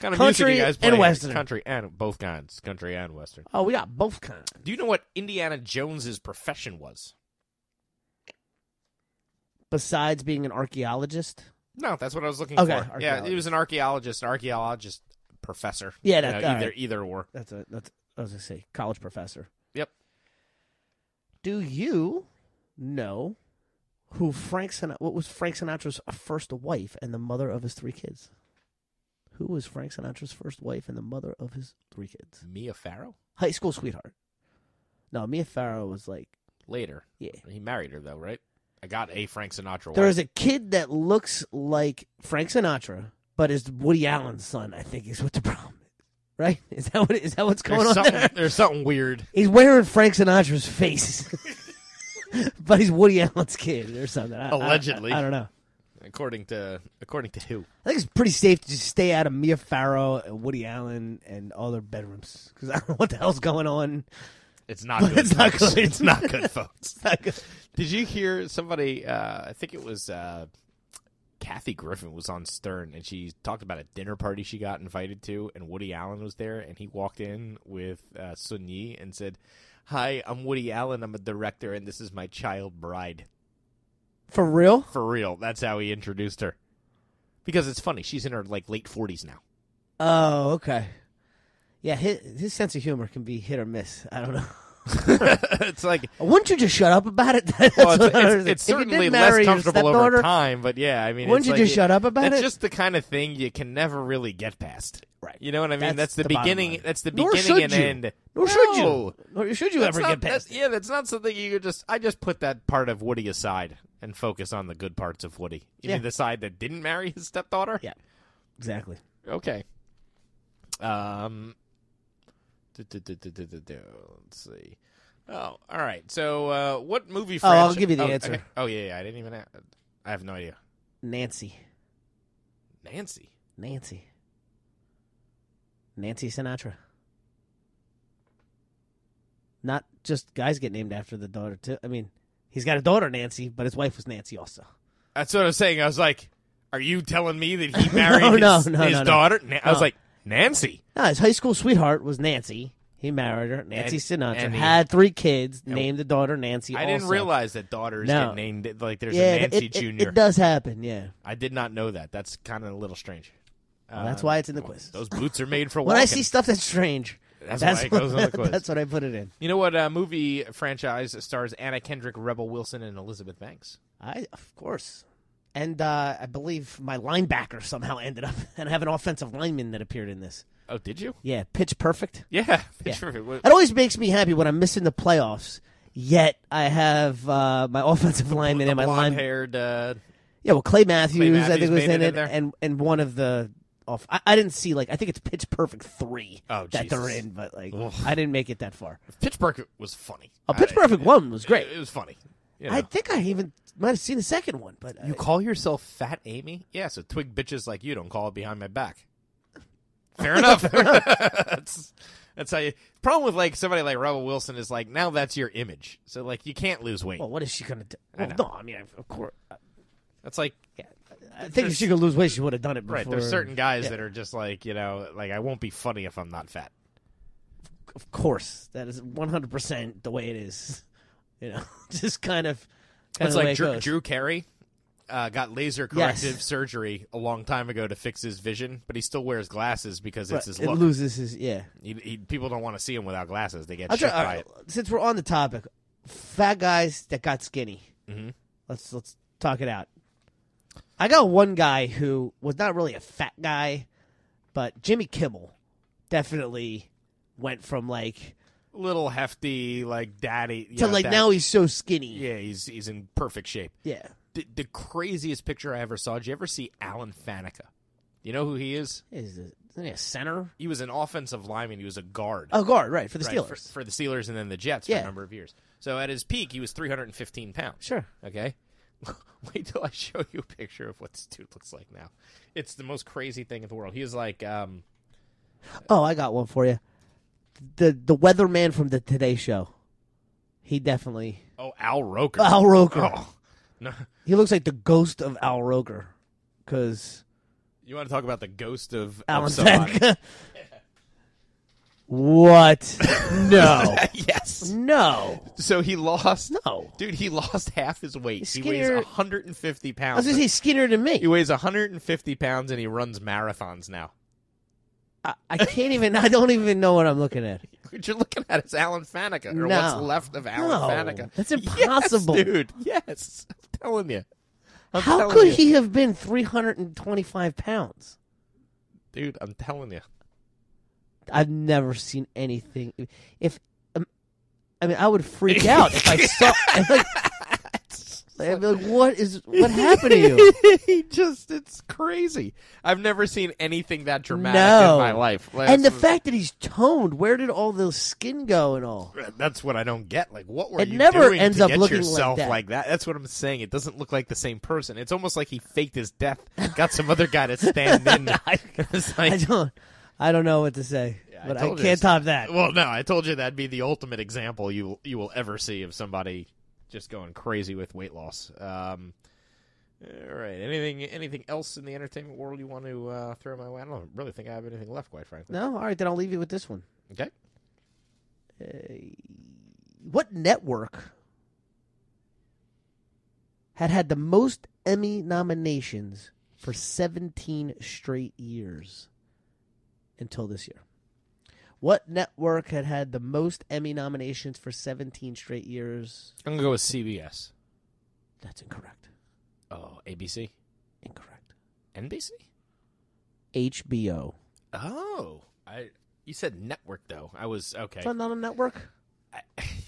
Speaker 4: kind of music
Speaker 3: Country
Speaker 4: you guys
Speaker 3: and
Speaker 4: play?
Speaker 3: Western.
Speaker 4: Country and both kinds, country and western.
Speaker 3: Oh, we got both kinds.
Speaker 4: Do you know what Indiana Jones's profession was?
Speaker 3: Besides being an archaeologist,
Speaker 4: No, that's what I was looking
Speaker 3: Okay,
Speaker 4: for. Yeah, he was an archaeologist, an archaeologist professor.
Speaker 3: Yeah,
Speaker 4: You
Speaker 3: that-
Speaker 4: know,
Speaker 3: all
Speaker 4: either
Speaker 3: right.
Speaker 4: either or.
Speaker 3: that's a that's I was gonna say college professor.
Speaker 4: Yep.
Speaker 3: Do you know who Frank Sinatra? What was Frank Sinatra's first wife and the mother of his three kids? Who was Frank Sinatra's first wife and the mother of his three kids?
Speaker 4: Mia Farrow
Speaker 3: High school sweetheart. No, Mia Farrow was like,
Speaker 4: later.
Speaker 3: yeah.
Speaker 4: He married her though, right? I got a Frank Sinatra.
Speaker 3: There
Speaker 4: wife.
Speaker 3: is a kid that looks like Frank Sinatra, but is Woody Allen's son. I think is what the problem. is. Right? Is that what is that what's going
Speaker 4: There's
Speaker 3: on?
Speaker 4: something,
Speaker 3: there?
Speaker 4: there's something weird.
Speaker 3: He's wearing Frank Sinatra's face, but he's Woody Allen's kid or something. I- I-
Speaker 4: Allegedly.
Speaker 3: I, I don't know.
Speaker 4: According to according to who?
Speaker 3: I think it's pretty safe to just stay out of Mia Farrow and Woody Allen and all their bedrooms because I don't know what the hell's going on.
Speaker 4: It's not
Speaker 3: But
Speaker 4: good.
Speaker 3: it's not
Speaker 4: folks.
Speaker 3: good.
Speaker 4: It's not good, folks.
Speaker 3: It's not good.
Speaker 4: Did you hear somebody? Uh, I think it was uh, Kathy Griffin was on Stern, and she talked about a dinner party she got invited to, and Woody Allen was there, and he walked in with uh, Sun Yi and said, "Hi, I'm Woody Allen. I'm a director, and this is my child bride."
Speaker 3: For real?
Speaker 4: For real, that's how he introduced her. Because it's funny, she's in her like late forties now.
Speaker 3: Oh, okay. Yeah, his, his sense of humor can be hit or miss. I don't know.
Speaker 4: it's like
Speaker 3: Wouldn't you just shut up about it? That's
Speaker 4: well,
Speaker 3: what
Speaker 4: it's,
Speaker 3: I
Speaker 4: it's-
Speaker 3: was-
Speaker 4: it's
Speaker 3: if you
Speaker 4: certainly
Speaker 3: did marry
Speaker 4: less
Speaker 3: your
Speaker 4: comfortable over
Speaker 3: stepdaughter-
Speaker 4: time, but yeah, I mean,
Speaker 3: Wouldn't
Speaker 4: it's
Speaker 3: you
Speaker 4: like
Speaker 3: just shut up about
Speaker 4: it's
Speaker 3: it?
Speaker 4: just the kind of thing you can never really get past.
Speaker 3: Right.
Speaker 4: You know what I mean?
Speaker 3: That's
Speaker 4: That's, the,
Speaker 3: the bottom
Speaker 4: beginning.
Speaker 3: line.
Speaker 4: That's the
Speaker 3: Nor
Speaker 4: beginning
Speaker 3: should
Speaker 4: and
Speaker 3: you.
Speaker 4: end.
Speaker 3: Nor
Speaker 4: No.
Speaker 3: should you. Nor should you
Speaker 4: That's
Speaker 3: ever
Speaker 4: not-
Speaker 3: get past
Speaker 4: that's- Yeah, that's not something you could just. I just put that part of Woody aside and focus on the good parts of Woody. You
Speaker 3: Yeah.
Speaker 4: mean the side that didn't marry his stepdaughter?
Speaker 3: Yeah. Exactly.
Speaker 4: Okay. Um. du- du- du- du- du- du- du. Let's see. Oh, all right. So, uh, what movie?
Speaker 3: Oh, I'll
Speaker 4: franchi-
Speaker 3: give you the
Speaker 4: oh,
Speaker 3: answer.
Speaker 4: okay. Oh yeah, yeah. I didn't even. a- I have no idea.
Speaker 3: Nancy.
Speaker 4: Nancy.
Speaker 3: Nancy. Nancy Sinatra. Not just guys get named after the daughter too. I mean, he's got a daughter Nancy, but his wife was Nancy also.
Speaker 4: That's what I was saying. I was like, "Are you telling me that he married
Speaker 3: No, no,
Speaker 4: his,
Speaker 3: no,
Speaker 4: his
Speaker 3: no, no.
Speaker 4: daughter?" Na- I was
Speaker 3: No.
Speaker 4: like, "Nancy."
Speaker 3: No, Ah, his high school sweetheart was Nancy. He married her, Nancy
Speaker 4: And-
Speaker 3: Sinatra.
Speaker 4: and he-
Speaker 3: had three kids, named the daughter Nancy.
Speaker 4: I didn't
Speaker 3: also.
Speaker 4: realize that daughters
Speaker 3: No.
Speaker 4: get named like there's
Speaker 3: yeah,
Speaker 4: a
Speaker 3: it-
Speaker 4: Nancy
Speaker 3: it, it,
Speaker 4: Junior.
Speaker 3: It does happen. Yeah.
Speaker 4: I did not know that. That's kind of a little strange.
Speaker 3: Well, that's
Speaker 4: Um,
Speaker 3: why it's in the quiz.
Speaker 4: Those boots are made for
Speaker 3: When I
Speaker 4: walking.
Speaker 3: see stuff that's strange,
Speaker 4: That's why it
Speaker 3: what-
Speaker 4: goes on the quiz.
Speaker 3: That's what I put it in.
Speaker 4: You know what uh, movie franchise stars Anna Kendrick, Rebel Wilson, and Elizabeth Banks?
Speaker 3: I of course. And uh, I believe my linebacker somehow ended up, and I have an offensive lineman that appeared in this.
Speaker 4: Oh, did you?
Speaker 3: Yeah, pitch perfect.
Speaker 4: Yeah.
Speaker 3: Yeah.
Speaker 4: Sure. What-
Speaker 3: It always makes me happy when I'm missing the playoffs. Yet I have uh, my offensive lineman
Speaker 4: the
Speaker 3: and my line.
Speaker 4: blonde-haired. Uh,
Speaker 3: Yeah, well, Clay Matthews, I
Speaker 4: Matthews
Speaker 3: think was
Speaker 4: made
Speaker 3: in
Speaker 4: it
Speaker 3: it,
Speaker 4: in there.
Speaker 3: and and one of the off. I, I didn't see like I think it's Pitch Perfect three
Speaker 4: Oh,
Speaker 3: that they're
Speaker 4: Jesus.
Speaker 3: in, but like
Speaker 4: Ugh.
Speaker 3: I didn't make it that far.
Speaker 4: Pitch Perfect was funny.
Speaker 3: Oh, Pitch
Speaker 4: I-
Speaker 3: Perfect one was great.
Speaker 4: It, it was funny. You
Speaker 3: I
Speaker 4: know.
Speaker 3: think I even might have seen the second one, but uh,
Speaker 4: You
Speaker 3: I,
Speaker 4: call yourself Fat Amy? Yeah, so twig bitches like you don't call it behind my back. Fair enough. that's that's how you. Problem with like somebody like Rebel Wilson is like now that's your image, so like you can't lose weight.
Speaker 3: well, what is she gonna do?
Speaker 4: I
Speaker 3: Well,
Speaker 4: know.
Speaker 3: no, I mean, of course.
Speaker 4: That's like
Speaker 3: I think if she could lose weight, she would have done it before.
Speaker 4: right. There's certain guys
Speaker 3: Yeah.
Speaker 4: that are just like you know like I won't be funny if I'm not fat.
Speaker 3: Of course, that is 100 percent the way it is. You know, just kind of.
Speaker 4: It's
Speaker 3: Kind of the way
Speaker 4: like
Speaker 3: it
Speaker 4: Drew,
Speaker 3: goes.
Speaker 4: Drew Carey uh, got laser
Speaker 3: Yes.
Speaker 4: corrective surgery a long time ago to fix his vision, but he still wears glasses because
Speaker 3: Right,
Speaker 4: it's his
Speaker 3: it
Speaker 4: look.
Speaker 3: loses his yeah.
Speaker 4: he, he, people don't want to see him without glasses; they get
Speaker 3: I'll try-
Speaker 4: shook by it.
Speaker 3: all right, since we're on the topic, fat guys that got skinny.
Speaker 4: Mhm.
Speaker 3: Let's let's talk it out. I got one guy who was not really a fat guy, but Jimmy Kimmel definitely went from like
Speaker 4: little hefty, like daddy. you
Speaker 3: to
Speaker 4: know,
Speaker 3: like
Speaker 4: that-
Speaker 3: now he's so skinny.
Speaker 4: yeah, he's he's in perfect shape.
Speaker 3: yeah.
Speaker 4: The, the craziest picture I ever saw. Did you ever see Alan Faneca? You know who he is?
Speaker 3: Is it, isn't he a center?
Speaker 4: He was an offensive lineman. He was a guard.
Speaker 3: Oh, guard, right for the
Speaker 4: right,
Speaker 3: Steelers.
Speaker 4: for, for the Steelers and then the Jets for
Speaker 3: Yeah.
Speaker 4: a number of years. So at his peak, he was 315 pounds.
Speaker 3: Sure.
Speaker 4: Okay. Wait till I show you a picture of what this dude looks like now. It's the most crazy thing in the world. He is like, um,
Speaker 3: Oh, I got one for you. The the weatherman from the Today Show. He definitely
Speaker 4: oh, Al Roker.
Speaker 3: Al Roker.
Speaker 4: Oh, no.
Speaker 3: He looks like the ghost of Al Roker because
Speaker 4: You want to talk about the ghost of of
Speaker 3: Alan
Speaker 4: somebody.
Speaker 3: Fenka. what? No,
Speaker 4: yes.
Speaker 3: no,
Speaker 4: So he lost.
Speaker 3: no.
Speaker 4: Dude, he lost half his weight.
Speaker 3: He's
Speaker 4: He weighs
Speaker 3: skinnier-
Speaker 4: 150
Speaker 3: I
Speaker 4: pounds.
Speaker 3: was gonna say he's skinnier than
Speaker 4: he
Speaker 3: me.
Speaker 4: weighs 150 pounds and he runs marathons now.
Speaker 3: I, I can't even. I don't even know what I'm looking at.
Speaker 4: What you're looking at is Alan Faneca, or
Speaker 3: No.
Speaker 4: what's left of Alan
Speaker 3: No.
Speaker 4: Faneca.
Speaker 3: That's
Speaker 4: Yes,
Speaker 3: impossible.
Speaker 4: dude. Yes. I'm telling you. I'm
Speaker 3: How
Speaker 4: telling
Speaker 3: could
Speaker 4: you.
Speaker 3: he have been 325 pounds?
Speaker 4: Dude, I'm telling you.
Speaker 3: I've never seen anything. If um, I mean, I would freak out if I saw. if, like, I'd be like, what is what happened to you?
Speaker 4: he just it's crazy. I've never seen anything that dramatic
Speaker 3: no,
Speaker 4: in my life. Like,
Speaker 3: and the
Speaker 4: that's-
Speaker 3: fact that he's toned, where did all the skin go and all?
Speaker 4: that's what I don't get. Like, what were
Speaker 3: It
Speaker 4: you
Speaker 3: never
Speaker 4: doing
Speaker 3: ends
Speaker 4: to
Speaker 3: up
Speaker 4: get
Speaker 3: looking like
Speaker 4: yourself
Speaker 3: that.
Speaker 4: That's what I'm saying. It doesn't look like the same person. It's almost like he faked his death, got some other guy to stand in. It's like-
Speaker 3: I don't, I don't know what to say, but I,
Speaker 4: told you
Speaker 3: can't
Speaker 4: it's-
Speaker 3: top that.
Speaker 4: Well, no, I told you that'd be the ultimate example you you will ever see of somebody just going crazy with weight loss. Um, all right, anything anything else in the entertainment world you want to uh, throw my way? I don't really think I have anything left, quite frankly.
Speaker 3: No, all right, then I'll leave you with this one.
Speaker 4: Okay.
Speaker 3: What network had had the most Emmy nominations for 17 straight years until this year? What network had had the most Emmy nominations for 17 straight years?
Speaker 4: I'm gonna go with CBS.
Speaker 3: That's incorrect.
Speaker 4: Oh, ABC,
Speaker 3: Incorrect.
Speaker 4: NBC.
Speaker 3: HBO.
Speaker 4: Oh, I you said network though. I was okay.
Speaker 3: Is that not a network?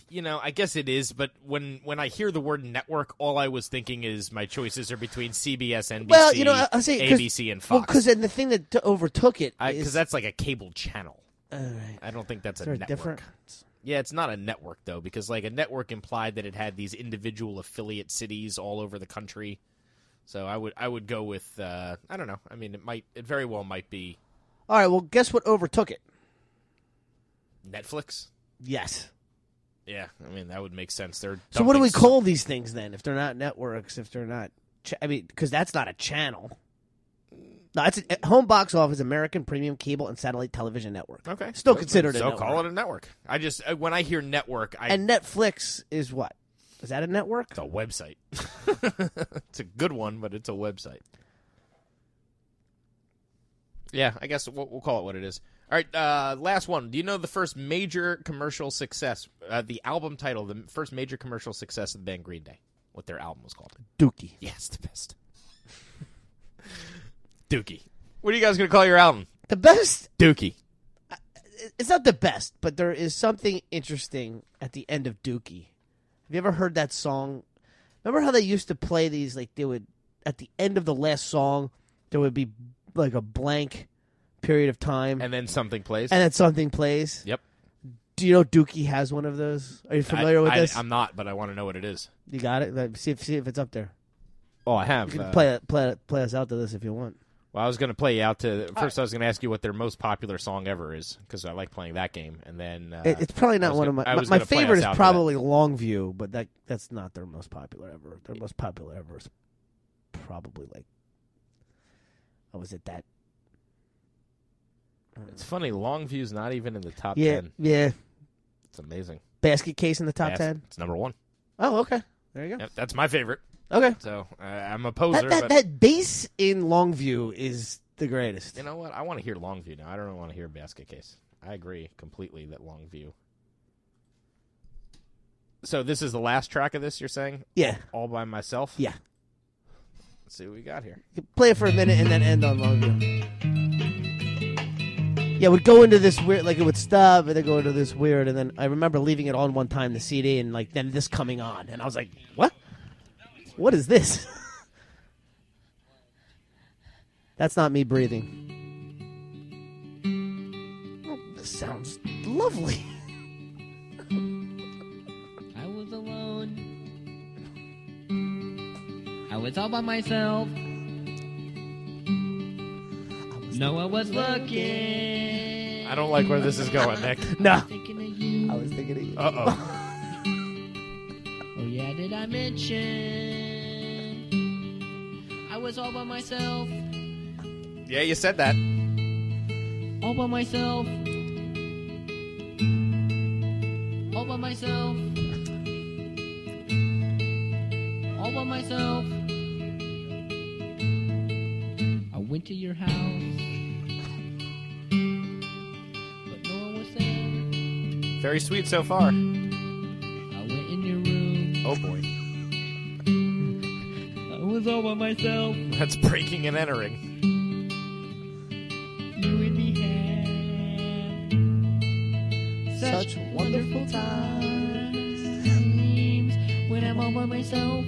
Speaker 4: You know, I guess it is, but when when I hear the word network, all I was thinking is my choices are between CBS, NBC,
Speaker 3: well, you know, I- I'll say 'cause-
Speaker 4: ABC, and
Speaker 3: Well,
Speaker 4: Fox.
Speaker 3: because then the thing that t- overtook it
Speaker 4: because
Speaker 3: is-
Speaker 4: that's like a cable channel.
Speaker 3: All right.
Speaker 4: I don't think that's a
Speaker 3: Is there a
Speaker 4: network.
Speaker 3: different?
Speaker 4: Yeah, it's not a network though, because like a network implied that it had these individual affiliate cities all over the country. So I would I would go with uh, I don't know. I mean, it might it very well might be
Speaker 3: All right. Well, guess what overtook it?
Speaker 4: Netflix.
Speaker 3: Yes.
Speaker 4: Yeah, I mean that would make sense. They're
Speaker 3: So what do
Speaker 4: dumping
Speaker 3: we
Speaker 4: so-
Speaker 3: call these things then? If they're not networks, if they're not, cha- I mean, because that's not a channel. No, that's a, home box office, American premium cable and satellite television network.
Speaker 4: Okay,
Speaker 3: still
Speaker 4: So-
Speaker 3: considered a
Speaker 4: So
Speaker 3: network.
Speaker 4: call it a network. I just uh, when I hear network, I
Speaker 3: and Netflix is what? Is that a network?
Speaker 4: it's a website. it's a good one, but it's a website. Yeah, I guess we'll, we'll call it what it is. All right, uh, last one. Do you know the first major commercial success, uh, the album title, the first major commercial success of the band Green Day? What their album was called?
Speaker 3: Dookie.
Speaker 4: Yes, the best. Dookie. What are you guys going to call your album?
Speaker 3: The best.
Speaker 4: Dookie.
Speaker 3: It's not the best, but there is something interesting at the end of Dookie. Have you ever heard that song? Remember how they used to play these? Like they would at the end of the last song, there would be like a blank period of time,
Speaker 4: And then something plays.
Speaker 3: and then something plays.
Speaker 4: yep.
Speaker 3: Do you know Dookie has one of those? Are you familiar
Speaker 4: I,
Speaker 3: with
Speaker 4: I,
Speaker 3: this?
Speaker 4: I'm not, but I want to know what it is.
Speaker 3: you got it. Let- see if see if it's up there.
Speaker 4: Oh, I have.
Speaker 3: You can
Speaker 4: uh,
Speaker 3: play play play us out to this if you want.
Speaker 4: Well, I was going to play you out to first. I was going to ask you what their most popular song ever is because I like playing that game. And then uh,
Speaker 3: It, it's probably
Speaker 4: I
Speaker 3: not
Speaker 4: was
Speaker 3: one
Speaker 4: gonna- I
Speaker 3: of my
Speaker 4: was
Speaker 3: my
Speaker 4: gonna play
Speaker 3: favorite
Speaker 4: us
Speaker 3: is
Speaker 4: out to that.
Speaker 3: probably Longview, but that that's not their most popular ever. Their most popular ever is probably like I was it that
Speaker 4: It's funny. Longview's not even in the top
Speaker 3: yeah
Speaker 4: ten.
Speaker 3: yeah
Speaker 4: It's amazing.
Speaker 3: basket case in the top
Speaker 4: That's-
Speaker 3: ten.
Speaker 4: It's number one.
Speaker 3: Oh okay, there you go.
Speaker 4: Yep, that's my favorite.
Speaker 3: Okay,
Speaker 4: So uh, I'm a poser.
Speaker 3: that that,
Speaker 4: but
Speaker 3: that bass in Longview is the greatest.
Speaker 4: you know what? I want to hear Longview now. I don't want to hear Basket Case. I agree completely that Longview. So this is the last track of this. You're saying
Speaker 3: yeah
Speaker 4: all by myself?
Speaker 3: yeah.
Speaker 4: Let's see what we got here.
Speaker 3: play it for a minute and then end on Longview. Yeah, it would go into this weird, like it would stop and then go into this weird, and then I remember leaving it on one time the CD and like then this coming on, and I was like, what? What is this? That's not me breathing. Oh, this sounds lovely.
Speaker 11: I was alone. I was all by myself. No one was looking.
Speaker 4: I don't like where this is going, Nick.
Speaker 3: No,
Speaker 11: Thinking of you.
Speaker 3: I was thinking of you.
Speaker 4: Uh oh.
Speaker 11: Oh yeah, did I mention? I was all by myself.
Speaker 4: yeah, you said that.
Speaker 11: All by myself. All by myself. All by myself. I went to your house. But no one was there.
Speaker 4: Very sweet so far.
Speaker 11: I went in your room.
Speaker 4: Oh boy.
Speaker 11: I was all by myself.
Speaker 4: That's breaking and entering.
Speaker 11: You and me had
Speaker 3: Such wonderful
Speaker 11: times. When I'm all by myself.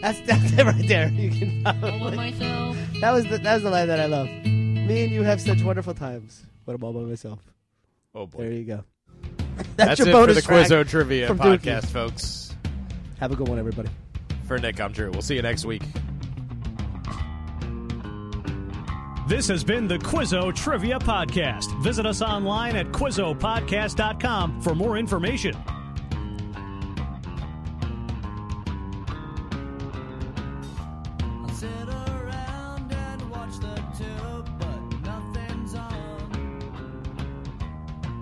Speaker 3: That's that's it right there. You can uh, probably.
Speaker 11: myself.
Speaker 3: That was the that was the line that I love. Me and you have such wonderful times, but I'm all by myself.
Speaker 4: Oh boy.
Speaker 3: There you go.
Speaker 4: That's,
Speaker 3: That's, your
Speaker 4: it
Speaker 3: bonus
Speaker 4: for the
Speaker 3: track
Speaker 4: Quizzo Trivia
Speaker 3: from Dookie.
Speaker 4: podcast, folks.
Speaker 3: Have a good one, everybody.
Speaker 4: For Nick, I'm Drew. We'll see you next week.
Speaker 1: This has been the Quizzo Trivia Podcast. Visit us online at QuizzoPodcast.com for more information.
Speaker 10: I sit around and watch the tube, but nothing's on.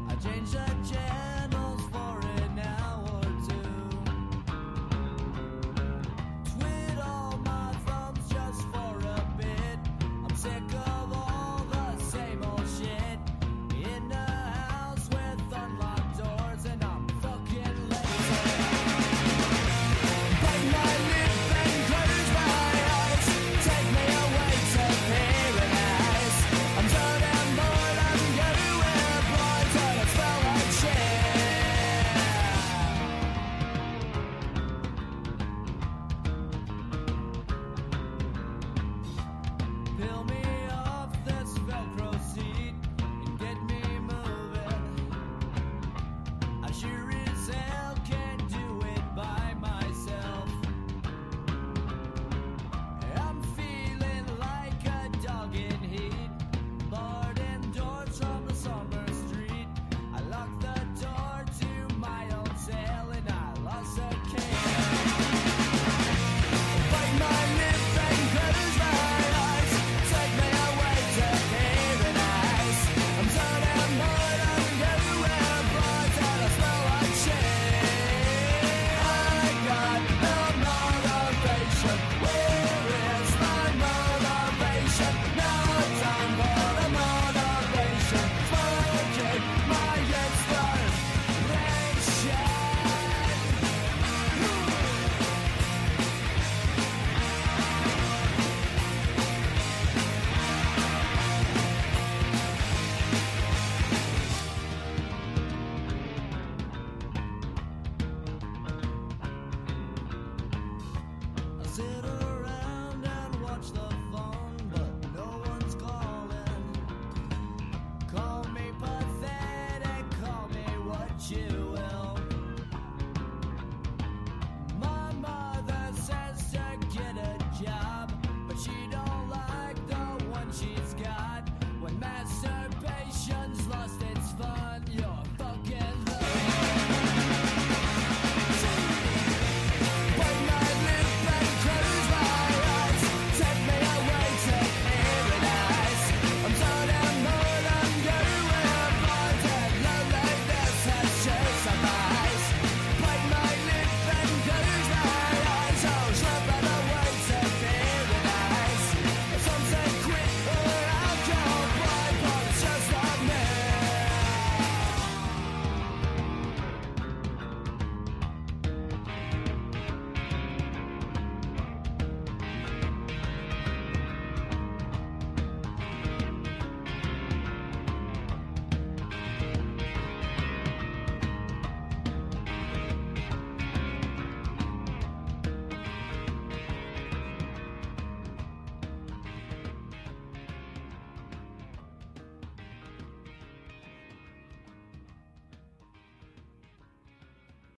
Speaker 10: I change the channels for an hour or two. Tweet all my thumbs just for a bit. I'm sick of all the same old shit. In a house with unlocked doors, and I'm fucking lazy. Bite my lip and close my eyes. Take me away to paradise. I'm so damn bored. I'm gonna wear a blind and I smell like shit. Fill me